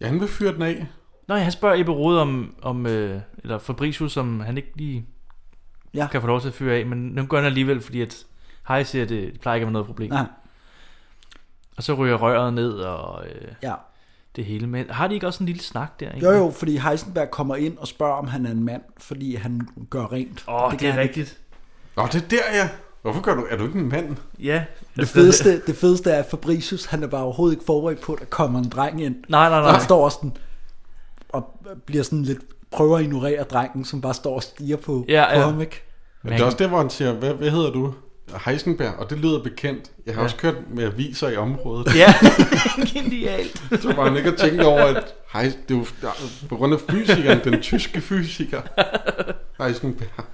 [SPEAKER 2] Ja, han vil fyre den af.
[SPEAKER 4] Nå, ja, han spørger Ebbe Rode om, om øh, eller Fabricius, om han ikke lige
[SPEAKER 3] ja.
[SPEAKER 4] kan få lov til at fyre af, men nu gør han alligevel, fordi at Hej siger, at det, det plejer ikke at være noget problem.
[SPEAKER 3] Nej.
[SPEAKER 4] Og så ryger røret ned og øh,
[SPEAKER 3] ja.
[SPEAKER 4] det hele. Men har de ikke også en lille snak der?
[SPEAKER 3] Jo, jo, fordi Heisenberg kommer ind og spørger, om han er en mand, fordi han gør rent.
[SPEAKER 4] Åh, det, det
[SPEAKER 3] kan
[SPEAKER 4] er
[SPEAKER 3] han ikke.
[SPEAKER 4] rigtigt.
[SPEAKER 2] Nå, det er der, ja. Hvorfor gør du, er du ikke en mand?
[SPEAKER 4] Ja.
[SPEAKER 3] Det fedeste, det fedeste er, at Fabricius, han er bare overhovedet ikke forberedt på, at der kommer en dreng ind.
[SPEAKER 4] Nej, nej, nej.
[SPEAKER 3] Og Han står også sådan, og bliver sådan lidt, prøver at ignorere drengen, som bare står og stiger på, på ham, ikke?
[SPEAKER 2] Men det er også der, hvor han siger, hvad, hvad hedder du? Heisenberg, og det lyder bekendt. Jeg har
[SPEAKER 4] Ja.
[SPEAKER 2] ja. også kørt med aviser i området.
[SPEAKER 4] Ja, genialt.
[SPEAKER 2] Så var han ikke at tænke over, at Heis, det var på grund af fysikeren, den tyske fysiker, Heisenberg.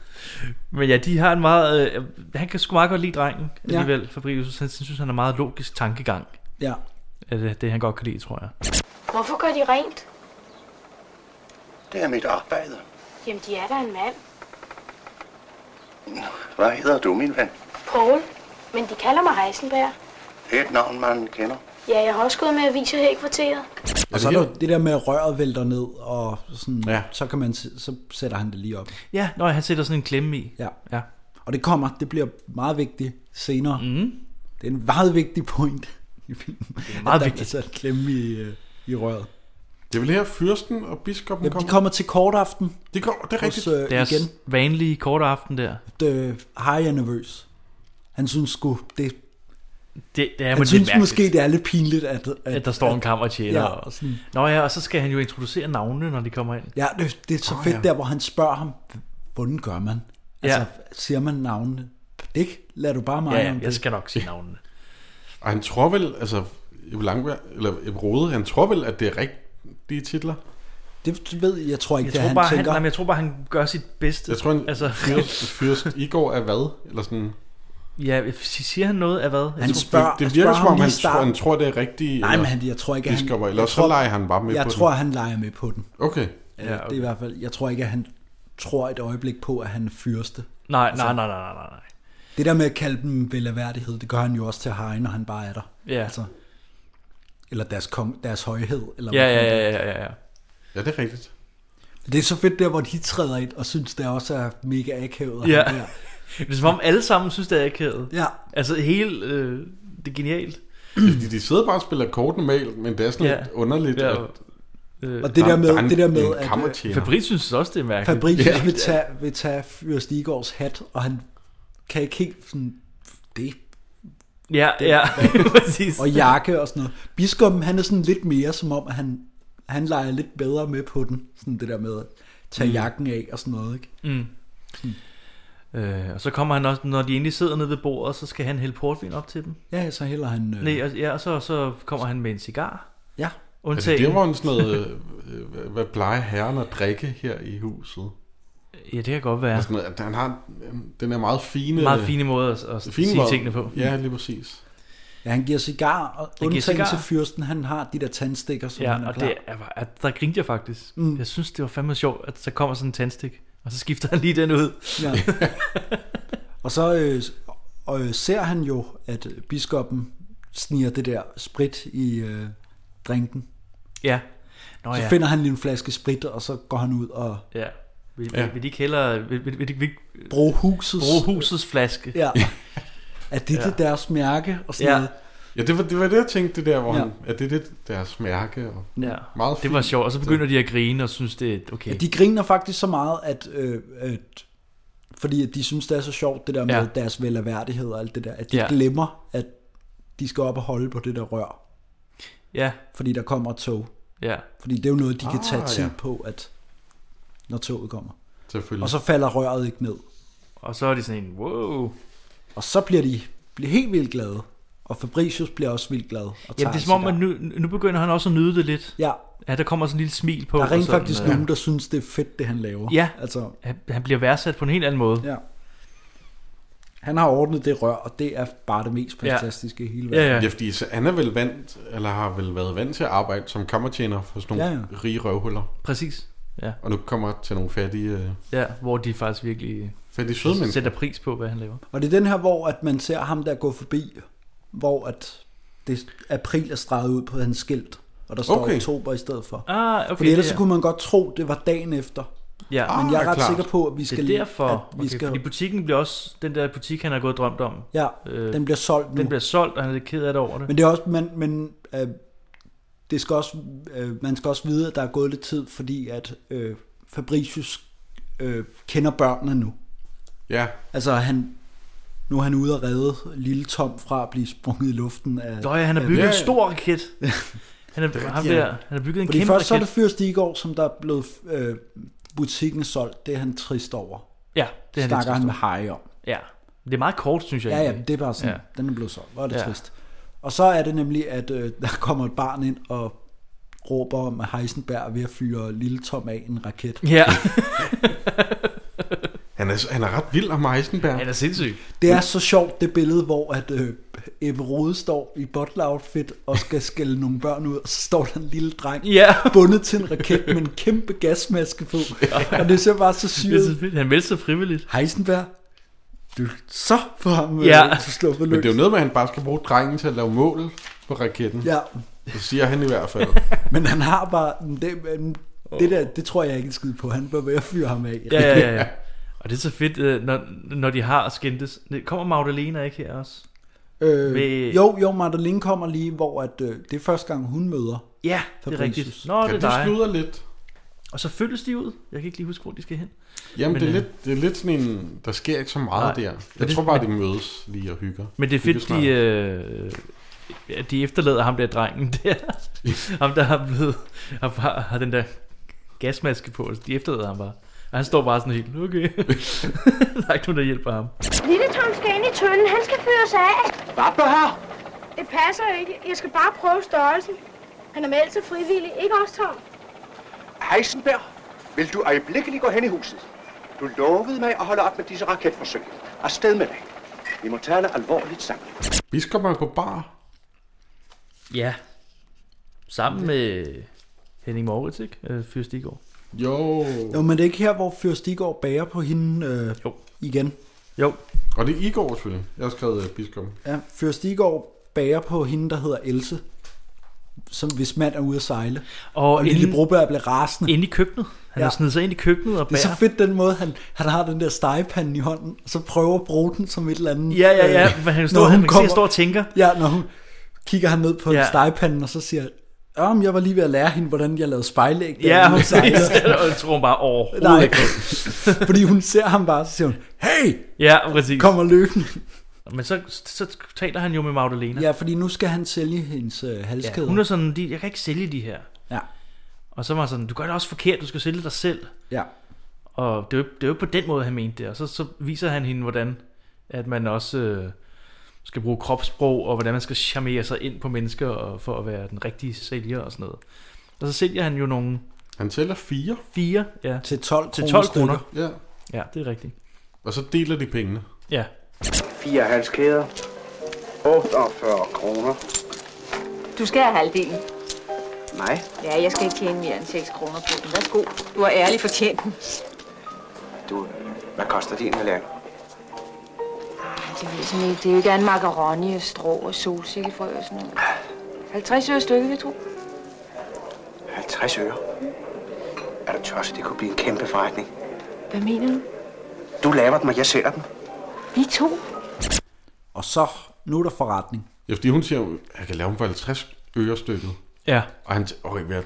[SPEAKER 4] Men ja, de har en meget... Øh, han kan sgu meget godt lide drengen
[SPEAKER 3] Ja.
[SPEAKER 4] alligevel, ja. Fabricius. Han synes, han har meget logisk tankegang.
[SPEAKER 3] Ja.
[SPEAKER 4] Er det, det, han godt kan lide, tror jeg.
[SPEAKER 14] Hvorfor gør de rent?
[SPEAKER 13] Det er mit arbejde.
[SPEAKER 14] Jamen, de er der en mand.
[SPEAKER 13] Hvad hedder du, min ven?
[SPEAKER 14] Paul. Men de kalder mig Heisenberg.
[SPEAKER 13] Et navn, man kender.
[SPEAKER 14] Ja, jeg har også gået med aviser her i kvarteret.
[SPEAKER 3] Og så er der jo det der med, at røret vælter ned, og sådan, ja. så, kan man, s- så sætter han det lige op.
[SPEAKER 4] Ja, når han sætter sådan en klemme i.
[SPEAKER 3] Ja.
[SPEAKER 4] ja.
[SPEAKER 3] Og det kommer, det bliver meget vigtigt senere.
[SPEAKER 4] Mm.
[SPEAKER 3] Det er en meget vigtig point i filmen. Det
[SPEAKER 4] er meget
[SPEAKER 3] at der
[SPEAKER 4] vigtigt.
[SPEAKER 3] er sat klemme i, øh, i røret.
[SPEAKER 2] Det er vel her, fyrsten og biskoppen
[SPEAKER 3] Jamen,
[SPEAKER 2] kommer?
[SPEAKER 3] de kommer til kortaften.
[SPEAKER 2] Det, går, det er rigtigt.
[SPEAKER 3] Hos, øh,
[SPEAKER 4] Deres
[SPEAKER 3] igen,
[SPEAKER 4] igen. vanlige korte aften der.
[SPEAKER 3] øh, Harry er nervøs. Han synes sgu, det,
[SPEAKER 4] Det, det er
[SPEAKER 3] han
[SPEAKER 4] man
[SPEAKER 3] synes
[SPEAKER 4] lidt
[SPEAKER 3] måske,
[SPEAKER 4] måske,
[SPEAKER 3] det er lidt pinligt, at, at,
[SPEAKER 4] at der står en kammertjener.
[SPEAKER 3] Ja,
[SPEAKER 4] Ja.
[SPEAKER 3] og
[SPEAKER 4] Og
[SPEAKER 3] sådan.
[SPEAKER 4] Nå ja, og så skal han jo introducere navnene, når de kommer ind.
[SPEAKER 3] Ja, det, det er så
[SPEAKER 4] Åh,
[SPEAKER 3] fedt
[SPEAKER 4] ja.
[SPEAKER 3] der, hvor han spørger ham, hvordan gør man?
[SPEAKER 4] Ja.
[SPEAKER 3] Altså, siger man navnene? Ikke? Lad du bare mig
[SPEAKER 4] Ja,
[SPEAKER 3] om
[SPEAKER 4] jeg
[SPEAKER 3] det.
[SPEAKER 4] skal nok sige navnene.
[SPEAKER 2] Og han tror vel, altså, Ebbe Langberg, eller Ebbe Rode, han tror vel, at det er rigtige titler.
[SPEAKER 3] Det ved jeg, jeg tror ikke,
[SPEAKER 4] Jeg
[SPEAKER 3] det er,
[SPEAKER 4] tror,
[SPEAKER 3] han
[SPEAKER 4] bare, han,
[SPEAKER 3] tænker.
[SPEAKER 4] nej, men jeg tror bare, han gør sit bedste.
[SPEAKER 2] Jeg tror, han altså.
[SPEAKER 4] altså,
[SPEAKER 2] fyrst, fyrst Igor er hvad? Eller sådan.
[SPEAKER 4] ja, siger han noget af hvad? Jeg
[SPEAKER 3] Han
[SPEAKER 4] tror-
[SPEAKER 3] spørger,
[SPEAKER 2] det
[SPEAKER 3] han
[SPEAKER 2] virker
[SPEAKER 3] spørger
[SPEAKER 2] som
[SPEAKER 3] ham
[SPEAKER 2] om,
[SPEAKER 3] lige
[SPEAKER 2] han,
[SPEAKER 3] i starten.
[SPEAKER 2] tror, han tror, det er rigtigt.
[SPEAKER 3] Nej, men han, jeg tror ikke, at han...
[SPEAKER 2] biskopper,
[SPEAKER 3] jeg
[SPEAKER 2] eller også
[SPEAKER 3] tror-
[SPEAKER 2] så leger han bare med
[SPEAKER 3] Jeg
[SPEAKER 2] på
[SPEAKER 3] tror,
[SPEAKER 2] den.
[SPEAKER 3] han leger med på den.
[SPEAKER 2] Okay.
[SPEAKER 3] Ja, okay.
[SPEAKER 4] okay.
[SPEAKER 3] Det er i hvert fald, jeg tror ikke, at han tror et øjeblik på, at han er fyrste.
[SPEAKER 4] Nej, nej, nej, nej, nej, nej.
[SPEAKER 3] Det der med at kalde dem velaværdighed, det gør han jo også til Harry, når han bare er der.
[SPEAKER 4] Ja.
[SPEAKER 3] Altså, eller deres, kong, deres højhed. Eller
[SPEAKER 4] Ja,
[SPEAKER 3] hvad
[SPEAKER 4] ja,
[SPEAKER 3] fanden
[SPEAKER 4] ja,
[SPEAKER 3] det er.
[SPEAKER 4] ja, ja, ja.
[SPEAKER 2] Ja, det er rigtigt.
[SPEAKER 3] Det er så fedt der, hvor de træder ind og synes, det også er mega akavet. og
[SPEAKER 4] Ja.
[SPEAKER 3] ham der.
[SPEAKER 4] Det er som om alle sammen synes, det er akavet.
[SPEAKER 3] Ja.
[SPEAKER 4] Altså hele, øh, det er genialt.
[SPEAKER 2] Fordi de sidder bare og spiller kort normalt, men det er sådan
[SPEAKER 4] Ja.
[SPEAKER 2] lidt underligt.
[SPEAKER 4] Ja,
[SPEAKER 2] At,
[SPEAKER 4] og- øh,
[SPEAKER 3] Og det der med-
[SPEAKER 2] er en-
[SPEAKER 3] det der med,
[SPEAKER 2] en
[SPEAKER 3] at, øh,
[SPEAKER 2] kammertjener.
[SPEAKER 4] Fabrice synes også, det er mærkeligt.
[SPEAKER 3] Fabricius
[SPEAKER 4] Ja.
[SPEAKER 3] vil tage, vil tage Fyrst Igårds hat, og han kan ikke helt sådan, det
[SPEAKER 4] Ja,
[SPEAKER 3] det-
[SPEAKER 4] ja, præcis.
[SPEAKER 3] og jakke og sådan noget. Biskoppen, han er sådan lidt mere som om, at han, han leger lidt bedre med på den. Sådan det der med at tage
[SPEAKER 4] Mm.
[SPEAKER 3] mm. jakken af og sådan noget, ikke?
[SPEAKER 4] Mm. Øh, og så kommer han også, når de egentlig sidder nede ved bordet, så skal han hælde portvin op til dem.
[SPEAKER 3] Ja, så hælder han... Øh,
[SPEAKER 4] Nej, og, ja, og så, så kommer han med en cigar.
[SPEAKER 3] Ja.
[SPEAKER 2] altså,
[SPEAKER 4] Undtagen.
[SPEAKER 2] det var en sådan noget, øh, hvad- hvad plejer herren at drikke her i huset?
[SPEAKER 4] Ja, det kan godt være.
[SPEAKER 2] Altså, noget, at han har den er meget fine...
[SPEAKER 4] Meget fine måde at- at sige
[SPEAKER 2] måde.
[SPEAKER 4] tingene på.
[SPEAKER 2] Ja, lige præcis.
[SPEAKER 3] Ja, han giver cigar, og
[SPEAKER 4] giver
[SPEAKER 3] undtagen
[SPEAKER 4] cigar.
[SPEAKER 3] til fyrsten, han har de der tandstikker, som han
[SPEAKER 4] Ja,
[SPEAKER 3] er
[SPEAKER 4] og
[SPEAKER 3] klar.
[SPEAKER 4] det er, bare- at der grinte jeg faktisk.
[SPEAKER 3] Mm.
[SPEAKER 4] Mm. Jeg synes, det var fandme sjovt, at så kommer sådan en tandstik, og så skifter han lige den ud.
[SPEAKER 3] Ja. og så øh, og, øh, ser han jo, at biskoppen sniger det der sprit i øh, drinken.
[SPEAKER 4] ja. Nå,
[SPEAKER 3] så
[SPEAKER 4] ja.
[SPEAKER 3] finder han lige en flaske sprit, og så går han ud og
[SPEAKER 4] Ja. Vil,
[SPEAKER 3] Ja.
[SPEAKER 4] ja. vil de ikke hellere... Vil, vil, vil de, vil,
[SPEAKER 3] bruger husets...
[SPEAKER 4] Bruger husets flaske.
[SPEAKER 3] Ja. Er det ja. det deres mærke? Og sådan
[SPEAKER 4] Ja.
[SPEAKER 3] noget.
[SPEAKER 2] Ja, det var, det var det, jeg tænkte, det der, hvor
[SPEAKER 3] Ja.
[SPEAKER 2] ja. han, at det er det, deres mærke. Og
[SPEAKER 4] Ja.
[SPEAKER 2] meget
[SPEAKER 4] det var
[SPEAKER 2] fint.
[SPEAKER 4] sjovt. Og så begynder de at grine og synes, det er okay.
[SPEAKER 3] Ja, de griner faktisk så meget, at, øh, at fordi at de synes, det er så sjovt, det der med
[SPEAKER 4] Ja.
[SPEAKER 3] ja. deres velaværdighed og alt det der, at de
[SPEAKER 4] Ja.
[SPEAKER 3] ja. glemmer, at de skal op og holde på det der rør.
[SPEAKER 4] Ja.
[SPEAKER 3] Fordi der kommer et tog.
[SPEAKER 4] Ja.
[SPEAKER 3] Fordi det er jo noget, de kan
[SPEAKER 4] Ah,
[SPEAKER 3] tage tid
[SPEAKER 4] ja. Mm.
[SPEAKER 3] på, at når toget kommer.
[SPEAKER 2] Selvfølgelig.
[SPEAKER 3] Og så falder røret ikke ned.
[SPEAKER 4] Og så er de sådan en, wow.
[SPEAKER 3] Og så bliver de bliver helt vildt glade. Og Fabricius bliver også vildt glad. Og tager
[SPEAKER 4] Jamen, det er
[SPEAKER 3] en
[SPEAKER 4] som om,
[SPEAKER 3] cigar.
[SPEAKER 4] at nu, nu begynder han også at nyde det lidt.
[SPEAKER 3] Ja.
[SPEAKER 4] Ja, der kommer sådan en lille smil på.
[SPEAKER 3] Der er rent
[SPEAKER 4] og sådan,
[SPEAKER 3] faktisk
[SPEAKER 4] øh,
[SPEAKER 3] nogen, der synes, det er fedt, det han laver.
[SPEAKER 4] Ja,
[SPEAKER 3] altså,
[SPEAKER 4] han, han bliver værdsat på en helt anden måde.
[SPEAKER 3] Ja. Han har ordnet det rør, og det er bare det mest fantastiske i hele verden.
[SPEAKER 2] Ja, ja. ja fordi så Anna er vel vant, eller har vel været vant til at arbejde som kammertjener for sådan nogle
[SPEAKER 3] Ja,
[SPEAKER 2] ja, ja. rige røvhuller.
[SPEAKER 4] Præcis. Ja.
[SPEAKER 2] Og nu kommer til nogle fattige... Øh,
[SPEAKER 4] Ja, hvor de faktisk virkelig
[SPEAKER 2] Fattige søde mennesker.
[SPEAKER 4] sætter pris på, hvad han laver.
[SPEAKER 3] Og det er den her, hvor at man ser ham der gå forbi, hvor at det april er streget ud på hans skilt, og der står
[SPEAKER 4] Okay.
[SPEAKER 3] okay. oktober i stedet for.
[SPEAKER 4] Ah, okay,
[SPEAKER 3] Fordi ellers
[SPEAKER 4] det
[SPEAKER 3] så Ah,
[SPEAKER 4] er-
[SPEAKER 3] kunne man godt tro, det var dagen efter.
[SPEAKER 4] Ah, Ja.
[SPEAKER 3] Men jeg er ret sikker på, at vi skal...
[SPEAKER 4] Det er derfor,
[SPEAKER 3] At vi
[SPEAKER 4] okay,
[SPEAKER 3] skal,
[SPEAKER 4] fordi butikken bliver også, den der butik, han har gået og drømt om.
[SPEAKER 3] Ja, den bliver solgt nu.
[SPEAKER 4] Øh, Den bliver solgt, og han er lidt ked af det over det.
[SPEAKER 3] Mm. Men det er også, men, men øh, det skal også, øh, man skal også vide, at der er gået lidt tid, fordi at øh, Fabricius øh, kender børnene nu.
[SPEAKER 2] Ja.
[SPEAKER 3] Altså han, nu er han ude at redde lille Tom fra at blive sprunget i luften af...
[SPEAKER 4] Nå ja, han har
[SPEAKER 3] af-
[SPEAKER 4] bygget en stor raket. Han er, ham
[SPEAKER 3] Ja.
[SPEAKER 4] der, han har bygget en
[SPEAKER 3] Fordi
[SPEAKER 4] kæmpe
[SPEAKER 3] først så er
[SPEAKER 4] raket.
[SPEAKER 3] det Fyr Stigård, som der er blevet øh, butikken solgt. Det er han trist over.
[SPEAKER 4] Ja, det er han lidt
[SPEAKER 3] Snakker
[SPEAKER 4] trist
[SPEAKER 3] han med
[SPEAKER 4] over.
[SPEAKER 3] Harry om.
[SPEAKER 4] Ja. Det er meget kort, synes jeg.
[SPEAKER 3] Ja, ja,
[SPEAKER 4] egentlig.
[SPEAKER 3] det er bare sådan,
[SPEAKER 4] Ja.
[SPEAKER 3] ja. den er blevet solgt. Hvor er det
[SPEAKER 4] Ja.
[SPEAKER 3] ja. trist. Og så er det nemlig, at øh, der kommer et barn ind og råber om, at Heisenberg er ved at fyre lille Tom af en raket.
[SPEAKER 4] Ja.
[SPEAKER 2] han, er, han er ret vild om Heisenberg.
[SPEAKER 4] Han er sindssyg.
[SPEAKER 3] Det er så sjovt, det billede, hvor at øh, Ebbe Rode står i butler-outfit og skal skælde nogle børn ud, og så står der en lille dreng
[SPEAKER 4] Ja.
[SPEAKER 3] bundet til en raket med en kæmpe gasmaske på. Og det ser bare så syret.
[SPEAKER 4] Det er så fedt. Han meldte sig frivilligt.
[SPEAKER 3] Heisenberg, du så for ham
[SPEAKER 2] Ja.
[SPEAKER 3] ja. øh, sluppet
[SPEAKER 2] Men det
[SPEAKER 3] løs.
[SPEAKER 2] er jo noget med, at han bare skal bruge drengen til at lave mål på raketten.
[SPEAKER 3] Ja.
[SPEAKER 2] Det siger han i hvert fald.
[SPEAKER 3] Men han har bare... Det, men det der, det tror jeg ikke en skid på. Han bør være ved at fyre ham af.
[SPEAKER 4] Ja, ja, ja. Og det er så fedt, øh, når, når de har skændtes. Kommer Magdalena ikke her også?
[SPEAKER 3] Øh,
[SPEAKER 4] Ved-
[SPEAKER 3] Jo, jo, Madeline kommer lige, hvor at, øh, det er første gang, hun møder
[SPEAKER 4] Ja, det er
[SPEAKER 3] Fabricius.
[SPEAKER 4] rigtigt. Nå, det er dig.
[SPEAKER 2] lidt.
[SPEAKER 4] Og så følges de ud. Jeg kan ikke lige huske, hvor de skal hen.
[SPEAKER 2] Jamen,
[SPEAKER 4] Men,
[SPEAKER 2] det, er
[SPEAKER 4] øh,
[SPEAKER 2] lidt, det er lidt sådan en... Der sker ikke så meget
[SPEAKER 4] Nej.
[SPEAKER 2] Nej, der.
[SPEAKER 4] Men
[SPEAKER 2] Jeg
[SPEAKER 4] det-
[SPEAKER 2] tror bare,
[SPEAKER 4] men-
[SPEAKER 2] de mødes lige og hygger.
[SPEAKER 4] Men det er fedt, de,
[SPEAKER 2] Hyggesnak.
[SPEAKER 4] øh, at de efterlader ham der drengen der. ham der har blevet, har, bare, har den der gasmaske på. Altså, de efterlader ham bare. Og han står bare sådan helt, okay. der er ikke nogen, der hjælper ham.
[SPEAKER 14] Lille Tom skal ind i tønden. Han skal fyres af.
[SPEAKER 12] Hvad på her?
[SPEAKER 14] Det passer ikke. Jeg skal bare prøve størrelsen. Han er meldt sig frivillig. Ikke også, Tom?
[SPEAKER 13] Heisenberg, vil du øjeblikkeligt gå hen i huset? Du lovede mig at holde op med disse raketforsøg. Afsted med dig. Vi må tale alvorligt sammen.
[SPEAKER 4] øh-
[SPEAKER 2] Biskop er på bar.
[SPEAKER 4] Ja. Sammen med Henning Moritz, ikke? Øh, Fyr Stigård.
[SPEAKER 2] Jo.
[SPEAKER 3] Jo, men det er ikke her, hvor Fyr Stigård bærer på hende øh,
[SPEAKER 4] jo.
[SPEAKER 3] igen.
[SPEAKER 4] Jo.
[SPEAKER 2] Og det er Igor, selvfølgelig. Jeg har skrevet øh, biskop.
[SPEAKER 3] Ja, Fyr Stigård bærer på hende, der hedder Else, som hvis mand er ude at sejle.
[SPEAKER 4] Og
[SPEAKER 3] og Lille
[SPEAKER 4] inden-
[SPEAKER 3] Broberg bliver rasende.
[SPEAKER 4] Inde i køkkenet. Han har snedet sig ind i køkkenet og
[SPEAKER 3] Det er så
[SPEAKER 4] bærer.
[SPEAKER 3] fedt den måde, han, han har den der stegepande i hånden, og så prøver at bruge den som et eller andet.
[SPEAKER 4] Ja, ja, ja,
[SPEAKER 3] øh,
[SPEAKER 4] men han
[SPEAKER 3] når
[SPEAKER 4] står-
[SPEAKER 3] hun
[SPEAKER 4] han kan se,
[SPEAKER 3] kommer-
[SPEAKER 4] han står og tænker.
[SPEAKER 3] Ja, når hun kigger han ned på
[SPEAKER 4] Ja.
[SPEAKER 3] ja. stegepanden, og så siger Ja, men jeg var lige ved at lære hende, hvordan jeg lavede spejlæg.
[SPEAKER 4] Ja,
[SPEAKER 3] derinde
[SPEAKER 4] hun
[SPEAKER 3] i sejlet."
[SPEAKER 4] ser, og jeg tror hun bare overhovedet
[SPEAKER 3] Nej,
[SPEAKER 4] ikke.
[SPEAKER 3] fordi hun ser ham bare, så siger hun, hey!
[SPEAKER 4] Ja, præcis.
[SPEAKER 3] Kommer løbende.
[SPEAKER 4] Men så, så taler han jo med Magdalena.
[SPEAKER 3] Ja, fordi nu skal han sælge hendes øh, halskæde.
[SPEAKER 4] Ja, hun er sådan, de, jeg kan ikke sælge de her.
[SPEAKER 3] Ja.
[SPEAKER 4] Og så var jeg sådan, du gør det også forkert, du skal sælge dig selv.
[SPEAKER 3] Ja.
[SPEAKER 4] Og det er jo, det er jo på den måde, han mente det. Og så, så viser han hende, hvordan at man også øh, skal bruge kropssprog, og hvordan man skal charmere sig ind på mennesker og, for at være den rigtige sælger og sådan noget. Og så sælger han jo nogle...
[SPEAKER 2] Han sælger fire.
[SPEAKER 4] Fire, ja.
[SPEAKER 3] Til 12
[SPEAKER 4] Til 12
[SPEAKER 2] kroner
[SPEAKER 4] kroner.
[SPEAKER 2] stykker. Ja.
[SPEAKER 4] Ja, det er rigtigt.
[SPEAKER 2] Og så deler de pengene.
[SPEAKER 4] Ja.
[SPEAKER 13] Fire halskæder. 48 kroner.
[SPEAKER 5] Du skal have halvdelen.
[SPEAKER 13] Nej.
[SPEAKER 5] Ja, jeg skal ikke tjene mere end 6 kroner på den. Værsgo. Du har ærligt fortjent den.
[SPEAKER 13] Du, øh, hvad koster din halvand?
[SPEAKER 5] Det ved jeg simpelthen ikke. Det er jo ikke andet macaroni og strå og solsikkefrø og sådan noget. 50 øre stykket, vil jeg tro.
[SPEAKER 13] 50 øre. Er du tosset? Det kunne blive en kæmpe forretning.
[SPEAKER 5] Hvad mener du?
[SPEAKER 13] Du laver dem, og jeg sælger dem.
[SPEAKER 5] Vi to?
[SPEAKER 3] Og så, nu er der forretning.
[SPEAKER 2] Ja, fordi hun siger jo, jeg kan lave dem for 50 øre stykket.
[SPEAKER 4] Ja.
[SPEAKER 2] Og han siger, okay, vi har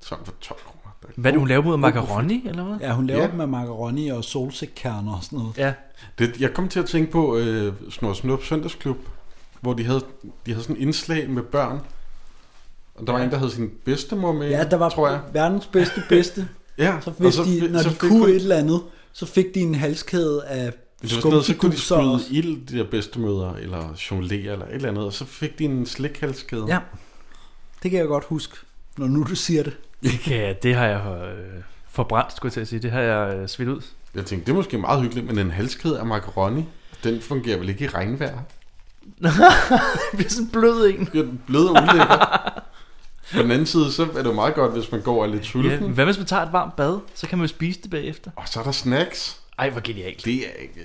[SPEAKER 2] sådan for 12 kroner.
[SPEAKER 4] Hvad er det, hun laver med macaroni, eller hvad?
[SPEAKER 3] Ja, hun laver ja. dem af macaroni og solsikkerner og sådan noget.
[SPEAKER 4] Ja.
[SPEAKER 2] Det, jeg kom til at tænke på øh, Snor Snup Søndagsklub, hvor de havde, de havde sådan en indslag med børn. Og der var
[SPEAKER 3] Ja.
[SPEAKER 2] en, der havde sin bedstemor med.
[SPEAKER 3] Ja, der var
[SPEAKER 2] tror jeg.
[SPEAKER 3] verdens bedste bedste.
[SPEAKER 2] Ja,
[SPEAKER 3] så
[SPEAKER 2] og
[SPEAKER 3] hvis
[SPEAKER 2] så
[SPEAKER 3] så,
[SPEAKER 2] fik-
[SPEAKER 3] de, når
[SPEAKER 2] så
[SPEAKER 3] så de
[SPEAKER 2] fik
[SPEAKER 3] kunne
[SPEAKER 2] hun-
[SPEAKER 3] et eller andet, så fik de en halskæde
[SPEAKER 2] Det
[SPEAKER 3] af
[SPEAKER 2] var sådan noget, så kunne de
[SPEAKER 3] skumfiguser
[SPEAKER 2] spyde
[SPEAKER 3] også.
[SPEAKER 2] ild, de der bedstemødre, eller jonglere, eller et eller andet, og så fik de en slikhalskæde.
[SPEAKER 3] Ja, det kan jeg godt huske, når nu du siger det.
[SPEAKER 4] Det, kan, jeg- det har jeg øh, forbrændt, skulle jeg til at sige. Det har jeg øh, svidt ud.
[SPEAKER 2] Jeg tænkte, det er måske meget hyggeligt, men en halskæde af macaroni, den fungerer vel ikke i regnvejr?
[SPEAKER 4] Det bliver sådan en blød en.
[SPEAKER 2] Bliver den blød og ulækker? På den anden side, så er det jo meget godt, hvis man går og er lidt sulten.
[SPEAKER 4] Ja, hvad hvis man tager et varmt bad? Så kan man jo spise det bagefter.
[SPEAKER 2] Og så er der snacks.
[SPEAKER 4] Ej, hvor genialt.
[SPEAKER 2] Det er ikke,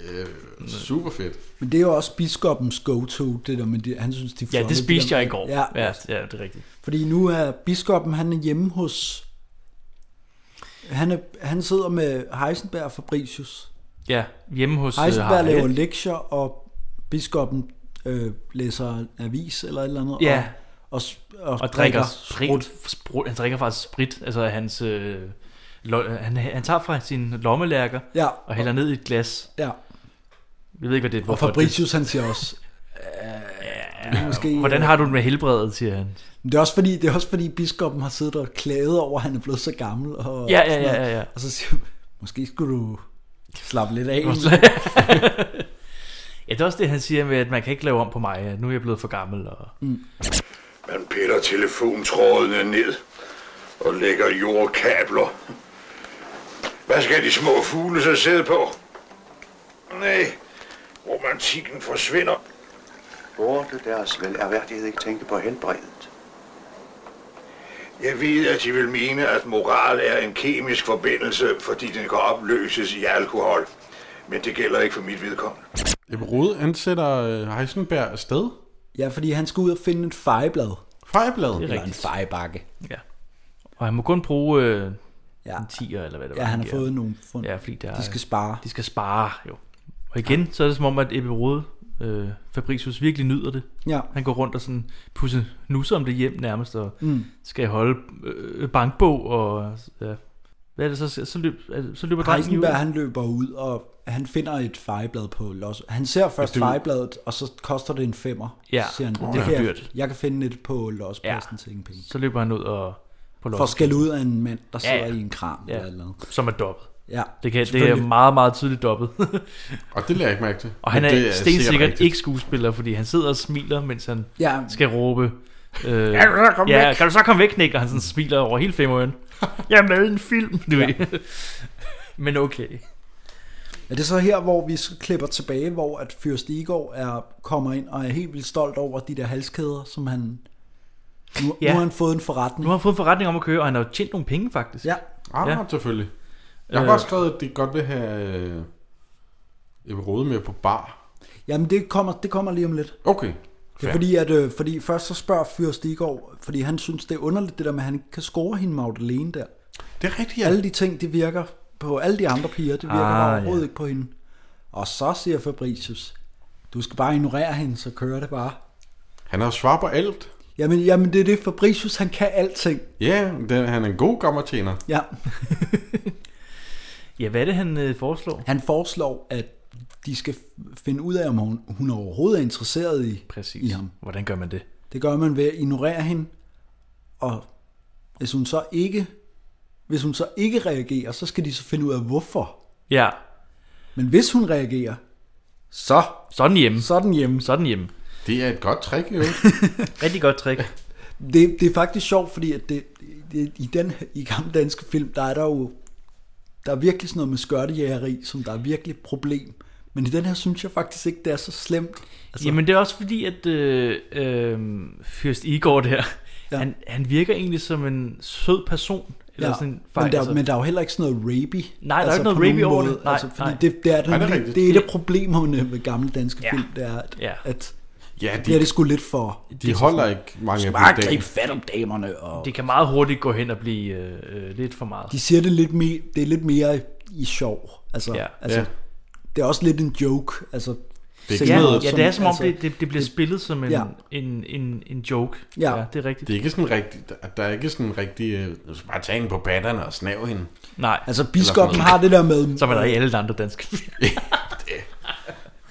[SPEAKER 2] øh, super fedt.
[SPEAKER 3] Men det er jo også biskoppens go-to, det der med, de, han synes, de er
[SPEAKER 4] Ja,
[SPEAKER 3] flotte,
[SPEAKER 4] det spiste
[SPEAKER 3] der
[SPEAKER 4] jeg i
[SPEAKER 3] med-
[SPEAKER 4] går.
[SPEAKER 3] Ja,
[SPEAKER 4] ja, ja det er rigtigt.
[SPEAKER 3] Fordi nu er biskoppen, han er hjemme hos... Han, er, han sidder med Heisenberg og Fabricius.
[SPEAKER 4] Ja, hjemme hos øh,
[SPEAKER 3] Heisenberg
[SPEAKER 4] Harald.
[SPEAKER 3] laver lektier, og biskoppen øh, læser avis eller et eller andet.
[SPEAKER 4] Ja.
[SPEAKER 3] Og, og, og,
[SPEAKER 4] og drikker sprit. sprit. Han drikker faktisk sprit, altså hans... Øh, lo- han, han tager fra sin lommelærker
[SPEAKER 3] Ja.
[SPEAKER 4] og hælder ned i et glas.
[SPEAKER 3] Ja.
[SPEAKER 4] Jeg ved ikke, hvad det er.
[SPEAKER 3] Og
[SPEAKER 4] hvorfor det-
[SPEAKER 3] Fabricius, han siger også... "Øh,
[SPEAKER 4] Ja,
[SPEAKER 3] måske-
[SPEAKER 4] hvordan har du det med helbredet, siger han.
[SPEAKER 3] Men det er, også fordi, det er også fordi, biskoppen har siddet og klaget over, at han er blevet så gammel. Og
[SPEAKER 4] Ja, ja,
[SPEAKER 3] sådan noget.
[SPEAKER 4] ja, ja, ja.
[SPEAKER 3] Og så siger hun, måske skulle du slappe lidt af.
[SPEAKER 4] ja, det er også det, han siger med, at man kan ikke lave om på mig. at Nu er jeg blevet for gammel. Og...
[SPEAKER 6] Man piller telefontrådene ned og lægger jordkabler. Hvad skal de små fugle så sidde på? Nej, romantikken forsvinder.
[SPEAKER 13] Burde deres vel erhverdighed ikke tænke på helbredet?
[SPEAKER 6] Jeg ved, at de vil mene, at moral er en kemisk forbindelse, fordi den kan opløses i alkohol. Men det gælder ikke for mit vedkommende.
[SPEAKER 2] Jeppe Rode ansætter øh, Heisenberg afsted.
[SPEAKER 3] Ja, fordi han skal ud og finde et fejeblad.
[SPEAKER 2] Fejeblad?
[SPEAKER 4] Det er
[SPEAKER 3] Eller en
[SPEAKER 4] rigtigt.
[SPEAKER 3] fejebakke.
[SPEAKER 4] Ja. Og han må kun bruge øh, ja. en 10'er, eller hvad det var.
[SPEAKER 3] Ja, han har
[SPEAKER 4] giver.
[SPEAKER 3] fået nogle fund.
[SPEAKER 4] Ja, fordi der,
[SPEAKER 3] De skal spare.
[SPEAKER 4] De skal spare, jo. Og igen, så er det som om, at Ebbe Rode, øh, Fabricius, virkelig nyder det.
[SPEAKER 3] Ja.
[SPEAKER 4] Han går rundt og sådan pusser nusser om det hjem nærmest, og
[SPEAKER 3] Mm.
[SPEAKER 4] mm. skal holde øh, bankbog, og ja. Hvad er det så? Så, løb, er det- så løber drengen ud.
[SPEAKER 3] Heisenberg, han løber ud, og han finder et fejeblad på Los. Han ser først
[SPEAKER 4] Ja, det-
[SPEAKER 3] fejebladet, og så koster det en femmer.
[SPEAKER 4] Ja,
[SPEAKER 3] Så siger han,
[SPEAKER 4] det er
[SPEAKER 3] "Det
[SPEAKER 4] for
[SPEAKER 3] kan
[SPEAKER 4] dyrt."
[SPEAKER 3] Jeg, jeg kan finde et på Lospladsen ja. til ingen penge.
[SPEAKER 4] Så løber han ud og... På
[SPEAKER 3] For
[SPEAKER 4] loftet.
[SPEAKER 3] at skælde ud af en mand, der sidder i en kram eller et eller andet.
[SPEAKER 4] Som er dobbet.
[SPEAKER 3] Ja,
[SPEAKER 4] det, kan, det er
[SPEAKER 3] selvfølgelig.
[SPEAKER 4] meget, meget tydeligt dobbet.
[SPEAKER 2] Og det lader jeg ikke mærke til.
[SPEAKER 4] Og han
[SPEAKER 2] Men det
[SPEAKER 4] er
[SPEAKER 2] er sikkert
[SPEAKER 4] stensikkert
[SPEAKER 2] rigtigt.
[SPEAKER 4] ikke skuespiller, fordi han sidder og smiler, mens han
[SPEAKER 3] Ja.
[SPEAKER 4] ja. skal råbe... Øh,
[SPEAKER 2] Ja, kan du så komme
[SPEAKER 4] ja,
[SPEAKER 2] væk?"
[SPEAKER 4] kan du så komme væk, Nick? Og han sådan smiler over hele femøren. Jeg er med i en film, du ja. ved. Men okay.
[SPEAKER 3] Er det så her, hvor vi så klipper tilbage, hvor at Fyrst Igor er, kommer ind og er helt vildt stolt over de der halskæder, som han... Nu, ja. nu har han fået en forretning.
[SPEAKER 4] Nu har han fået en forretning om at køre, og han har jo tjent nogle penge, faktisk.
[SPEAKER 3] Ja.
[SPEAKER 2] Ah, ja. selvfølgelig. Jeg har
[SPEAKER 4] Øh.
[SPEAKER 2] øh... også skrevet, at de godt vil have øh, Jeppe Rode med på bar.
[SPEAKER 3] Jamen, det kommer, det kommer lige om lidt.
[SPEAKER 2] Okay.
[SPEAKER 3] Det
[SPEAKER 2] Fair.
[SPEAKER 3] er fordi, at, øh, fordi først så spørger Fyrst Igor, fordi han synes, det er underligt, det der med, at han ikke kan score hende Magdalene der.
[SPEAKER 2] Det er rigtigt,
[SPEAKER 3] ja. Alle de ting, det virker på alle de andre piger, det virker
[SPEAKER 4] Ah,
[SPEAKER 3] ah, overhovedet
[SPEAKER 4] ja.
[SPEAKER 3] ja. ikke på hende. Og så siger Fabricius, du skal bare ignorere hende, så kører det bare.
[SPEAKER 2] Han har svar på alt.
[SPEAKER 3] Jamen, jamen det er det, Fabricius, han kan alting.
[SPEAKER 2] Ja, den, han er en god gammertjener.
[SPEAKER 3] Ja.
[SPEAKER 4] Ja, hvad er det, han øh, foreslår?
[SPEAKER 3] Han foreslår, at de skal f- finde ud af, om hun, hun overhovedet er interesseret i,
[SPEAKER 4] Præcis.
[SPEAKER 3] i ham.
[SPEAKER 4] Hvordan gør man det?
[SPEAKER 3] Det gør man ved at ignorere hende, og hvis hun så ikke, hvis hun så ikke reagerer, så skal de så finde ud af, hvorfor.
[SPEAKER 4] Ja,
[SPEAKER 3] Men hvis hun reagerer, så...
[SPEAKER 4] Sådan hjemme.
[SPEAKER 3] Sådan hjemme.
[SPEAKER 4] Sådan hjemme.
[SPEAKER 2] Det er et godt trick, jo.
[SPEAKER 4] rigtig godt trick.
[SPEAKER 3] Det, det er faktisk sjovt, fordi at det, det, i den i gamle danske film, der er der jo der er virkelig sådan noget med skørtejægeri, som der er virkelig et problem. Men i den her synes jeg faktisk ikke, det er så slemt.
[SPEAKER 4] Altså. Jamen det er også fordi, at øh, øh, Fyrst Igor der, ja. han, han virker egentlig som en sød person. Eller ja, sådan, en-
[SPEAKER 3] men, der,
[SPEAKER 4] altså-
[SPEAKER 3] men der er jo heller ikke sådan noget rapey.
[SPEAKER 4] der er ikke noget
[SPEAKER 3] på nogen
[SPEAKER 4] rapey over
[SPEAKER 3] måde. Altså,
[SPEAKER 4] det. Nej,
[SPEAKER 3] fordi
[SPEAKER 4] nej.
[SPEAKER 3] Det, det, er, den,
[SPEAKER 4] Nej, det er
[SPEAKER 3] det,
[SPEAKER 4] rigtigt.
[SPEAKER 3] det, er et af problemerne med gamle danske
[SPEAKER 4] Ja.
[SPEAKER 3] film, det er, at,
[SPEAKER 4] Ja.
[SPEAKER 3] at
[SPEAKER 2] Ja, de-
[SPEAKER 3] det er det sgu lidt for...
[SPEAKER 2] De holder ikke mange af
[SPEAKER 3] Smak,
[SPEAKER 2] dem i dag.
[SPEAKER 3] grib fat om damerne. Og...
[SPEAKER 4] Det kan meget hurtigt gå hen og blive øh, øh, lidt for meget.
[SPEAKER 3] De siger det lidt mere, det er lidt mere i sjov. Altså,
[SPEAKER 4] Ja.
[SPEAKER 3] altså
[SPEAKER 4] Ja.
[SPEAKER 3] det er også lidt en joke. Altså,
[SPEAKER 2] Det er
[SPEAKER 4] ja,
[SPEAKER 2] ikke noget-
[SPEAKER 4] ja, det er som om,
[SPEAKER 2] Altså,
[SPEAKER 4] det, det, det bliver spillet som en,
[SPEAKER 2] Ja.
[SPEAKER 4] ja. en, en, en joke. det er rigtigt.
[SPEAKER 2] Det er ikke sådan rigtigt, at der er ikke sådan rigtig, øh, du skal bare tage hende på patterne og snav hende.
[SPEAKER 4] Nej.
[SPEAKER 3] Altså, biskoppen har det der med... øh,
[SPEAKER 4] Som er der i alle de andre danske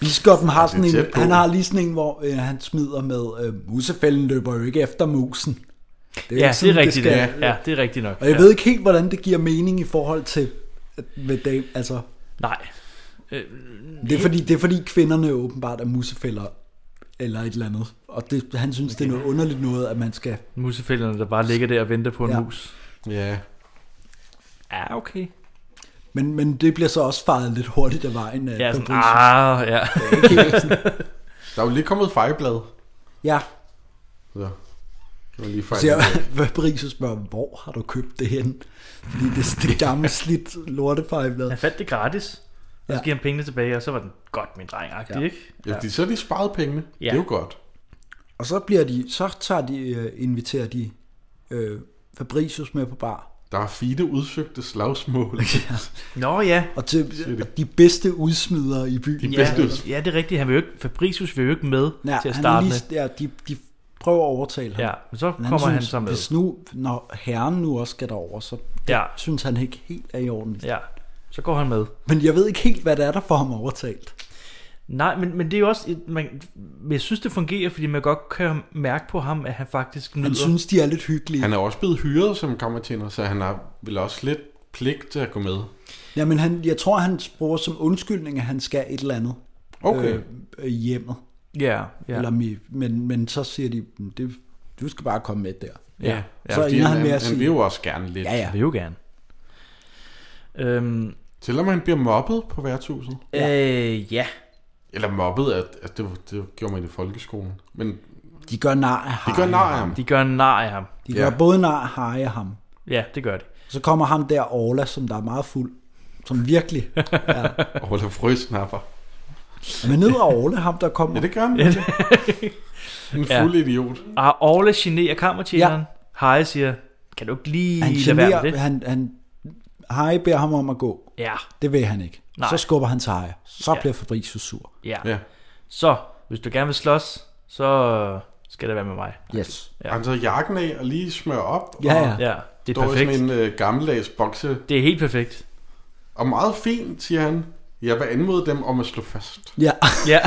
[SPEAKER 3] Biskoppen har sådan
[SPEAKER 4] Det er
[SPEAKER 3] en,
[SPEAKER 4] tæt på.
[SPEAKER 3] han har lige sådan en, hvor øh, han smider med, øh, musefælden løber jo ikke efter musen. jo
[SPEAKER 4] Ja,
[SPEAKER 3] ikke sådan,
[SPEAKER 4] det er rigtigt. Ja, ja, det er rigtigt nok.
[SPEAKER 3] Og jeg
[SPEAKER 4] Ja.
[SPEAKER 3] ved ikke helt, hvordan det giver mening i forhold til, at med dame, altså...
[SPEAKER 4] Nej. Øh,
[SPEAKER 3] Det er, fordi, det er fordi kvinderne jo åbenbart er musefælder eller et eller andet. Og det, han synes, det er noget underligt noget, at man skal...
[SPEAKER 4] Musefælderne, der bare ligger der og venter på en
[SPEAKER 3] Ja.
[SPEAKER 4] ja. mus.
[SPEAKER 2] Ja.
[SPEAKER 4] Ja, okay.
[SPEAKER 3] Men, men det bliver så også faret lidt hurtigt af vejen. øh, af
[SPEAKER 4] Ja, sådan,
[SPEAKER 3] Fabricius.
[SPEAKER 4] ah, ja.
[SPEAKER 3] Det er ikke helt sådan-
[SPEAKER 2] Der er jo lige kommet fejblad.
[SPEAKER 3] Ja.
[SPEAKER 2] Så. Det var lige
[SPEAKER 3] Så jeg,
[SPEAKER 2] fejl.
[SPEAKER 3] Fabricius spørger, hvor har du købt det henne? Fordi det er det gamle slidt lortefejblad.
[SPEAKER 4] Han fandt det gratis. Og
[SPEAKER 3] Ja.
[SPEAKER 4] så giver han pengene tilbage, og så var den godt, min dreng. Ja.
[SPEAKER 3] Ja.
[SPEAKER 4] Ikke?
[SPEAKER 2] Ja, de, så har de sparet pengene. Ja. Det er jo godt.
[SPEAKER 3] Og så bliver de, så tager de, øh, inviterer de øh, Fabricius med på bar.
[SPEAKER 2] Der er fine udsøgte slagsmål.
[SPEAKER 3] ja.
[SPEAKER 4] Nå ja.
[SPEAKER 3] Og til og de bedste udsmidere i byen.
[SPEAKER 4] Ja, ja, det er rigtigt. Han vil jo ikke, Fabricius vil jo ikke med
[SPEAKER 3] Ja,
[SPEAKER 4] til at
[SPEAKER 3] han er
[SPEAKER 4] starte
[SPEAKER 3] lige,
[SPEAKER 4] med.
[SPEAKER 3] Ja, de, de prøver at overtale ham.
[SPEAKER 4] Ja, men så
[SPEAKER 3] Men
[SPEAKER 4] kommer han
[SPEAKER 3] synes,
[SPEAKER 4] så med.
[SPEAKER 3] Hvis nu, når herren nu også skal derover, så det ja.
[SPEAKER 4] Ja.
[SPEAKER 3] synes han ikke helt er i orden.
[SPEAKER 4] Ja, så går han med.
[SPEAKER 3] Men jeg ved ikke helt, hvad det er, der får ham overtalt.
[SPEAKER 4] Nej, men, men det er jo også... et- Man, men jeg synes, det fungerer, fordi man godt kan mærke på ham, at han faktisk nyder...
[SPEAKER 3] de er lidt hyggelige.
[SPEAKER 2] Han er også blevet hyret som kammertjener, så han har vel også lidt pligt til at gå med.
[SPEAKER 3] Jamen, han, jeg tror, han bruger som undskyldning, at han skal et eller andet
[SPEAKER 2] Okay.
[SPEAKER 3] øh, øh, i hjemmet.
[SPEAKER 4] Ja, ja.
[SPEAKER 3] Eller, mi- men, men så siger de, "Men det, du skal bare komme med der.
[SPEAKER 4] Ja, ja,
[SPEAKER 3] så
[SPEAKER 4] fordi
[SPEAKER 3] ender han
[SPEAKER 2] han-
[SPEAKER 3] med at
[SPEAKER 2] han
[SPEAKER 3] sige,
[SPEAKER 2] vil jo også gerne lidt.
[SPEAKER 3] Ja, ja.
[SPEAKER 4] Han vil jo gerne. Øhm,
[SPEAKER 2] Selvom han bliver mobbet på værtshuset.
[SPEAKER 4] Øh, ja.
[SPEAKER 2] Eller mobbet, at, at det, det gjorde man i folkeskolen. Men
[SPEAKER 3] de gør nar af
[SPEAKER 2] De gør nar af ham.
[SPEAKER 4] De gør nar af ham.
[SPEAKER 3] De gør både nar og hej af ham.
[SPEAKER 4] Ja, det gør de.
[SPEAKER 3] Så kommer ham der, Orla, som der er meget fuld. Som virkelig. Ja.
[SPEAKER 2] Orla frøsnapper.
[SPEAKER 3] Er man ned og Orla, ham der kommer?
[SPEAKER 2] Ja, det gør han. en fuld idiot.
[SPEAKER 4] Og Ah, Orla generer kammertjeneren. Ja. Hej siger, kan du ikke lige
[SPEAKER 3] Han
[SPEAKER 4] lade være med
[SPEAKER 3] generer,
[SPEAKER 4] det?
[SPEAKER 3] han, han, Harry beder ham om at gå.
[SPEAKER 4] Ja.
[SPEAKER 3] Det vil han ikke. Nej.
[SPEAKER 4] Nej.
[SPEAKER 3] Så skubber han til Harry. Så ja. bliver Fabricius sur.
[SPEAKER 4] Ja.
[SPEAKER 2] Ja.
[SPEAKER 4] ja. Så, hvis du gerne vil slås, så skal det være med mig.
[SPEAKER 3] Yes.
[SPEAKER 2] Ja. Han tager jakken af og lige smører op.
[SPEAKER 4] Ja,
[SPEAKER 2] Og
[SPEAKER 4] ja. Ja, det er
[SPEAKER 2] står i
[SPEAKER 4] perfekt.
[SPEAKER 2] sådan en øh, gammeldags bokse.
[SPEAKER 4] Det er helt perfekt.
[SPEAKER 2] Og meget fint, siger han. Jeg vil anmode dem om at slå fast.
[SPEAKER 3] Ja.
[SPEAKER 4] ja.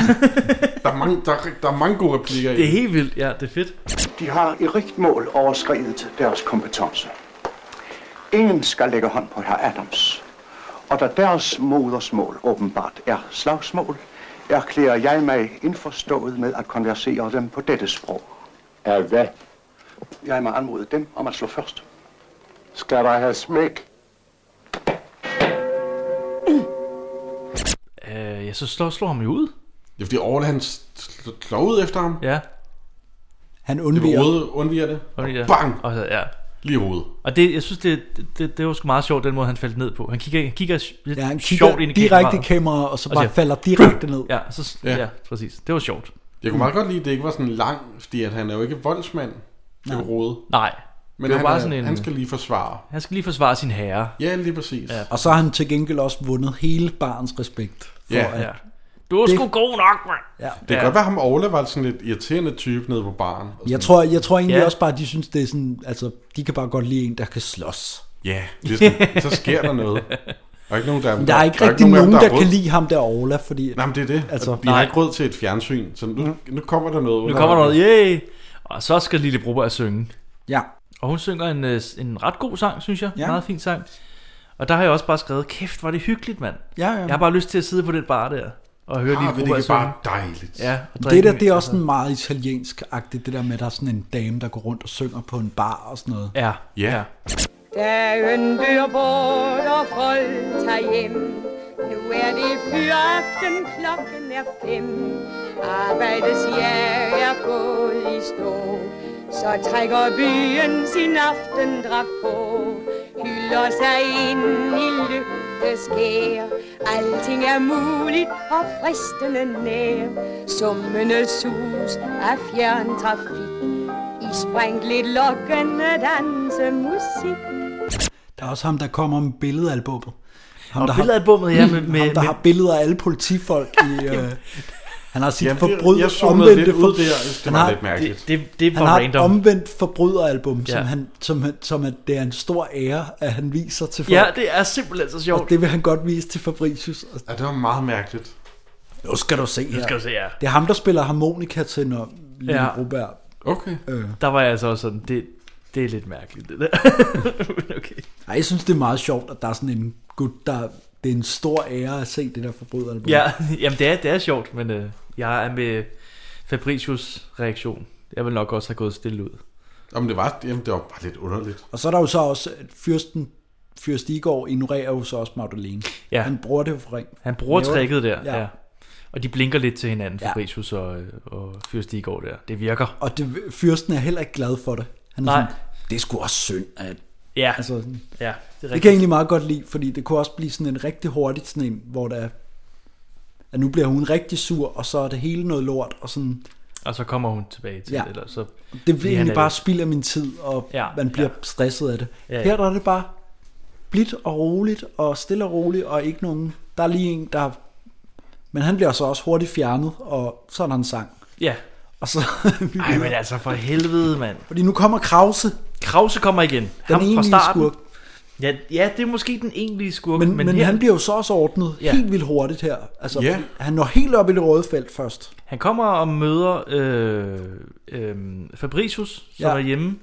[SPEAKER 2] der, er mange, der, der er mange gode replikker i.
[SPEAKER 4] Det er helt vildt. Ja, det er fedt.
[SPEAKER 13] De har i rigt mål overskrevet deres kompetence. Ingen skal lægge hånd på herr Adams. Og da deres modersmål åbenbart er slagsmål, erklærer jeg mig indforstået med at konversere dem på dette sprog.
[SPEAKER 15] Ja, hvad?
[SPEAKER 13] Jeg må anmode dem om at slå først.
[SPEAKER 15] Skal der have smæk?
[SPEAKER 4] Øh, ja, så slår, slår ham jo ud.
[SPEAKER 2] Ja, fordi Orla han s- sl- slår ud efter ham.
[SPEAKER 4] Ja.
[SPEAKER 3] Han
[SPEAKER 2] undviger. Det var røde, undviger det.
[SPEAKER 4] Undviger.
[SPEAKER 2] Og bang!
[SPEAKER 4] Og, ja.
[SPEAKER 2] Lige i hovedet.
[SPEAKER 4] Og det, jeg synes, det, det, det var sgu meget sjovt, den måde, han faldt ned på. Han kigger, han kigger lidt
[SPEAKER 3] Ja, han kigger
[SPEAKER 4] sjovt ind i
[SPEAKER 3] direkte i
[SPEAKER 4] kameraet.
[SPEAKER 3] kameraet, og så bare
[SPEAKER 4] siger,
[SPEAKER 3] falder direkte ned.
[SPEAKER 4] Ja, så, ja. ja, præcis. Det var sjovt.
[SPEAKER 2] Jeg kunne meget godt lide, at det ikke var sådan lang, fordi at han er jo ikke voldsmand. Det er
[SPEAKER 4] Nej.
[SPEAKER 2] rode.
[SPEAKER 4] Nej.
[SPEAKER 2] Men
[SPEAKER 4] Det var
[SPEAKER 2] han,
[SPEAKER 4] bare
[SPEAKER 2] er,
[SPEAKER 4] sådan en-
[SPEAKER 2] han skal lige forsvare.
[SPEAKER 4] Han skal lige forsvare sin herre.
[SPEAKER 2] Ja, lige præcis.
[SPEAKER 4] Ja.
[SPEAKER 3] Og så har han til gengæld også vundet hele barns respekt. For
[SPEAKER 2] Ja.
[SPEAKER 3] at,
[SPEAKER 2] Ja.
[SPEAKER 4] Du er
[SPEAKER 3] Det-
[SPEAKER 4] sgu god nok, mand.
[SPEAKER 3] Ja.
[SPEAKER 2] Det kan godt være, at ham Orla var sådan lidt irriterende type nede på baren. Og
[SPEAKER 3] Jeg
[SPEAKER 2] sådan-
[SPEAKER 3] tror, jeg tror egentlig
[SPEAKER 2] Ja.
[SPEAKER 3] ja. også bare, at de synes, det er sådan, altså, de kan bare godt lide en, der kan slås.
[SPEAKER 2] Ja, det er sådan, så sker der noget. Og ikke nogen, der,
[SPEAKER 3] Men der er ikke rigtig nogen, der, der kan lide ham der Orla, fordi...
[SPEAKER 2] Nej, men det er det.
[SPEAKER 3] Altså,
[SPEAKER 2] Altså, vi har ikke råd til et fjernsyn, så nu, nu kommer der noget.
[SPEAKER 4] Nu kommer der noget, yay! Og så skal Lille Broberg synge.
[SPEAKER 3] Ja.
[SPEAKER 4] Og hun synger en, øh, en ret god sang, synes jeg.
[SPEAKER 3] Ja.
[SPEAKER 4] Ja. Meget fin sang. Og der har jeg også bare skrevet, kæft, var det hyggeligt, mand.
[SPEAKER 3] Ja, ja.
[SPEAKER 4] Jeg har bare lyst til at sidde på den bar der, og høre
[SPEAKER 2] Har
[SPEAKER 4] Lille
[SPEAKER 2] vi Ah, det
[SPEAKER 4] Broberg
[SPEAKER 2] ikke
[SPEAKER 4] synge.
[SPEAKER 2] bare dejligt?
[SPEAKER 4] Ja, og
[SPEAKER 3] Det
[SPEAKER 4] drikke
[SPEAKER 3] der,
[SPEAKER 4] en-
[SPEAKER 3] det er også sådan meget italiensk-agtigt, det der med, at der er sådan en dame, der går rundt og synger på en bar og sådan noget.
[SPEAKER 4] Ja.
[SPEAKER 2] Ja.
[SPEAKER 16] Dagen byr vort og folk tager hjem. Nu er det fyraften, klokken er fem. Arbejdes jeg er gået i stå. Så trækker byen sin aftendrag på. Hylder sig ind i lygteskær. Alting er muligt og fristende nær. Summende sus af fjerntrafik. I sprængt lidt lokkende dansemusik.
[SPEAKER 3] Der er også ham, der kommer med billedalbummet. Ham,
[SPEAKER 4] Og
[SPEAKER 3] har-
[SPEAKER 4] billedalbummet, ja, med-
[SPEAKER 3] Mm,
[SPEAKER 4] med-
[SPEAKER 3] ham, der
[SPEAKER 4] med-
[SPEAKER 3] har billeder af alle politifolk i... Øh, Han har sit
[SPEAKER 2] Jamen, det-
[SPEAKER 3] forbryd
[SPEAKER 2] jeg zonede
[SPEAKER 3] omvendte
[SPEAKER 2] lidt ud der.
[SPEAKER 3] for-
[SPEAKER 2] Det
[SPEAKER 3] han
[SPEAKER 2] var
[SPEAKER 3] har-
[SPEAKER 2] lidt mærkeligt.
[SPEAKER 4] Det- det- det var
[SPEAKER 3] han har et
[SPEAKER 4] random.
[SPEAKER 3] omvendt forbryderalbum, ja.
[SPEAKER 4] Ja.
[SPEAKER 3] som, han, som, han, som at det er en stor ære, at han viser til folk.
[SPEAKER 4] Ja, det er simpelthen så sjovt.
[SPEAKER 3] Og det vil han godt vise til Fabricius.
[SPEAKER 2] Ja, det var meget mærkeligt.
[SPEAKER 3] Nu skal du se her.
[SPEAKER 4] Nu skal du se her.
[SPEAKER 3] Det er ham, der spiller harmonika til, når Lille
[SPEAKER 4] Ja.
[SPEAKER 3] ja. Broberg.
[SPEAKER 2] Okay.
[SPEAKER 3] Øh.
[SPEAKER 4] Der var jeg altså også sådan, det, det er lidt mærkeligt, det der. Men okay.
[SPEAKER 3] Ej, jeg synes, det er meget sjovt, at der er sådan en gut, der... Det er en stor ære at se det der forbryderalbum.
[SPEAKER 4] Ja, jamen det er, det er sjovt, men øh, jeg er med Fabricius reaktion. Jeg vil nok også have gået stille ud.
[SPEAKER 2] Jamen det var, jamen, det var bare lidt underligt.
[SPEAKER 3] Og så er der jo så også, at fyrsten, fyrst Igor ignorerer jo så også Magdalene.
[SPEAKER 4] Ja.
[SPEAKER 3] Han bruger det jo for ring.
[SPEAKER 4] Han bruger
[SPEAKER 3] Laver-
[SPEAKER 4] tricket der, ja. ja. Og de blinker lidt til hinanden, Fabricius og, øh, og Fyrst Igor der. Det virker.
[SPEAKER 3] Og det, fyrsten er heller ikke glad for det. Han er
[SPEAKER 4] Nej.
[SPEAKER 3] Sådan, det er sgu også synd, at...
[SPEAKER 4] Ja.
[SPEAKER 3] Altså, sådan,
[SPEAKER 4] Ja, det er
[SPEAKER 3] det, det
[SPEAKER 4] rigtigt.
[SPEAKER 3] kan jeg egentlig meget godt lide, fordi det kunne også blive sådan en rigtig hurtigt sådan en, hvor der er- at nu bliver hun rigtig sur, og så er det hele noget lort, og sådan,
[SPEAKER 4] Og så kommer hun tilbage til
[SPEAKER 3] Ja.
[SPEAKER 4] det. Eller så,
[SPEAKER 3] det
[SPEAKER 4] fordi
[SPEAKER 3] bliver
[SPEAKER 4] han
[SPEAKER 3] egentlig
[SPEAKER 4] er
[SPEAKER 3] bare
[SPEAKER 4] jo-
[SPEAKER 3] spild af min tid, og
[SPEAKER 4] Ja,
[SPEAKER 3] ja, man bliver ja. stresset af det.
[SPEAKER 4] Ja, ja.
[SPEAKER 3] Ja, Her der er det bare blidt og roligt, og stille og roligt, og ikke nogen... Der er lige en, der... Men han bliver så også hurtigt fjernet, og så er der en sang.
[SPEAKER 4] Ja.
[SPEAKER 3] Og så...
[SPEAKER 4] Ej, men altså for helvede, mand.
[SPEAKER 3] Fordi nu kommer Krause.
[SPEAKER 4] Krause kommer igen. Den Ham fra
[SPEAKER 3] egentlige
[SPEAKER 4] starten.
[SPEAKER 3] skurk.
[SPEAKER 4] Ja, ja, det er måske den egentlige skurk.
[SPEAKER 3] Men, men, men
[SPEAKER 4] her,
[SPEAKER 3] han bliver jo så også ordnet ja.
[SPEAKER 4] Ja.
[SPEAKER 3] helt vildt hurtigt her. Altså,
[SPEAKER 4] Ja.
[SPEAKER 3] ja. Han når helt op i det røde felt først.
[SPEAKER 4] han kommer og møder øh, øh, Fabricius, som
[SPEAKER 3] Ja.
[SPEAKER 4] er hjemme.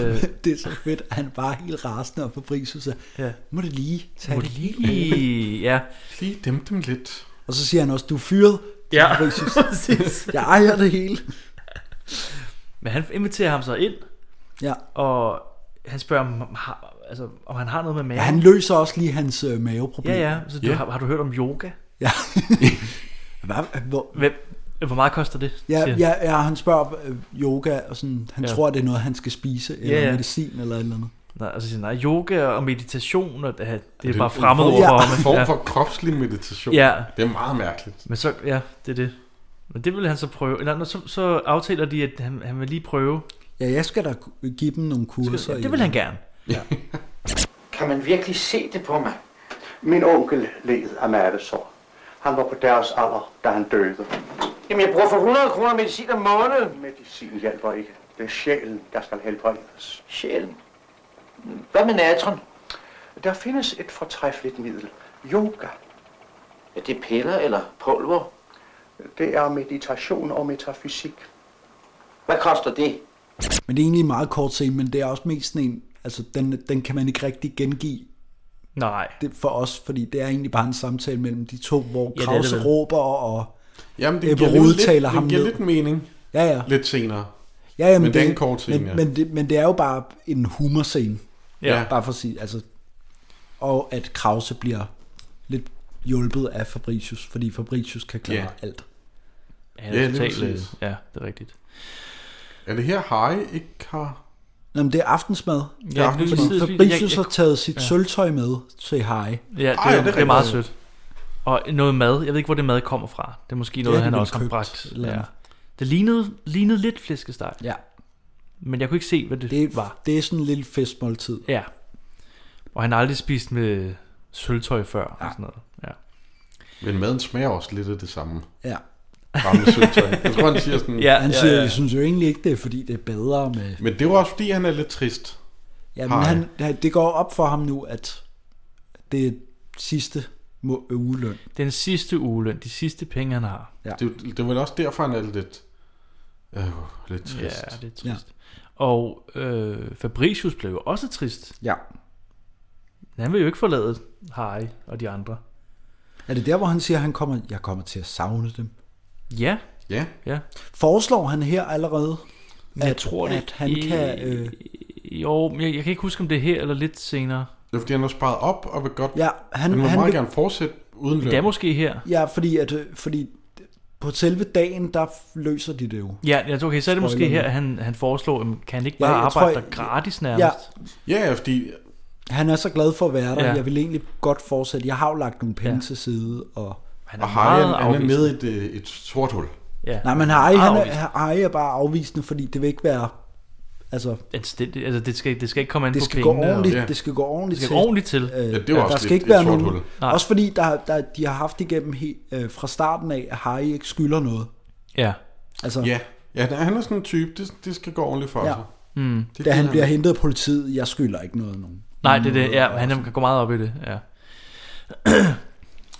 [SPEAKER 4] Øh,
[SPEAKER 3] det er så fedt, at han bare er helt rasende og Fabricius er,
[SPEAKER 4] ja.
[SPEAKER 3] må det lige tage
[SPEAKER 4] Må
[SPEAKER 3] det
[SPEAKER 4] det lige, ja.
[SPEAKER 2] Lige dæmpe dem lidt.
[SPEAKER 3] Og så siger han også, du er fyret.
[SPEAKER 4] Ja,
[SPEAKER 3] Fabricius.
[SPEAKER 4] præcis.
[SPEAKER 3] Jeg ejer det hele.
[SPEAKER 4] Men han inviterer ham så ind.
[SPEAKER 3] Ja.
[SPEAKER 4] Og han spørger, om, om har- altså, om han har noget med maven.
[SPEAKER 3] Ja, han løser også lige hans øh, maveproblem.
[SPEAKER 4] Ja, ja. Så du, Har, har du hørt om yoga?
[SPEAKER 3] Ja. Hvad, hvor,
[SPEAKER 4] Hvem, hvor meget koster det?
[SPEAKER 3] Ja,
[SPEAKER 4] siger han.
[SPEAKER 3] ja, ja, han spørger øh, yoga, og sådan, han
[SPEAKER 4] Ja.
[SPEAKER 3] ja. tror, det er noget, han skal spise, eller
[SPEAKER 4] Ja, ja.
[SPEAKER 3] medicin, eller et eller andet.
[SPEAKER 4] Nej, altså siger, han, nej, yoga og meditation, og det, det er,
[SPEAKER 2] Det
[SPEAKER 4] det
[SPEAKER 2] er
[SPEAKER 4] bare
[SPEAKER 2] en
[SPEAKER 4] fremmede
[SPEAKER 2] form-
[SPEAKER 4] ord for
[SPEAKER 2] ja.
[SPEAKER 4] ham.
[SPEAKER 2] En form for kropslig meditation.
[SPEAKER 4] Ja.
[SPEAKER 2] Det er meget mærkeligt.
[SPEAKER 4] Men så, ja, det er det. Men det vil han så prøve. Eller, nå, så, så aftaler de, at han, han vil lige prøve.
[SPEAKER 3] Ja, jeg skal da give dem nogle kurser.
[SPEAKER 4] Skal- ja,
[SPEAKER 3] i
[SPEAKER 4] det vil han gerne.
[SPEAKER 7] Kan man virkelig se det på mig?
[SPEAKER 13] Min onkel led af mavesår. Han var på deres alder, da han døde.
[SPEAKER 7] Jamen, jeg bruger for 100 kroner medicin om måneden.
[SPEAKER 13] Medicin hjælper ikke. Det er sjælen, der skal helbredes.
[SPEAKER 7] Sjælen? Hvad med natron?
[SPEAKER 13] Der findes et fortræffeligt middel. Yoga.
[SPEAKER 7] Er det piller eller pulver?
[SPEAKER 13] Det er meditation og metafysik.
[SPEAKER 7] Hvad koster det?
[SPEAKER 3] Men det er egentlig en meget kort scene, men det er også mest sådan en, altså den, den kan man ikke rigtig gengive
[SPEAKER 4] Nej.
[SPEAKER 3] det for os, fordi det er egentlig bare en samtale mellem de to, hvor
[SPEAKER 2] Ja, det
[SPEAKER 3] ja,
[SPEAKER 2] er
[SPEAKER 3] Krause
[SPEAKER 2] det vel.
[SPEAKER 3] råber, og
[SPEAKER 2] Jamen, det
[SPEAKER 3] Ebbe
[SPEAKER 2] giver alligevel
[SPEAKER 3] Rude
[SPEAKER 2] lidt-
[SPEAKER 3] taler
[SPEAKER 2] det
[SPEAKER 3] ham
[SPEAKER 2] giver
[SPEAKER 3] ned.
[SPEAKER 2] lidt mening.
[SPEAKER 3] Ja, ja.
[SPEAKER 2] Lidt senere.
[SPEAKER 3] Ja, ja, men,
[SPEAKER 2] Men det er en kort scene,
[SPEAKER 3] men,
[SPEAKER 2] ja.
[SPEAKER 3] men, det, men det er jo bare en humorscene.
[SPEAKER 2] Ja.
[SPEAKER 3] Bare for at sige, altså... Og at Krause bliver lidt hjulpet af Fabricius, fordi Fabricius kan klare
[SPEAKER 2] Ja.
[SPEAKER 3] alt.
[SPEAKER 4] Han
[SPEAKER 2] Ja,
[SPEAKER 4] er
[SPEAKER 2] lige
[SPEAKER 4] totalt, øh,
[SPEAKER 2] præcis.
[SPEAKER 4] ja, det er rigtigt.
[SPEAKER 2] Er det her Harry ikke har...
[SPEAKER 3] Nå, men det er aftensmad.
[SPEAKER 2] Det er aftensmad.
[SPEAKER 3] Fordi
[SPEAKER 2] Jeg- jeg-
[SPEAKER 3] Fabricius
[SPEAKER 4] jeg-
[SPEAKER 3] har taget sit
[SPEAKER 4] ja.
[SPEAKER 3] ja. sølvtøj med til Harry.
[SPEAKER 4] Ja, det, Ej,
[SPEAKER 2] Ej,
[SPEAKER 4] det,
[SPEAKER 2] det er
[SPEAKER 4] det er meget
[SPEAKER 2] rigtigt.
[SPEAKER 4] sødt. Og noget mad. Jeg ved ikke, hvor det mad kommer fra. Det er måske noget,
[SPEAKER 3] det er
[SPEAKER 4] han
[SPEAKER 3] vel
[SPEAKER 4] også har
[SPEAKER 3] købt
[SPEAKER 4] bragt.
[SPEAKER 3] eller
[SPEAKER 4] Ja.
[SPEAKER 3] andet.
[SPEAKER 4] Det lignede, lignede lidt flæskesteg.
[SPEAKER 3] Ja.
[SPEAKER 4] Men jeg kunne ikke se, hvad det,
[SPEAKER 3] Det,
[SPEAKER 4] det
[SPEAKER 3] var.
[SPEAKER 4] var.
[SPEAKER 3] det er sådan en lille festmåltid.
[SPEAKER 4] Ja. Og han har aldrig spist med sølvtøj før. Ja. Og sådan noget. Ja.
[SPEAKER 2] Men maden smager også lidt af det samme.
[SPEAKER 3] Ja.
[SPEAKER 2] Bare med syltøj. Jeg tror, han siger sådan...
[SPEAKER 4] Ja,
[SPEAKER 3] Han siger, ja, ja. jeg synes jo egentlig ikke, det er fordi, det er bedre med...
[SPEAKER 2] Men det var også, fordi han er lidt trist.
[SPEAKER 3] Ja, men
[SPEAKER 2] Harry.
[SPEAKER 3] han, han- det går op for ham nu, at det er sidste må- ugeløn.
[SPEAKER 4] Den sidste ugeløn, de sidste penge, han har.
[SPEAKER 3] Ja.
[SPEAKER 2] Det, det var også derfor, han er lidt... Øh, lidt trist.
[SPEAKER 4] Ja, det er trist. Ja. Og øh, Fabricius blev jo også trist.
[SPEAKER 3] Ja.
[SPEAKER 4] Han vil jo ikke forlade Harry og de andre.
[SPEAKER 3] Er det der, hvor han siger, at han kommer, jeg kommer til at savne dem?
[SPEAKER 4] Ja.
[SPEAKER 2] Ja.
[SPEAKER 4] ja.
[SPEAKER 3] Foreslår han her allerede,
[SPEAKER 4] Men
[SPEAKER 3] at,
[SPEAKER 4] jeg tror det
[SPEAKER 3] at han
[SPEAKER 4] ikke.
[SPEAKER 3] kan... Øh,
[SPEAKER 4] Jo, men jeg, jeg kan ikke huske, om det er her eller lidt senere.
[SPEAKER 2] Det er, fordi han har sparet op og vil godt...
[SPEAKER 3] Ja, han-
[SPEAKER 2] han vil
[SPEAKER 3] han
[SPEAKER 2] meget
[SPEAKER 3] vil-
[SPEAKER 2] gerne fortsætte uden løn.
[SPEAKER 4] Det er måske her.
[SPEAKER 3] ja, fordi, at, øh, fordi på selve dagen, der løser de det jo.
[SPEAKER 4] Ja, jeg tror, okay, så er det måske
[SPEAKER 3] Spoiler nu.
[SPEAKER 4] her, at han, han foreslår, at kan han ikke
[SPEAKER 3] Ja,
[SPEAKER 4] bare
[SPEAKER 3] jeg
[SPEAKER 4] arbejde
[SPEAKER 3] tror,
[SPEAKER 4] der
[SPEAKER 3] jeg-
[SPEAKER 4] gratis nærmest?
[SPEAKER 2] Ja, ja, fordi...
[SPEAKER 3] Han er så glad for at være der.
[SPEAKER 4] Ja.
[SPEAKER 3] Ja. Jeg vil egentlig godt fortsætte. Jeg har jo lagt nogle penge
[SPEAKER 4] Ja.
[SPEAKER 3] ja. til side. Og...
[SPEAKER 4] Han
[SPEAKER 2] Og Harry, han, han er nede i et, øh, et sort hul.
[SPEAKER 4] Ja.
[SPEAKER 3] Nej, men Harry,
[SPEAKER 4] Meget
[SPEAKER 3] han er,
[SPEAKER 4] afvist.
[SPEAKER 3] Harry er bare afvisende, fordi det vil ikke være... Altså,
[SPEAKER 4] Anstændigt. Altså, det skal, det skal ikke komme an
[SPEAKER 3] det
[SPEAKER 4] på
[SPEAKER 3] skal, gå
[SPEAKER 4] pengene.
[SPEAKER 3] ordentligt,
[SPEAKER 4] og-
[SPEAKER 3] det skal gå ordentligt
[SPEAKER 4] det skal gå ordentligt til.
[SPEAKER 3] Øh, der skal ikke være nogen. Også fordi der, der, de har haft igennem he, øh, fra starten af, at Harry ikke skylder noget.
[SPEAKER 4] Ja.
[SPEAKER 3] Altså,
[SPEAKER 2] Ja, ja der- han er sådan en type, det, det skal gå ordentligt for
[SPEAKER 3] Ja.
[SPEAKER 2] sig.
[SPEAKER 4] Mm.
[SPEAKER 2] Det
[SPEAKER 3] da han
[SPEAKER 2] gider
[SPEAKER 3] bliver
[SPEAKER 2] han.
[SPEAKER 3] hentet af politiet, jeg skylder ikke noget nogen.
[SPEAKER 4] Nej, det er det.
[SPEAKER 3] øh,
[SPEAKER 4] Ja, han kan gå meget op i det. Ja.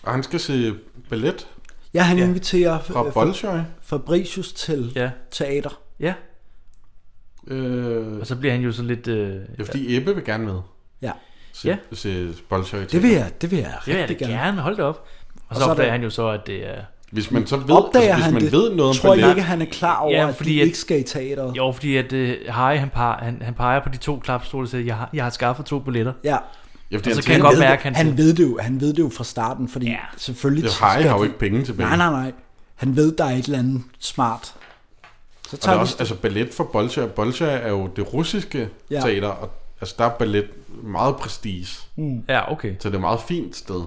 [SPEAKER 2] Og han skal se ballet.
[SPEAKER 3] Ja, han ja. inviterer
[SPEAKER 2] Fra
[SPEAKER 3] øh,
[SPEAKER 2] Bolshoi.
[SPEAKER 3] Fabricius til
[SPEAKER 4] ja.
[SPEAKER 3] teater.
[SPEAKER 4] Ja.
[SPEAKER 2] Øh,
[SPEAKER 4] og så bliver han jo så lidt... Øh, det
[SPEAKER 2] er fordi Ebbe vil gerne med.
[SPEAKER 3] Ja.
[SPEAKER 2] Se,
[SPEAKER 4] Ja.
[SPEAKER 2] se Bolshoi.
[SPEAKER 3] Det vil jeg, det vil jeg
[SPEAKER 4] Det vil jeg da
[SPEAKER 3] rigtig
[SPEAKER 4] gerne. gerne. Hold da op. Og,
[SPEAKER 2] Og
[SPEAKER 4] og så,
[SPEAKER 2] så er
[SPEAKER 4] opdager
[SPEAKER 2] der-
[SPEAKER 4] han jo så, at det er...
[SPEAKER 2] Hvis man så ved- Opdager altså, hvis han man det? ved noget om
[SPEAKER 3] Tror
[SPEAKER 2] ballet-
[SPEAKER 3] jeg ikke, han er klar over, ja, fordi at de
[SPEAKER 4] at-
[SPEAKER 3] ikke skal i teateret.
[SPEAKER 4] Jo, fordi at uh, Harry, han, par, han, han peger på de to klapstole og siger, jeg har, jeg har skaffet to billetter.
[SPEAKER 3] Ja.
[SPEAKER 2] Ja, fordi
[SPEAKER 4] og
[SPEAKER 2] han
[SPEAKER 4] så kan
[SPEAKER 2] tænker-
[SPEAKER 4] jeg godt
[SPEAKER 2] Han ved
[SPEAKER 4] mærke, at
[SPEAKER 2] det.
[SPEAKER 4] han,
[SPEAKER 3] Han ved det jo, han ved det jo fra starten, fordi ja. selvfølgelig...
[SPEAKER 2] Ja, Harry
[SPEAKER 3] skal
[SPEAKER 2] har jo
[SPEAKER 3] de-
[SPEAKER 2] ikke penge tilbage.
[SPEAKER 3] Nej, nej, nej. Han ved, der er et eller andet smart. Så
[SPEAKER 2] Og der er
[SPEAKER 3] tager vi
[SPEAKER 2] også, altså ballet for Bolshoi. Bolshoi er jo det russiske
[SPEAKER 3] Ja.
[SPEAKER 2] ja. teater, og altså, der er ballet meget prestige.
[SPEAKER 3] Mm.
[SPEAKER 4] Ja, okay.
[SPEAKER 2] Så det er et meget fint sted.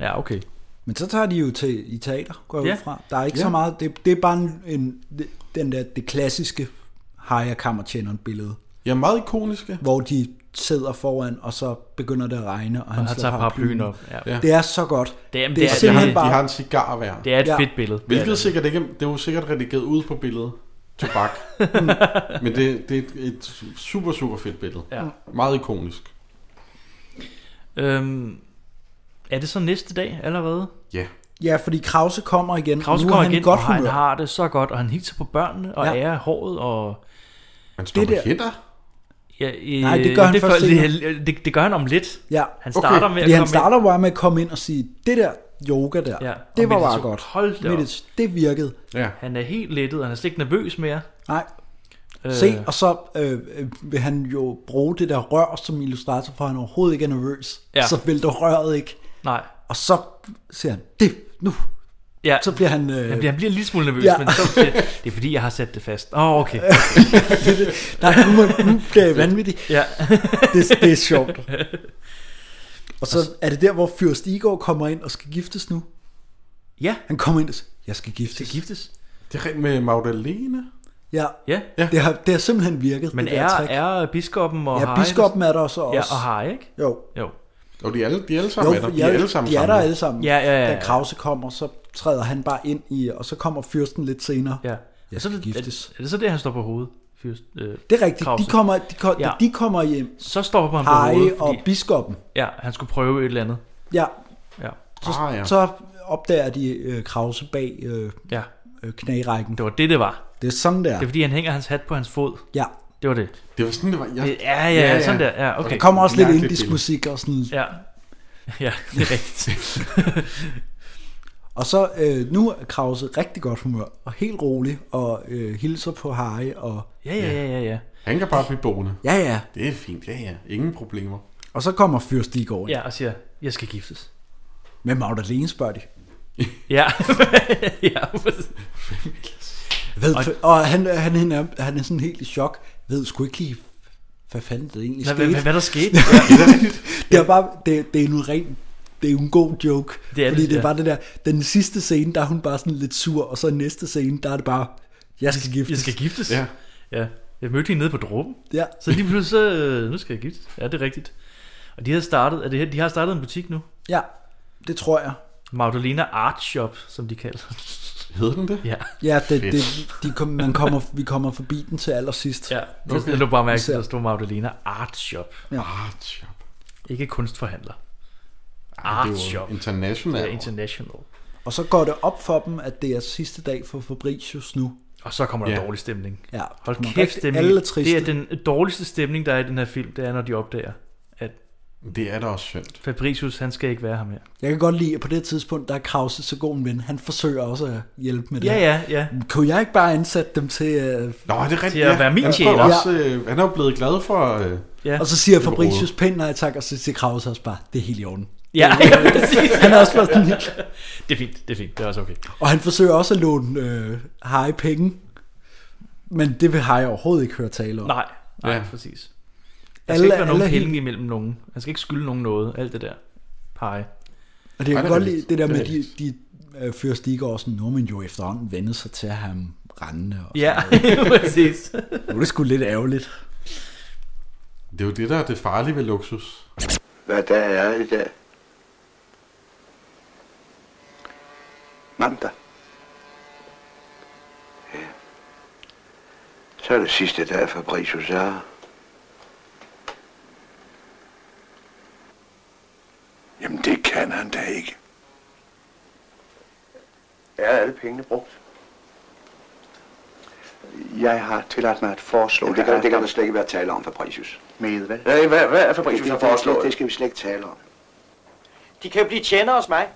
[SPEAKER 4] Ja, okay.
[SPEAKER 3] Men så tager de jo til i teater, går jeg
[SPEAKER 4] Ja.
[SPEAKER 3] ud fra. Der er ikke ja.
[SPEAKER 4] Ja.
[SPEAKER 3] så meget. Det, det er bare en, en, det- den der, det klassiske Harry og kammertjeneren billede.
[SPEAKER 2] Ja, meget ikoniske.
[SPEAKER 3] Hvor de sidder foran, og så begynder det at regne, og han,
[SPEAKER 4] han
[SPEAKER 3] slår
[SPEAKER 4] tager paraplyen op, ja. Ja.
[SPEAKER 3] Det er så godt.
[SPEAKER 4] Det er-
[SPEAKER 3] det,
[SPEAKER 4] det
[SPEAKER 3] er
[SPEAKER 4] er-
[SPEAKER 3] simpelthen
[SPEAKER 4] de har-
[SPEAKER 3] bare...
[SPEAKER 2] De har en cigar hver.
[SPEAKER 4] Det er et Ja. fedt billede.
[SPEAKER 2] Hvilket
[SPEAKER 4] Det er det.
[SPEAKER 2] sikkert ikke, det er jo sikkert redigeret ud på billedet. Tobak. Men det, det er et, et super, super fedt billede.
[SPEAKER 4] Ja.
[SPEAKER 2] Meget ikonisk.
[SPEAKER 4] Øhm, er det så næste dag allerede?
[SPEAKER 2] Ja.
[SPEAKER 3] Ja, fordi Krause kommer igen.
[SPEAKER 4] Krause
[SPEAKER 3] nu er
[SPEAKER 4] kommer
[SPEAKER 3] han i
[SPEAKER 4] igen,
[SPEAKER 3] godt
[SPEAKER 4] og han
[SPEAKER 3] humør.
[SPEAKER 4] har det så godt, og han hilser på børnene, og
[SPEAKER 3] Ja.
[SPEAKER 4] ja. ærer håret, og...
[SPEAKER 2] Han
[SPEAKER 3] står Det på der- hænder?
[SPEAKER 4] Ja, øh,
[SPEAKER 3] Nej, det gør han
[SPEAKER 4] det,
[SPEAKER 3] først senere.
[SPEAKER 4] det, det, det, gør han om lidt.
[SPEAKER 3] Ja.
[SPEAKER 4] Han starter med at
[SPEAKER 3] Fordi han
[SPEAKER 4] komme
[SPEAKER 3] starter bare med at komme ind og sige, det der yoga der,
[SPEAKER 4] Ja,
[SPEAKER 3] ja,
[SPEAKER 4] og
[SPEAKER 3] det var bare
[SPEAKER 4] meditation.
[SPEAKER 3] godt.
[SPEAKER 4] Hold da op.
[SPEAKER 3] Medit- det virkede.
[SPEAKER 2] Ja.
[SPEAKER 4] Han er helt lettet, og han er slet ikke nervøs mere.
[SPEAKER 3] Nej.
[SPEAKER 4] Øh,
[SPEAKER 3] Se, og så øh, øh, vil han jo bruge det der rør som illustrator, for han overhovedet ikke er nervøs.
[SPEAKER 4] Ja.
[SPEAKER 3] Så vælter røret ikke.
[SPEAKER 4] Nej.
[SPEAKER 3] Og så siger han, det nu.
[SPEAKER 4] Ja,
[SPEAKER 3] Så bliver han... Øh,
[SPEAKER 4] han, bliver, han bliver en lille smule nervøs,
[SPEAKER 3] Ja.
[SPEAKER 4] ja. men så siger, han, det er fordi, jeg har sat det fast. Åh, oh, okay.
[SPEAKER 3] det, er det. Nej, nu, må, nu bliver jeg vanvittig.
[SPEAKER 4] Ja.
[SPEAKER 3] det, det er sjovt. Og så
[SPEAKER 4] Altså-
[SPEAKER 3] er det der, hvor Fyrst Igor kommer ind og skal giftes nu.
[SPEAKER 4] Ja.
[SPEAKER 3] Han kommer ind og siger, jeg skal giftes. Skal
[SPEAKER 4] giftes?
[SPEAKER 2] Det er rent med Magdalene.
[SPEAKER 3] Ja.
[SPEAKER 4] Ja.
[SPEAKER 3] Det, har, det har simpelthen virket,
[SPEAKER 4] Men
[SPEAKER 3] det der
[SPEAKER 4] er,
[SPEAKER 3] trick.
[SPEAKER 4] er biskoppen og
[SPEAKER 3] Ja,
[SPEAKER 4] Harry...
[SPEAKER 3] biskoppen er der så også.
[SPEAKER 4] Ja, og Harry, ikke?
[SPEAKER 3] Jo.
[SPEAKER 4] Jo.
[SPEAKER 2] Og de er alle, de er alle sammen er der. De er alle sammen
[SPEAKER 3] de er der
[SPEAKER 2] samlet.
[SPEAKER 3] alle sammen.
[SPEAKER 4] Ja, ja, ja, ja.
[SPEAKER 3] Da Krause kommer, så træder han bare ind i, og så kommer fyrsten lidt senere.
[SPEAKER 4] Ja.
[SPEAKER 3] Jeg skal giftes.
[SPEAKER 4] Er, er det så det, han står på hovedet? Fyrst, øh,
[SPEAKER 3] Det er rigtigt.
[SPEAKER 4] Krause?
[SPEAKER 3] De kommer, de, kom, ja.
[SPEAKER 4] Ja.
[SPEAKER 3] de kommer hjem.
[SPEAKER 4] Så stopper han på
[SPEAKER 3] Harry
[SPEAKER 4] hovedet, fordi-
[SPEAKER 3] og biskoppen.
[SPEAKER 4] Ja, han skulle prøve et eller andet.
[SPEAKER 3] Ja.
[SPEAKER 4] Ja.
[SPEAKER 3] Så,
[SPEAKER 4] Ah, ja.
[SPEAKER 3] så opdager de øh, Krause bag øh,
[SPEAKER 4] ja.
[SPEAKER 3] øh, knærækken.
[SPEAKER 4] Det var det, det var.
[SPEAKER 3] Det er sådan, det er.
[SPEAKER 4] Det er fordi, han hænger hans hat på hans fod.
[SPEAKER 3] Ja.
[SPEAKER 4] Det var det.
[SPEAKER 2] Det var sådan, det var.
[SPEAKER 4] Ja, ja, ja, ja. sådan der. Ja, okay.
[SPEAKER 3] Der kommer også lidt indisk musik og sådan.
[SPEAKER 4] Ja. Ja, det er rigtigt.
[SPEAKER 3] Og så øh, nu er Krause rigtig godt humør, og helt rolig, og øh, hilser på Harry. Og,
[SPEAKER 4] Ja, ja, ja, ja, ja.
[SPEAKER 2] Han kan bare blive boende.
[SPEAKER 3] Ja, ja.
[SPEAKER 2] Det er fint, ja, ja. Ingen problemer.
[SPEAKER 3] Og så kommer Fyrst Ligård ind.
[SPEAKER 4] Ja, og siger, jeg skal giftes.
[SPEAKER 3] Med Magdalene spørger de.
[SPEAKER 4] Ja. ja.
[SPEAKER 3] Ved,
[SPEAKER 4] Og-
[SPEAKER 3] og, og han, han, han, er, han er sådan helt i chok. Ved sgu ikke lige, hvad fanden der egentlig
[SPEAKER 4] Hvad-
[SPEAKER 3] skete.
[SPEAKER 4] hvad- hvad der skete?
[SPEAKER 3] det er bare, det, det er nu rent, det er jo en god joke.
[SPEAKER 4] Det er
[SPEAKER 3] fordi
[SPEAKER 4] det,
[SPEAKER 3] det er
[SPEAKER 4] ja.
[SPEAKER 3] bare det der, den sidste scene, der er hun bare sådan lidt sur, og så i næste scene, der er det bare, jeg skal giftes.
[SPEAKER 4] Jeg skal giftes.
[SPEAKER 2] Ja.
[SPEAKER 4] ja. Jeg mødte hende nede på dråben.
[SPEAKER 3] Ja.
[SPEAKER 4] Så lige pludselig, så, øh, nu skal jeg giftes. Ja, det er rigtigt. Og de har startet, er det her, de har startet en butik nu.
[SPEAKER 3] Ja, det tror jeg.
[SPEAKER 4] Magdalena Art Shop, som de kalder den.
[SPEAKER 2] Hed den det?
[SPEAKER 4] Ja.
[SPEAKER 3] Ja, det,
[SPEAKER 4] Fedt.
[SPEAKER 3] det, de kom, man kommer, vi kommer forbi den til allersidst.
[SPEAKER 4] Ja, okay. Jeg lå bare mærke til, at der stod Magdalena Art Shop.
[SPEAKER 3] Ja.
[SPEAKER 2] Art Shop.
[SPEAKER 4] Ikke kunstforhandler.
[SPEAKER 2] er
[SPEAKER 4] Art
[SPEAKER 2] jo
[SPEAKER 4] Shop.
[SPEAKER 2] international.
[SPEAKER 4] Ja, international.
[SPEAKER 3] Og så går det op for dem, at det er sidste dag for Fabricius nu.
[SPEAKER 4] Og så kommer der
[SPEAKER 3] Ja.
[SPEAKER 4] dårlig stemning.
[SPEAKER 3] Ja, der
[SPEAKER 4] Hold
[SPEAKER 3] kommer
[SPEAKER 4] kæft,
[SPEAKER 3] rigtig-
[SPEAKER 4] stemning.
[SPEAKER 3] alle er
[SPEAKER 4] det
[SPEAKER 3] triste.
[SPEAKER 4] er den dårligste stemning, der er i den her film, det er, når de opdager, at
[SPEAKER 2] det er da også synd.
[SPEAKER 4] Fabricius, han skal ikke være her mere.
[SPEAKER 3] Jeg kan godt lide, at på det tidspunkt, der er Krause så god en ven. Han forsøger også at hjælpe med det.
[SPEAKER 4] Ja,
[SPEAKER 3] her.
[SPEAKER 4] ja, ja.
[SPEAKER 3] Kunne jeg ikke bare ansætte dem til... Øh...
[SPEAKER 2] Nå, det er rigtigt.
[SPEAKER 4] Til at være min
[SPEAKER 2] han, får
[SPEAKER 4] tjener.
[SPEAKER 2] også, øh, han er jo blevet glad for... Øh,
[SPEAKER 3] Og så siger
[SPEAKER 2] det med
[SPEAKER 3] Fabricius pænt nej tak, og så siger Krause også bare, det er helt i orden.
[SPEAKER 4] Ja, ja præcis.
[SPEAKER 3] han er også bare sådan lidt.
[SPEAKER 4] Det er fint, det er fint, det er også okay.
[SPEAKER 3] Og han forsøger også at låne øh, Harry penge. Men det vil Harry overhovedet ikke høre tale om.
[SPEAKER 4] Nej, nej, ja.
[SPEAKER 3] Ja.
[SPEAKER 4] præcis. Der skal
[SPEAKER 3] Alle-
[SPEAKER 4] alle, ikke være nogen
[SPEAKER 3] alle er
[SPEAKER 4] penge imellem nogen. Han skal ikke skylde nogen noget, alt det der. Pege.
[SPEAKER 3] Og det er
[SPEAKER 4] Ej,
[SPEAKER 3] jo godt lide
[SPEAKER 4] rigtigt.
[SPEAKER 3] det der med,
[SPEAKER 4] er
[SPEAKER 3] de, de øh, fører stiger også, nu men jo efterhånden vendet sig til at have ham rendende. Og
[SPEAKER 4] Ja,
[SPEAKER 3] sådan noget.
[SPEAKER 4] præcis.
[SPEAKER 3] nu er det sgu lidt ærgerligt.
[SPEAKER 2] Det er jo det, der er det farlige ved luksus.
[SPEAKER 11] Hvad dag er det i dag? Mandag. Ja. Så er det sidste dag for Fabricius er her.
[SPEAKER 6] Jamen, det kan han da ikke.
[SPEAKER 13] Er alle pengene brugt? Jeg har tilladt mig at foreslå...
[SPEAKER 11] Jamen, det, kan,
[SPEAKER 13] at-
[SPEAKER 11] det kan der slet ikke være tale om, Fabricius.
[SPEAKER 13] Med hvad?
[SPEAKER 11] Nej, hvad, hvad er Fabricius
[SPEAKER 13] Det-
[SPEAKER 11] har
[SPEAKER 13] det- det-
[SPEAKER 11] foreslået?
[SPEAKER 13] det
[SPEAKER 11] skal vi slet ikke tale om.
[SPEAKER 7] De kan jo blive tjenere hos mig.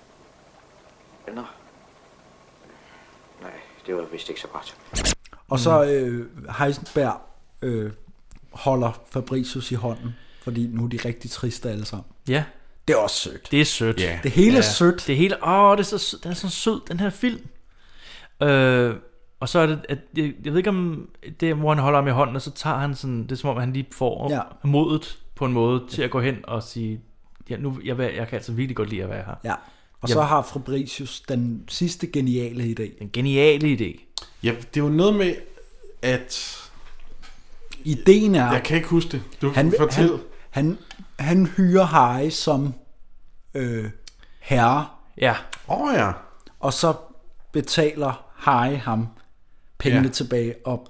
[SPEAKER 7] Nå. Nej, det var vist ikke så godt.
[SPEAKER 3] Og så øh, Heisenberg øh, holder Fabricius i hånden, fordi nu er de rigtig triste alle sammen.
[SPEAKER 4] Ja.
[SPEAKER 3] Det er også sødt.
[SPEAKER 4] Det er sødt.
[SPEAKER 3] Ja. Det hele er sødt.
[SPEAKER 4] Det hele, åh, det er så, sød- den er så sød, den her film. Øh, og så er det, at, jeg, jeg ved ikke om, det er, hvor han holder ham i hånden, og så tager han sådan, det er som om, han lige får
[SPEAKER 3] Ja.
[SPEAKER 4] ja. modet på en måde til at gå hen og sige, ja, nu, jeg, vil- jeg kan altså virkelig godt lide at være her.
[SPEAKER 3] Ja. Og
[SPEAKER 4] jeg,
[SPEAKER 3] så har Fabricius den sidste geniale idé.
[SPEAKER 4] Den geniale idé.
[SPEAKER 2] Ja, det er jo noget med, at...
[SPEAKER 3] Ideen er...
[SPEAKER 2] Jeg kan ikke huske det. Du
[SPEAKER 3] han,
[SPEAKER 2] fortæl.
[SPEAKER 3] Han, han, han hyrer Harry som øh, herre.
[SPEAKER 4] Ja.
[SPEAKER 2] Åh oh, ja.
[SPEAKER 3] Og så betaler Harry ham pengene
[SPEAKER 4] Ja.
[SPEAKER 3] tilbage og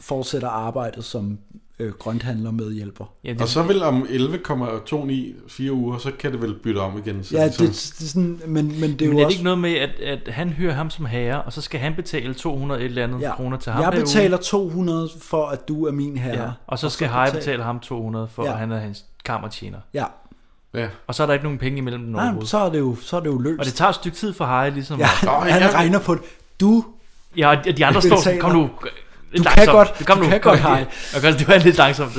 [SPEAKER 3] fortsætter arbejdet som øh, grønthandler medhjælper.
[SPEAKER 2] Ja, det... Og så vil om 11,294 uger, så kan det vel bytte om igen. Så
[SPEAKER 3] Ja, det,
[SPEAKER 2] ligesom-
[SPEAKER 3] det er sådan, men, men det
[SPEAKER 4] Men
[SPEAKER 3] er jo
[SPEAKER 4] er det
[SPEAKER 3] også...
[SPEAKER 4] ikke noget med, at, at han hører ham som herre, og så skal han betale 200 et eller andet ja. kroner til ham
[SPEAKER 3] Jeg
[SPEAKER 4] derude?
[SPEAKER 3] betaler 200 for, at du er min herre.
[SPEAKER 4] Ja. Og så skal Harry betale ham 200 for,
[SPEAKER 3] Ja.
[SPEAKER 4] ja. at han er hans kammertjener.
[SPEAKER 3] Ja.
[SPEAKER 2] ja.
[SPEAKER 4] Og så er der ikke nogen penge imellem dem
[SPEAKER 3] Nej, men
[SPEAKER 4] overhovedet.
[SPEAKER 3] så er det jo, så er det jo løst.
[SPEAKER 4] Og det tager et stykke tid for Harry ligesom.
[SPEAKER 3] Ja, han regner på det. Du
[SPEAKER 4] Ja, og de andre står sådan, kom nu.
[SPEAKER 3] Du
[SPEAKER 4] lidt
[SPEAKER 3] kan
[SPEAKER 4] langsomt.
[SPEAKER 3] godt,
[SPEAKER 4] kom
[SPEAKER 3] du
[SPEAKER 4] nu.
[SPEAKER 3] kan
[SPEAKER 4] kom
[SPEAKER 3] godt,
[SPEAKER 4] nu.
[SPEAKER 3] Harry.
[SPEAKER 4] Jeg kan, det var lidt langsomt.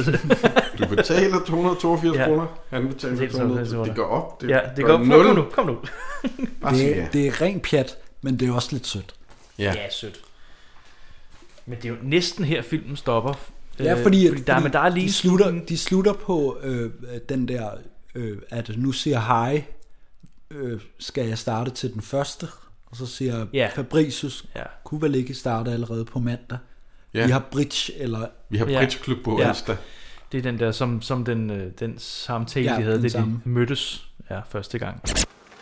[SPEAKER 2] Du betaler 282 ja. kroner, han betaler
[SPEAKER 4] Helt
[SPEAKER 2] 200.
[SPEAKER 4] sådan,
[SPEAKER 2] Det går op.
[SPEAKER 4] Ja, det går op. Kom nu, kom nu.
[SPEAKER 2] Bare sig
[SPEAKER 3] det,
[SPEAKER 2] ja.
[SPEAKER 3] er, det er rent pjat, men det er også lidt sødt.
[SPEAKER 2] Ja.
[SPEAKER 4] ja, sødt. Men det er jo næsten her, filmen stopper.
[SPEAKER 3] Ja,
[SPEAKER 4] Øh,
[SPEAKER 3] fordi, at-
[SPEAKER 4] fordi der, men der er lige...
[SPEAKER 3] de, slutter, de slutter på øh, den der, øh, at nu siger hej, øh, skal jeg starte til den første? Og så siger
[SPEAKER 4] Ja.
[SPEAKER 3] Fabricius,
[SPEAKER 4] ja.
[SPEAKER 3] kunne vel ikke starte allerede på mandag?
[SPEAKER 2] Ja.
[SPEAKER 3] Vi har bridge, eller...
[SPEAKER 4] Ja.
[SPEAKER 3] Ja.
[SPEAKER 4] Det er den der, som, som den, øh, den samtale,
[SPEAKER 3] Ja,
[SPEAKER 4] de havde,
[SPEAKER 3] den
[SPEAKER 4] da de
[SPEAKER 3] samme.
[SPEAKER 4] mødtes ja, første gang.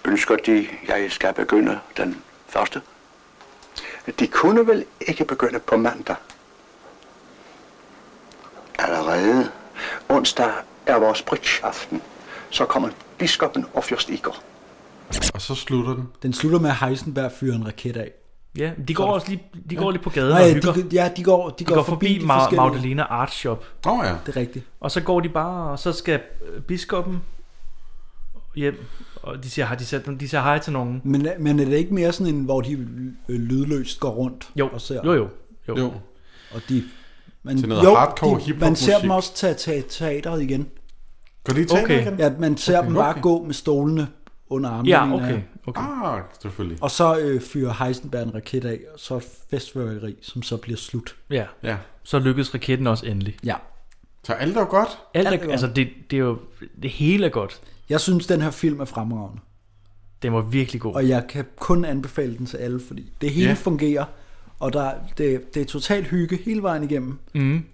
[SPEAKER 11] Ønsker de, jeg skal begynde den første?
[SPEAKER 13] De kunne vel ikke begynde på mandag?
[SPEAKER 11] Allerede?
[SPEAKER 13] Onsdag er vores bridgeaften. Så kommer biskoppen og fyrst Igor.
[SPEAKER 2] Og så slutter den.
[SPEAKER 3] Den slutter med, at Heisenberg fyrer en raket af.
[SPEAKER 4] Ja, de går også lige, de går lige på gaden
[SPEAKER 3] Nå
[SPEAKER 4] og
[SPEAKER 3] ja,
[SPEAKER 4] hygger.
[SPEAKER 3] De, ja, de går, de
[SPEAKER 4] de
[SPEAKER 3] går,
[SPEAKER 4] går, forbi,
[SPEAKER 3] de
[SPEAKER 4] forbi Ma-
[SPEAKER 3] forskellige-
[SPEAKER 4] Magdalena Art Shop.
[SPEAKER 2] Åh oh, ja.
[SPEAKER 3] Det er rigtigt.
[SPEAKER 4] Og så går de bare, og så skal øh, biskoppen hjem, og de siger, har de, sat, de siger hej til nogen.
[SPEAKER 3] Men, men er det ikke mere sådan en, hvor de øh, lydløst går rundt
[SPEAKER 4] jo.
[SPEAKER 3] og ser?
[SPEAKER 4] Jo, jo. Jo.
[SPEAKER 2] Jo.
[SPEAKER 3] Og de... Man,
[SPEAKER 2] Til noget hardcore
[SPEAKER 3] de,
[SPEAKER 2] hiphop
[SPEAKER 3] man ser
[SPEAKER 2] musik.
[SPEAKER 3] dem også tage, tage teateret igen.
[SPEAKER 2] Går de i teateret Okay. igen?
[SPEAKER 3] Ja, man ser
[SPEAKER 2] Okay.
[SPEAKER 3] dem bare
[SPEAKER 2] Okay.
[SPEAKER 3] gå med stolene under armene.
[SPEAKER 2] Ja,
[SPEAKER 3] mener
[SPEAKER 2] okay,
[SPEAKER 3] jeg.
[SPEAKER 2] okay. Ah, selvfølgelig.
[SPEAKER 3] Og så øh, fyrer Heisenberg en raket af, og så er festværkeri, som så bliver slut.
[SPEAKER 4] Ja.
[SPEAKER 2] ja.
[SPEAKER 4] Så lykkedes raketten også endelig.
[SPEAKER 3] Ja.
[SPEAKER 2] Så alt er jo godt.
[SPEAKER 4] Alt
[SPEAKER 3] Alt er
[SPEAKER 4] er,
[SPEAKER 3] godt.
[SPEAKER 4] altså, det, det er jo, det hele er godt.
[SPEAKER 3] Jeg synes, den her film er fremragende.
[SPEAKER 4] Den var virkelig god.
[SPEAKER 3] Og jeg kan kun anbefale den til alle, fordi det hele
[SPEAKER 2] Ja.
[SPEAKER 3] fungerer, og der, det, det er totalt hygge hele vejen igennem.
[SPEAKER 4] Mm.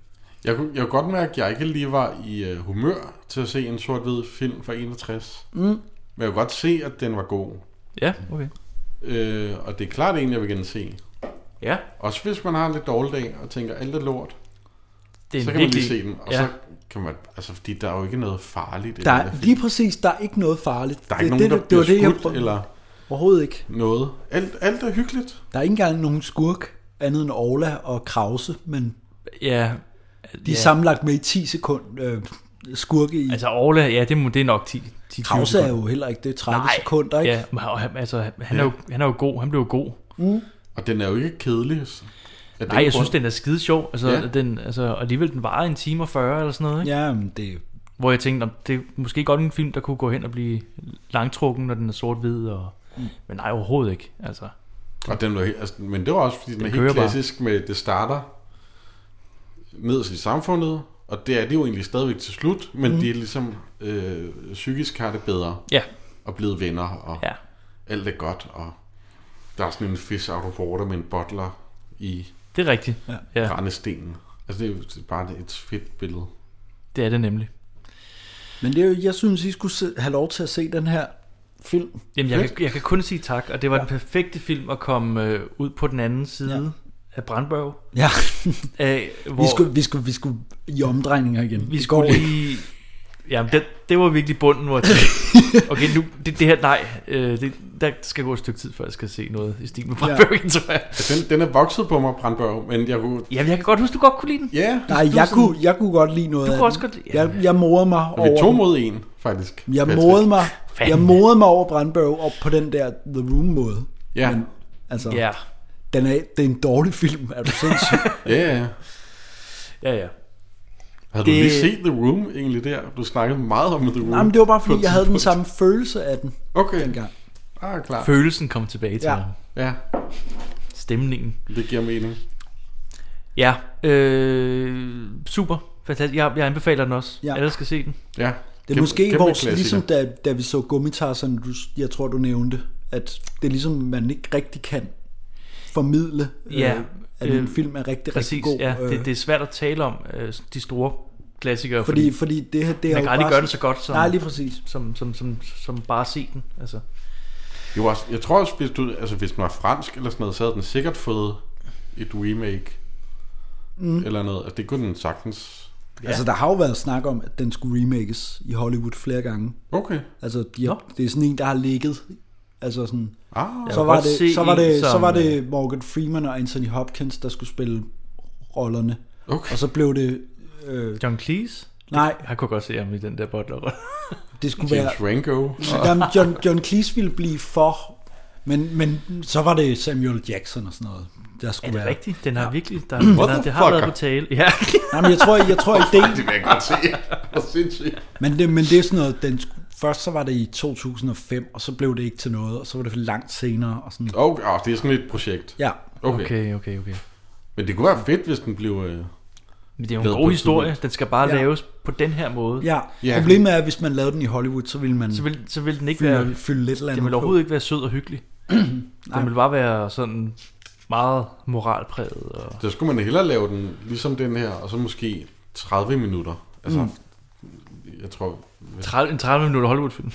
[SPEAKER 2] Jeg kunne, jeg kunne godt mærke, at jeg ikke lige var i øh, humør til at se en sort-hvid film fra 61.
[SPEAKER 3] Mm.
[SPEAKER 2] Men jeg kunne godt se, at den var god.
[SPEAKER 4] Ja, okay.
[SPEAKER 2] Øh, og det er klart en, jeg vil gerne se.
[SPEAKER 4] Ja.
[SPEAKER 2] Også hvis man har en lidt dårlig dag og tænker, alt er lort.
[SPEAKER 4] Det er
[SPEAKER 2] så
[SPEAKER 4] en
[SPEAKER 2] kan man lige
[SPEAKER 4] virkelig-
[SPEAKER 2] se den. Og
[SPEAKER 4] ja.
[SPEAKER 2] så kan man, altså, fordi der er jo ikke noget farligt. i
[SPEAKER 3] Der
[SPEAKER 2] den
[SPEAKER 3] er, lige præcis, der er ikke noget farligt.
[SPEAKER 2] Der er ikke nogen, der
[SPEAKER 3] var
[SPEAKER 2] bliver
[SPEAKER 3] jeg
[SPEAKER 2] skudt,
[SPEAKER 3] prøvede.
[SPEAKER 2] eller-
[SPEAKER 3] Overhovedet ikke.
[SPEAKER 2] Noget. Alt, alt er hyggeligt.
[SPEAKER 3] Der er ikke engang nogen skurk, andet end Orla og Krause, men
[SPEAKER 4] Ja.
[SPEAKER 3] de er
[SPEAKER 4] ja.
[SPEAKER 3] sammenlagt med i 10 sekunder øh, skurke i.
[SPEAKER 4] Altså Orla, ja, det, må, det er nok 10, 10
[SPEAKER 3] Krause er jo heller ikke, det er 30 sekunder, ikke?
[SPEAKER 4] Ja, men og han- altså, han,
[SPEAKER 2] Ja.
[SPEAKER 4] er jo, han er jo god, han blev jo god.
[SPEAKER 3] Mm.
[SPEAKER 2] Og den er jo ikke kedelig. Så. Af den
[SPEAKER 4] Nej, jeg
[SPEAKER 2] grund.
[SPEAKER 4] synes, den er skide sjov. Altså,
[SPEAKER 2] Ja.
[SPEAKER 4] ja. den, altså, alligevel, den varede en time og 40 eller sådan noget. Ikke?
[SPEAKER 3] Ja, men det...
[SPEAKER 4] Hvor jeg tænkte, "Nå, det er måske godt en film, der kunne gå hen og blive langtrukken, når den er sort-hvid. Og...
[SPEAKER 2] Mm.
[SPEAKER 4] Mm. Men nej, overhovedet ikke. Altså,
[SPEAKER 2] Og den var helt, altså, men det var også, fordi den,
[SPEAKER 4] Den
[SPEAKER 2] den er helt
[SPEAKER 4] kører bare.
[SPEAKER 2] klassisk med, det starter nederst i samfundet, og det er det jo egentlig stadigvæk til slut, men
[SPEAKER 4] Mhm.
[SPEAKER 2] mm. de er ligesom øh, psykisk har det bedre.
[SPEAKER 4] Ja.
[SPEAKER 2] Og blevet venner, og
[SPEAKER 4] ja.
[SPEAKER 2] alt er godt, og der er sådan en fish out of water med en bottler i
[SPEAKER 4] det er rigtigt.
[SPEAKER 2] Ja. Randestenen. Altså det er jo bare et fedt billede.
[SPEAKER 4] Det er det nemlig.
[SPEAKER 3] Men det er jo, jeg synes, I skulle se, have lov til at se den her film.
[SPEAKER 4] Jamen, jeg, kan, jeg kan kun sige tak, og det var ja. den perfekte film at komme øh, ud på den anden side ja. af Brandberg.
[SPEAKER 3] Ja.
[SPEAKER 4] Af,
[SPEAKER 3] Hvor... Vi, skulle, vi, skulle, vi skulle i omdrejninger igen.
[SPEAKER 4] vi
[SPEAKER 3] Det
[SPEAKER 4] skulle
[SPEAKER 3] går ikke.
[SPEAKER 4] lige... Jamen, det, det var virkelig bunden, hvor jeg tænkte, okay, nu, det, det her, nej, øh, det, der skal gå et stykke tid, før jeg skal se noget i stil med Brandberg, ja. tror jeg.
[SPEAKER 2] Den, den er vokset på mig, Brandberg, men jeg kunne...
[SPEAKER 4] Jamen, jeg kan godt huske, du godt kunne lide den.
[SPEAKER 2] Ja. Yeah.
[SPEAKER 3] Nej, jeg kunne, jeg kunne godt lide noget
[SPEAKER 4] Du
[SPEAKER 3] af
[SPEAKER 4] kunne også
[SPEAKER 3] den.
[SPEAKER 4] godt lide-
[SPEAKER 3] Jeg, jeg morede mig
[SPEAKER 2] Og vi er
[SPEAKER 3] over...
[SPEAKER 2] to
[SPEAKER 3] den.
[SPEAKER 2] mod en, faktisk.
[SPEAKER 3] Jeg
[SPEAKER 2] Patrick.
[SPEAKER 3] morede mig, jeg
[SPEAKER 2] Fanden.
[SPEAKER 3] morede mig over Brandberg op på den der The Room måde.
[SPEAKER 2] Ja.
[SPEAKER 3] altså,
[SPEAKER 4] Ja.
[SPEAKER 3] den er, det er en dårlig film, er du sindssyg?
[SPEAKER 2] Ja, ja.
[SPEAKER 4] Ja, ja.
[SPEAKER 2] Havde det... du
[SPEAKER 3] Det-
[SPEAKER 2] lige set The Room egentlig der? Du snakkede meget om The Room.
[SPEAKER 3] Nej, men det var bare
[SPEAKER 2] på
[SPEAKER 3] fordi,
[SPEAKER 2] et
[SPEAKER 3] jeg havde den
[SPEAKER 2] tidspunkt.
[SPEAKER 3] samme følelse af den
[SPEAKER 2] Okay.
[SPEAKER 3] dengang.
[SPEAKER 2] Ah, klar.
[SPEAKER 4] Følelsen kom tilbage til
[SPEAKER 3] Ja.
[SPEAKER 4] ja. mig.
[SPEAKER 2] Ja.
[SPEAKER 4] Stemningen.
[SPEAKER 2] Det giver mening.
[SPEAKER 4] Ja, øh, super. Fantastisk. Jeg, jeg anbefaler den også.
[SPEAKER 3] Ja.
[SPEAKER 4] Ja. Alle skal se den.
[SPEAKER 2] Ja.
[SPEAKER 3] Det er måske vores, ligesom da, da vi så gummitarserne, du, jeg tror du nævnte, at det er ligesom, man ikke rigtig kan formidle,
[SPEAKER 4] Ja,
[SPEAKER 3] øh, at en film er rigtig,
[SPEAKER 4] præcis,
[SPEAKER 3] rigtig god. øh,
[SPEAKER 4] Ja, det, det er svært at tale om øh, de store klassikere,
[SPEAKER 3] Fordi- fordi det her- det er
[SPEAKER 4] man
[SPEAKER 3] jo
[SPEAKER 4] kan aldrig
[SPEAKER 3] bare
[SPEAKER 4] gøre det så
[SPEAKER 3] sådan-
[SPEAKER 4] godt som,
[SPEAKER 3] Nej, lige præcis.
[SPEAKER 4] som, som, som, som bare at se den. Altså.
[SPEAKER 2] Jo, også, jeg tror også, hvis, du, altså, hvis den var fransk eller sådan noget, så havde den sikkert fået et remake.
[SPEAKER 3] Mm.
[SPEAKER 2] Mm. Eller noget. Altså, det kunne den sagtens.
[SPEAKER 3] Ja. Altså, der har jo været snak om, at den skulle remakes i Hollywood flere gange.
[SPEAKER 2] Okay.
[SPEAKER 3] Altså, de har, det er sådan en, der har ligget. Altså sådan...
[SPEAKER 2] Ah. Jeg
[SPEAKER 3] så,
[SPEAKER 2] kan
[SPEAKER 3] var
[SPEAKER 2] godt
[SPEAKER 3] det,
[SPEAKER 2] se
[SPEAKER 3] så, var
[SPEAKER 2] en,
[SPEAKER 3] det, så
[SPEAKER 2] som,
[SPEAKER 3] var det Morgan Freeman og Anthony Hopkins, der skulle spille rollerne.
[SPEAKER 2] Okay.
[SPEAKER 3] Og så blev det... Øh,
[SPEAKER 4] John Cleese?
[SPEAKER 3] Nej,
[SPEAKER 4] Jeg kunne godt se ham i den der butler.
[SPEAKER 3] det skulle
[SPEAKER 2] James
[SPEAKER 3] være...
[SPEAKER 2] Rango.
[SPEAKER 3] Jamen, John, John Cleese ville blive for... Men, men så var det Samuel Jackson og sådan noget. Der skulle
[SPEAKER 4] Er det
[SPEAKER 3] være.
[SPEAKER 4] rigtigt? Den har virkelig... Der,
[SPEAKER 3] What
[SPEAKER 4] den har,
[SPEAKER 3] the
[SPEAKER 4] det har været
[SPEAKER 3] fucker?
[SPEAKER 4] på tale. Ja.
[SPEAKER 3] Nej, men jeg tror, jeg, jeg tror ideen...
[SPEAKER 2] Det vil jeg godt se. Hvor sindssygt.
[SPEAKER 3] Men det, men det er sådan noget, den, sk- først så var det i 2005, og så blev det ikke til noget, og så var det for langt senere. Og sådan.
[SPEAKER 2] Okay, oh, det er sådan et projekt.
[SPEAKER 3] Ja.
[SPEAKER 2] Okay.
[SPEAKER 4] Okay, okay, okay.
[SPEAKER 2] Men det kunne være fedt, hvis den blev... Øh,
[SPEAKER 4] Men det er jo
[SPEAKER 2] lavet
[SPEAKER 4] en
[SPEAKER 2] på
[SPEAKER 4] god
[SPEAKER 2] et
[SPEAKER 4] historie.
[SPEAKER 2] tidspunkt.
[SPEAKER 4] Den skal bare
[SPEAKER 3] Ja.
[SPEAKER 4] ja. laves på den her måde.
[SPEAKER 3] Ja. ja, problemet er, at hvis man lavede den i Hollywood, så ville man
[SPEAKER 4] Så vil, så vil den ikke
[SPEAKER 3] fylde,
[SPEAKER 4] være...
[SPEAKER 3] fylde lidt eller
[SPEAKER 4] Den vil
[SPEAKER 3] andet på.
[SPEAKER 4] overhovedet ikke være sød og hyggelig.
[SPEAKER 3] Nej.
[SPEAKER 4] den vil bare være sådan meget moralpræget. Og...
[SPEAKER 2] Der skulle man hellere lave den ligesom den her, og så måske 30 minutter. Altså, jeg tror... Hvis...
[SPEAKER 4] 30, en 30 minutter Hollywood-film.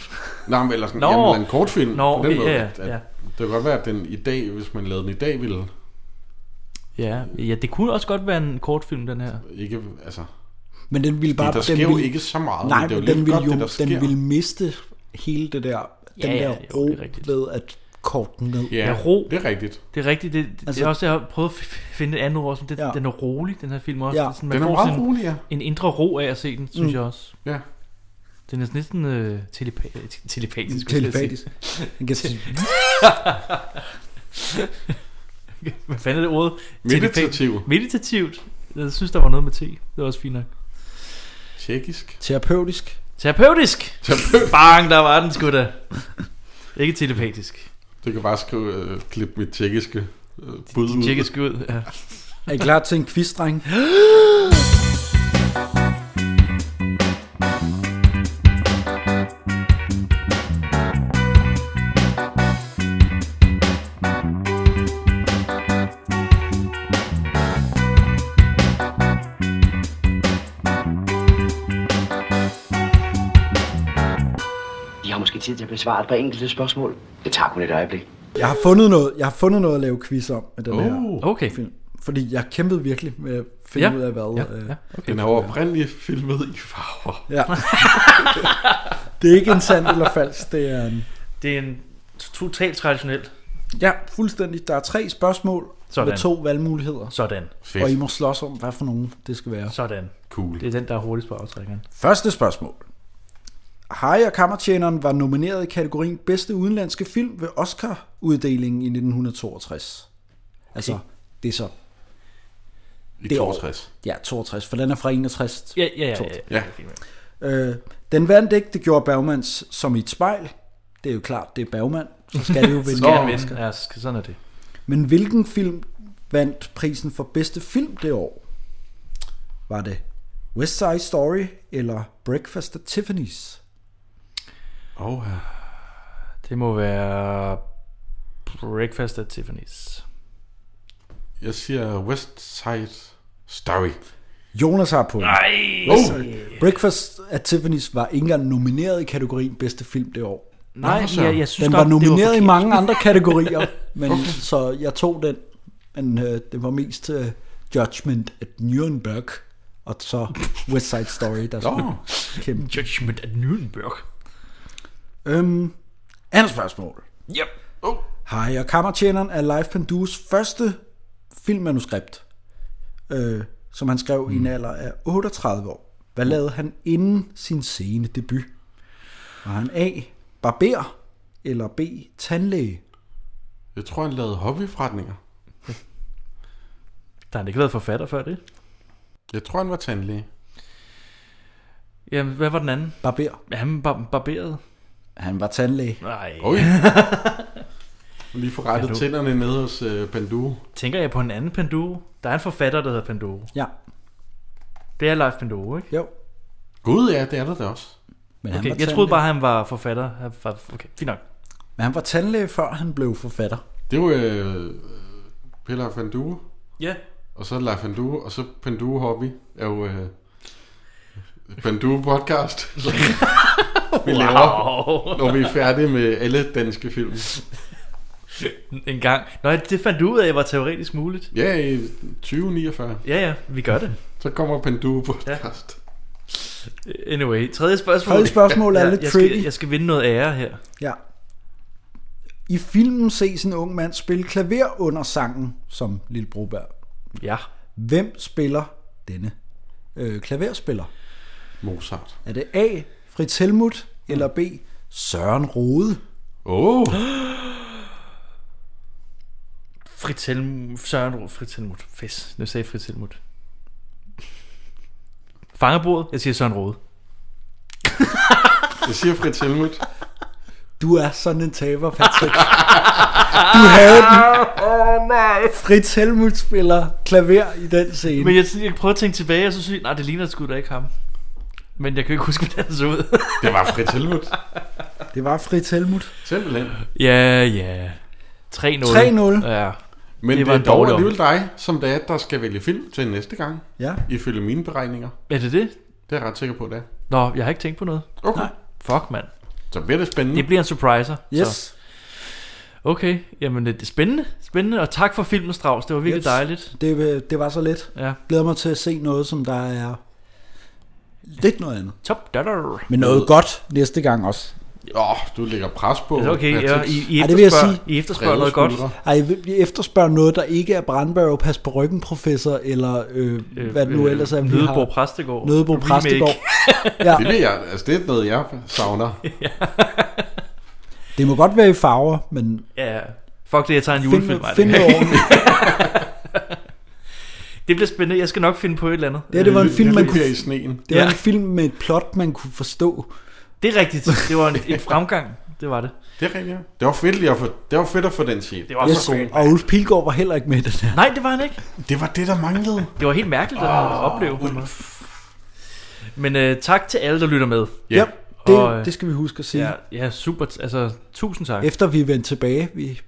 [SPEAKER 2] Nej, men eller sådan
[SPEAKER 4] Nå.
[SPEAKER 2] jamen, eller en kortfilm.
[SPEAKER 4] Nå,
[SPEAKER 2] på den
[SPEAKER 4] okay,
[SPEAKER 2] måde,
[SPEAKER 4] ja, ja,
[SPEAKER 2] at- at
[SPEAKER 4] ja.
[SPEAKER 2] Det kan godt være, at den i dag, hvis man lavede den i dag, ville
[SPEAKER 4] Ja, ja, det kunne også godt være en kortfilm, den her.
[SPEAKER 2] ikke... Altså,
[SPEAKER 3] Men den ville
[SPEAKER 2] Fordi
[SPEAKER 3] bare...
[SPEAKER 2] der sker
[SPEAKER 3] den
[SPEAKER 2] jo
[SPEAKER 3] ville,
[SPEAKER 2] ikke så meget,
[SPEAKER 3] Nej,
[SPEAKER 2] men det er jo
[SPEAKER 3] men
[SPEAKER 2] lidt
[SPEAKER 3] den ville
[SPEAKER 2] godt, det, der sker.
[SPEAKER 3] den ville miste hele det der,
[SPEAKER 4] Ja,
[SPEAKER 3] den
[SPEAKER 4] ja,
[SPEAKER 3] der
[SPEAKER 4] jo,
[SPEAKER 3] ro ved at korte den ned.
[SPEAKER 2] Ja,
[SPEAKER 4] Ja, ro.
[SPEAKER 2] det er rigtigt.
[SPEAKER 4] Det er rigtigt. Det, det, altså,
[SPEAKER 3] Altså-
[SPEAKER 4] det er også, jeg har prøvet at f- f- finde et andet ord, som det, ja. den er rolig, den her film også.
[SPEAKER 3] Ja.
[SPEAKER 4] Det er
[SPEAKER 2] Den er
[SPEAKER 4] får
[SPEAKER 2] meget
[SPEAKER 4] sådan
[SPEAKER 2] rolig, ja.
[SPEAKER 4] En indre ro af at se den, synes
[SPEAKER 2] Mm.
[SPEAKER 4] mm. jeg også.
[SPEAKER 2] Ja.
[SPEAKER 4] Den er sådan næsten øh, telepa- te- telepatisk. skulle jeg
[SPEAKER 3] Telepatisk.
[SPEAKER 4] sige.
[SPEAKER 3] Den kan sige-
[SPEAKER 4] Hvad fanden er det ordet?
[SPEAKER 2] Meditativ.
[SPEAKER 4] Telepa- Meditativt. Jeg synes, der var noget med te. Det var også fint nok.
[SPEAKER 2] Tjekkisk.
[SPEAKER 3] Terapeutisk.
[SPEAKER 4] Terapeutisk! Bang, der var den sgu da. Ikke telepatisk.
[SPEAKER 2] Du kan bare skrive, øh, klippe mit tjekkiske øh, bud ud.
[SPEAKER 4] Tjekkisk ud, ja.
[SPEAKER 3] Er I klar til en quiz, dreng?
[SPEAKER 7] I har måske tid til at besvare et par enkelte spørgsmål. Det tager kun et øjeblik.
[SPEAKER 3] Jeg har fundet noget, jeg har fundet noget at lave quiz om med den
[SPEAKER 7] Oh,
[SPEAKER 3] her
[SPEAKER 4] okay.
[SPEAKER 3] film. Fordi jeg kæmpede virkelig med at finde
[SPEAKER 4] Ja,
[SPEAKER 3] ud af, hvad... øh,
[SPEAKER 4] ja, ja,
[SPEAKER 2] Den er jo oprindeligt filmet i farver.
[SPEAKER 3] Ja. det er ikke en sand eller falsk, det er en...
[SPEAKER 4] Det er en totalt traditionel.
[SPEAKER 3] Ja, fuldstændig. Der er tre spørgsmål Sådan.
[SPEAKER 4] Sådan.
[SPEAKER 3] med to valgmuligheder.
[SPEAKER 4] Sådan.
[SPEAKER 3] Fedt. Og I må slås om, hvad for nogen det skal være.
[SPEAKER 4] Sådan.
[SPEAKER 2] Cool.
[SPEAKER 4] Det er den, der er hurtigst på aftrækkeren.
[SPEAKER 3] Første spørgsmål. Harry og Kammertjeneren var nomineret i kategorien bedste udenlandske film ved Oscar-uddelingen i 1962. Okay. Altså, det er så...
[SPEAKER 2] I
[SPEAKER 3] det år.
[SPEAKER 2] 62.
[SPEAKER 3] Ja, 62, for den er fra 61.
[SPEAKER 4] Ja, ja, ja, ja,
[SPEAKER 3] 62.
[SPEAKER 2] ja.
[SPEAKER 3] Øh, den vandt ikke, det gjorde Bergmans som i et spejl. Det er jo klart, det er Bergman. Så skal det jo vinde.
[SPEAKER 4] Skal han
[SPEAKER 3] Oscar.
[SPEAKER 4] vinde? Ja, så skal- sådan er det.
[SPEAKER 3] Men hvilken film vandt prisen for bedste film det år? Var det West Side Story eller Breakfast at Tiffany's?
[SPEAKER 2] Oh, ja.
[SPEAKER 4] Det må være Breakfast at Tiffany's.
[SPEAKER 2] Jeg siger West Side Story.
[SPEAKER 3] Jonas har på.
[SPEAKER 4] Nej.
[SPEAKER 3] Oh. Breakfast at Tiffany's var ikke engang nomineret i kategorien bedste film det år.
[SPEAKER 4] Nej, Nå, så. jeg- jeg synes
[SPEAKER 3] Den
[SPEAKER 4] nok,
[SPEAKER 3] var
[SPEAKER 4] det var
[SPEAKER 3] nomineret i
[SPEAKER 4] forkert.
[SPEAKER 3] mange andre kategorier, men
[SPEAKER 4] Okay.
[SPEAKER 3] så jeg tog den. Men øh, det var mest øh, Judgment at Nuremberg, og så West Side Story, der skulle kæmpe.
[SPEAKER 4] Judgment at Nürnberg.
[SPEAKER 3] Øhm, andet spørgsmål.
[SPEAKER 4] Yep. Oh.
[SPEAKER 3] Hej, og Kammertjeneren er Leif Pandus første filmmanuskript, øh, som han skrev
[SPEAKER 4] Hmm.
[SPEAKER 3] mm. i en alder af 38 år. Hvad lavede han inden sin sene debut? Var han A. Barber eller B. Tandlæge?
[SPEAKER 2] Jeg tror, han lavede hobbyforretninger.
[SPEAKER 4] Der har han ikke været forfatter før det.
[SPEAKER 2] Jeg tror, han var tandlæge.
[SPEAKER 4] Jamen, hvad var den anden?
[SPEAKER 3] Barber.
[SPEAKER 4] Ja, han bar- barberede.
[SPEAKER 3] Han var tandlæge.
[SPEAKER 4] Nej.
[SPEAKER 2] Oj. Lige få rettet
[SPEAKER 4] Ja, du-
[SPEAKER 2] tænderne nede hos øh, Panduro.
[SPEAKER 4] Tænker jeg på en anden Panduro? Der er en forfatter, der hedder Panduro.
[SPEAKER 3] Ja.
[SPEAKER 4] Det er Leif Panduro, ikke?
[SPEAKER 3] Jo.
[SPEAKER 2] Gud, ja, det er der da også.
[SPEAKER 3] Men han
[SPEAKER 4] okay,
[SPEAKER 3] var
[SPEAKER 4] jeg
[SPEAKER 3] tandlæge.
[SPEAKER 4] troede bare, han var forfatter. Han var, okay, fint nok.
[SPEAKER 3] Men han var tandlæge, før han blev forfatter.
[SPEAKER 2] Det var øh, Peter Panduro.
[SPEAKER 4] Ja.
[SPEAKER 2] Og så Leif Panduro, og så Panduro Hobby er jo... Øh, Panduro Podcast. som vi laver,
[SPEAKER 4] Wow.
[SPEAKER 2] når vi er færdige med alle danske film.
[SPEAKER 4] En gang. Nå, ja, det fandt du ud af, var teoretisk muligt.
[SPEAKER 2] Ja, i 2049.
[SPEAKER 4] Ja, ja, vi gør det.
[SPEAKER 2] Så kommer Panduro Podcast.
[SPEAKER 4] Anyway, tredje spørgsmål.
[SPEAKER 3] Tredje spørgsmål er
[SPEAKER 4] Ja,
[SPEAKER 3] lidt
[SPEAKER 4] jeg skal,
[SPEAKER 3] tricky.
[SPEAKER 4] Jeg skal vinde noget ære her.
[SPEAKER 3] Ja. I filmen ses en ung mand spille klaver under sangen, som Lille Broberg.
[SPEAKER 4] Ja.
[SPEAKER 3] Hvem spiller denne øh, klaverspiller?
[SPEAKER 2] Mozart.
[SPEAKER 3] Er det A. Fritz Helmut, eller B. Søren Rode?
[SPEAKER 2] Åh! Oh.
[SPEAKER 4] Fritz Helmut. Søren Ro- Fritz Helmut. Fis. Nu sagde jeg Fritz Helmut. Fangerbordet. Jeg siger Søren Rode.
[SPEAKER 2] Jeg siger Fritz Helmut.
[SPEAKER 3] Du er sådan en taber, Patrick. Du havde den.
[SPEAKER 4] Åh, oh, nej.
[SPEAKER 3] Fritz Helmut spiller klaver i den scene.
[SPEAKER 4] Men jeg, jeg prøver at tænke tilbage, og så synes jeg, nej, det ligner sgu da ikke ham. Men jeg kan ikke huske, hvordan han så ud.
[SPEAKER 2] Det var Fritz Helmut.
[SPEAKER 3] Det var Fritz Helmut.
[SPEAKER 2] Simpelthen.
[SPEAKER 4] Ja, ja. 3-0.
[SPEAKER 3] 3-0.
[SPEAKER 4] Ja.
[SPEAKER 2] Men det, var
[SPEAKER 4] det var
[SPEAKER 2] det
[SPEAKER 4] en
[SPEAKER 2] er dog
[SPEAKER 4] dårlig
[SPEAKER 2] alligevel dig, som det er, der skal vælge film til næste gang.
[SPEAKER 3] Ja.
[SPEAKER 2] Ifølge mine beregninger.
[SPEAKER 4] Er det det?
[SPEAKER 2] Det er jeg ret sikker på, det er.
[SPEAKER 4] Nå, jeg har ikke tænkt på noget.
[SPEAKER 2] Okay. Nej.
[SPEAKER 4] Fuck, mand.
[SPEAKER 2] Så bliver det spændende.
[SPEAKER 4] Det bliver en surpriser.
[SPEAKER 3] Mm. Yes.
[SPEAKER 4] Så. Okay, jamen det er spændende, spændende, og tak for filmen, Strauss, det var virkelig yes. dejligt.
[SPEAKER 3] Det, øh, det var så let.
[SPEAKER 4] Ja.
[SPEAKER 3] Glæder mig til at se noget, som der er lidt noget andet.
[SPEAKER 4] Top dollar.
[SPEAKER 3] Men noget godt næste gang også.
[SPEAKER 2] Åh, oh, du lægger pres på.
[SPEAKER 4] Altså, okay,
[SPEAKER 2] Patrick.
[SPEAKER 4] ja, I- I
[SPEAKER 3] Ej, det vil jeg
[SPEAKER 4] efterspørger-
[SPEAKER 3] sige.
[SPEAKER 4] I efterspørger noget godt.
[SPEAKER 2] Brede skuldre.
[SPEAKER 3] Ej, jeg vil- jeg efterspørger noget, der ikke er Brandberg, pas på ryggen, professor, eller øh, øh, hvad det nu
[SPEAKER 4] øh,
[SPEAKER 3] ellers er, vi
[SPEAKER 4] Nødebo
[SPEAKER 3] har.
[SPEAKER 4] Præstegård.
[SPEAKER 3] Nødebo
[SPEAKER 4] Remake.
[SPEAKER 3] Præstegård.
[SPEAKER 2] Ja. Det, vil jeg, altså, det er noget, jeg savner.
[SPEAKER 3] Det må godt være i farver, men
[SPEAKER 4] Ja, fuck det, jeg tager en
[SPEAKER 3] Find-
[SPEAKER 4] julefilm. ej,
[SPEAKER 3] find
[SPEAKER 4] det-
[SPEAKER 3] noget ordentligt.
[SPEAKER 4] det bliver spændende, jeg skal nok finde på et eller andet.
[SPEAKER 3] det, her, det var en
[SPEAKER 2] Jeg
[SPEAKER 3] film, man
[SPEAKER 2] ligger
[SPEAKER 3] kunne,
[SPEAKER 2] i sneen.
[SPEAKER 3] det var
[SPEAKER 4] Ja.
[SPEAKER 3] en film med et plot, man kunne forstå.
[SPEAKER 4] Det er rigtigt, det var en, en fremgang, det var det.
[SPEAKER 2] Det er rigtigt. ja. Det var fedt, lige at få, det var fedt at få den set.
[SPEAKER 4] Det var
[SPEAKER 3] Yes.
[SPEAKER 4] så god.
[SPEAKER 3] Og Ulf Pilgaard var heller ikke med i den her.
[SPEAKER 4] Nej, det var han ikke.
[SPEAKER 2] Det var det, der manglede.
[SPEAKER 4] Det var helt mærkeligt at oh, opleve. Men øh, tak til alle, der lytter med.
[SPEAKER 3] Ja,
[SPEAKER 4] Og, øh,
[SPEAKER 3] det, det skal vi huske at sige.
[SPEAKER 4] Ja, ja super. t- Altså, tusind tak.
[SPEAKER 3] Efter vi er vendt tilbage, vi,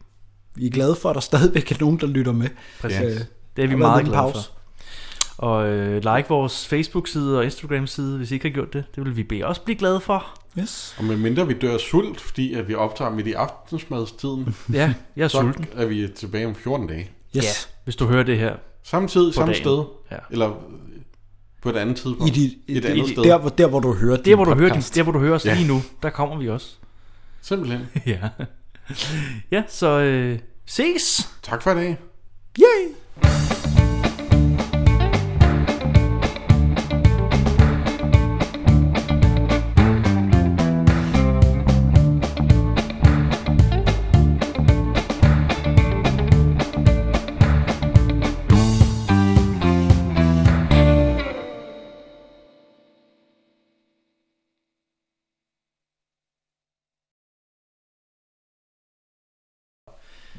[SPEAKER 3] vi er glade for, at der stadigvæk er nogen, der lytter med.
[SPEAKER 4] Præcis.
[SPEAKER 3] Øh,
[SPEAKER 4] Det er vi
[SPEAKER 3] der har været
[SPEAKER 4] meget
[SPEAKER 3] lidt
[SPEAKER 4] glade
[SPEAKER 3] pause.
[SPEAKER 4] for. Og øh, like vores Facebook-side og Instagram-side, hvis I ikke har gjort det. Det vil vi be- også blive glade for.
[SPEAKER 3] Yes.
[SPEAKER 2] Og medmindre vi dør af sult, fordi at vi optager midt i aftensmadstiden,
[SPEAKER 4] Ja, jeg er
[SPEAKER 2] så
[SPEAKER 4] sulten.
[SPEAKER 2] er vi tilbage om 14 dage.
[SPEAKER 3] Yes.
[SPEAKER 4] Ja, hvis du hører det her.
[SPEAKER 2] Samme tid,
[SPEAKER 4] På
[SPEAKER 2] samme
[SPEAKER 4] dagen.
[SPEAKER 2] sted.
[SPEAKER 4] Ja.
[SPEAKER 2] Eller øh, på et andet
[SPEAKER 3] I
[SPEAKER 2] tidspunkt.
[SPEAKER 3] de, i,
[SPEAKER 2] et
[SPEAKER 3] de-
[SPEAKER 2] andet
[SPEAKER 3] i,
[SPEAKER 2] sted.
[SPEAKER 3] der, hvor, der, hvor du hører
[SPEAKER 4] Det,
[SPEAKER 3] din
[SPEAKER 4] hvor du hører, din,
[SPEAKER 3] podcast.
[SPEAKER 4] der, hvor du hører os
[SPEAKER 2] Ja.
[SPEAKER 4] lige nu, der kommer vi også.
[SPEAKER 2] Simpelthen.
[SPEAKER 4] ja. ja, så øh, ses!
[SPEAKER 2] Tak for i dag.
[SPEAKER 3] Yay!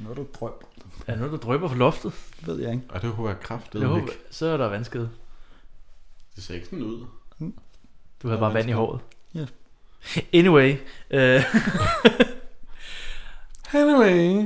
[SPEAKER 3] Noget du drømmer,
[SPEAKER 4] Er der noget, der drøber på loftet?
[SPEAKER 3] ved jeg ikke.
[SPEAKER 2] Og det håber jeg kraftedet
[SPEAKER 4] Jeg håber,
[SPEAKER 2] ikke.
[SPEAKER 4] så er der vandskede.
[SPEAKER 2] Det ser ikke sådan ud.
[SPEAKER 4] Du havde bare vand i håret.
[SPEAKER 3] Ja.
[SPEAKER 4] Anyway. Øh,
[SPEAKER 2] Anyway.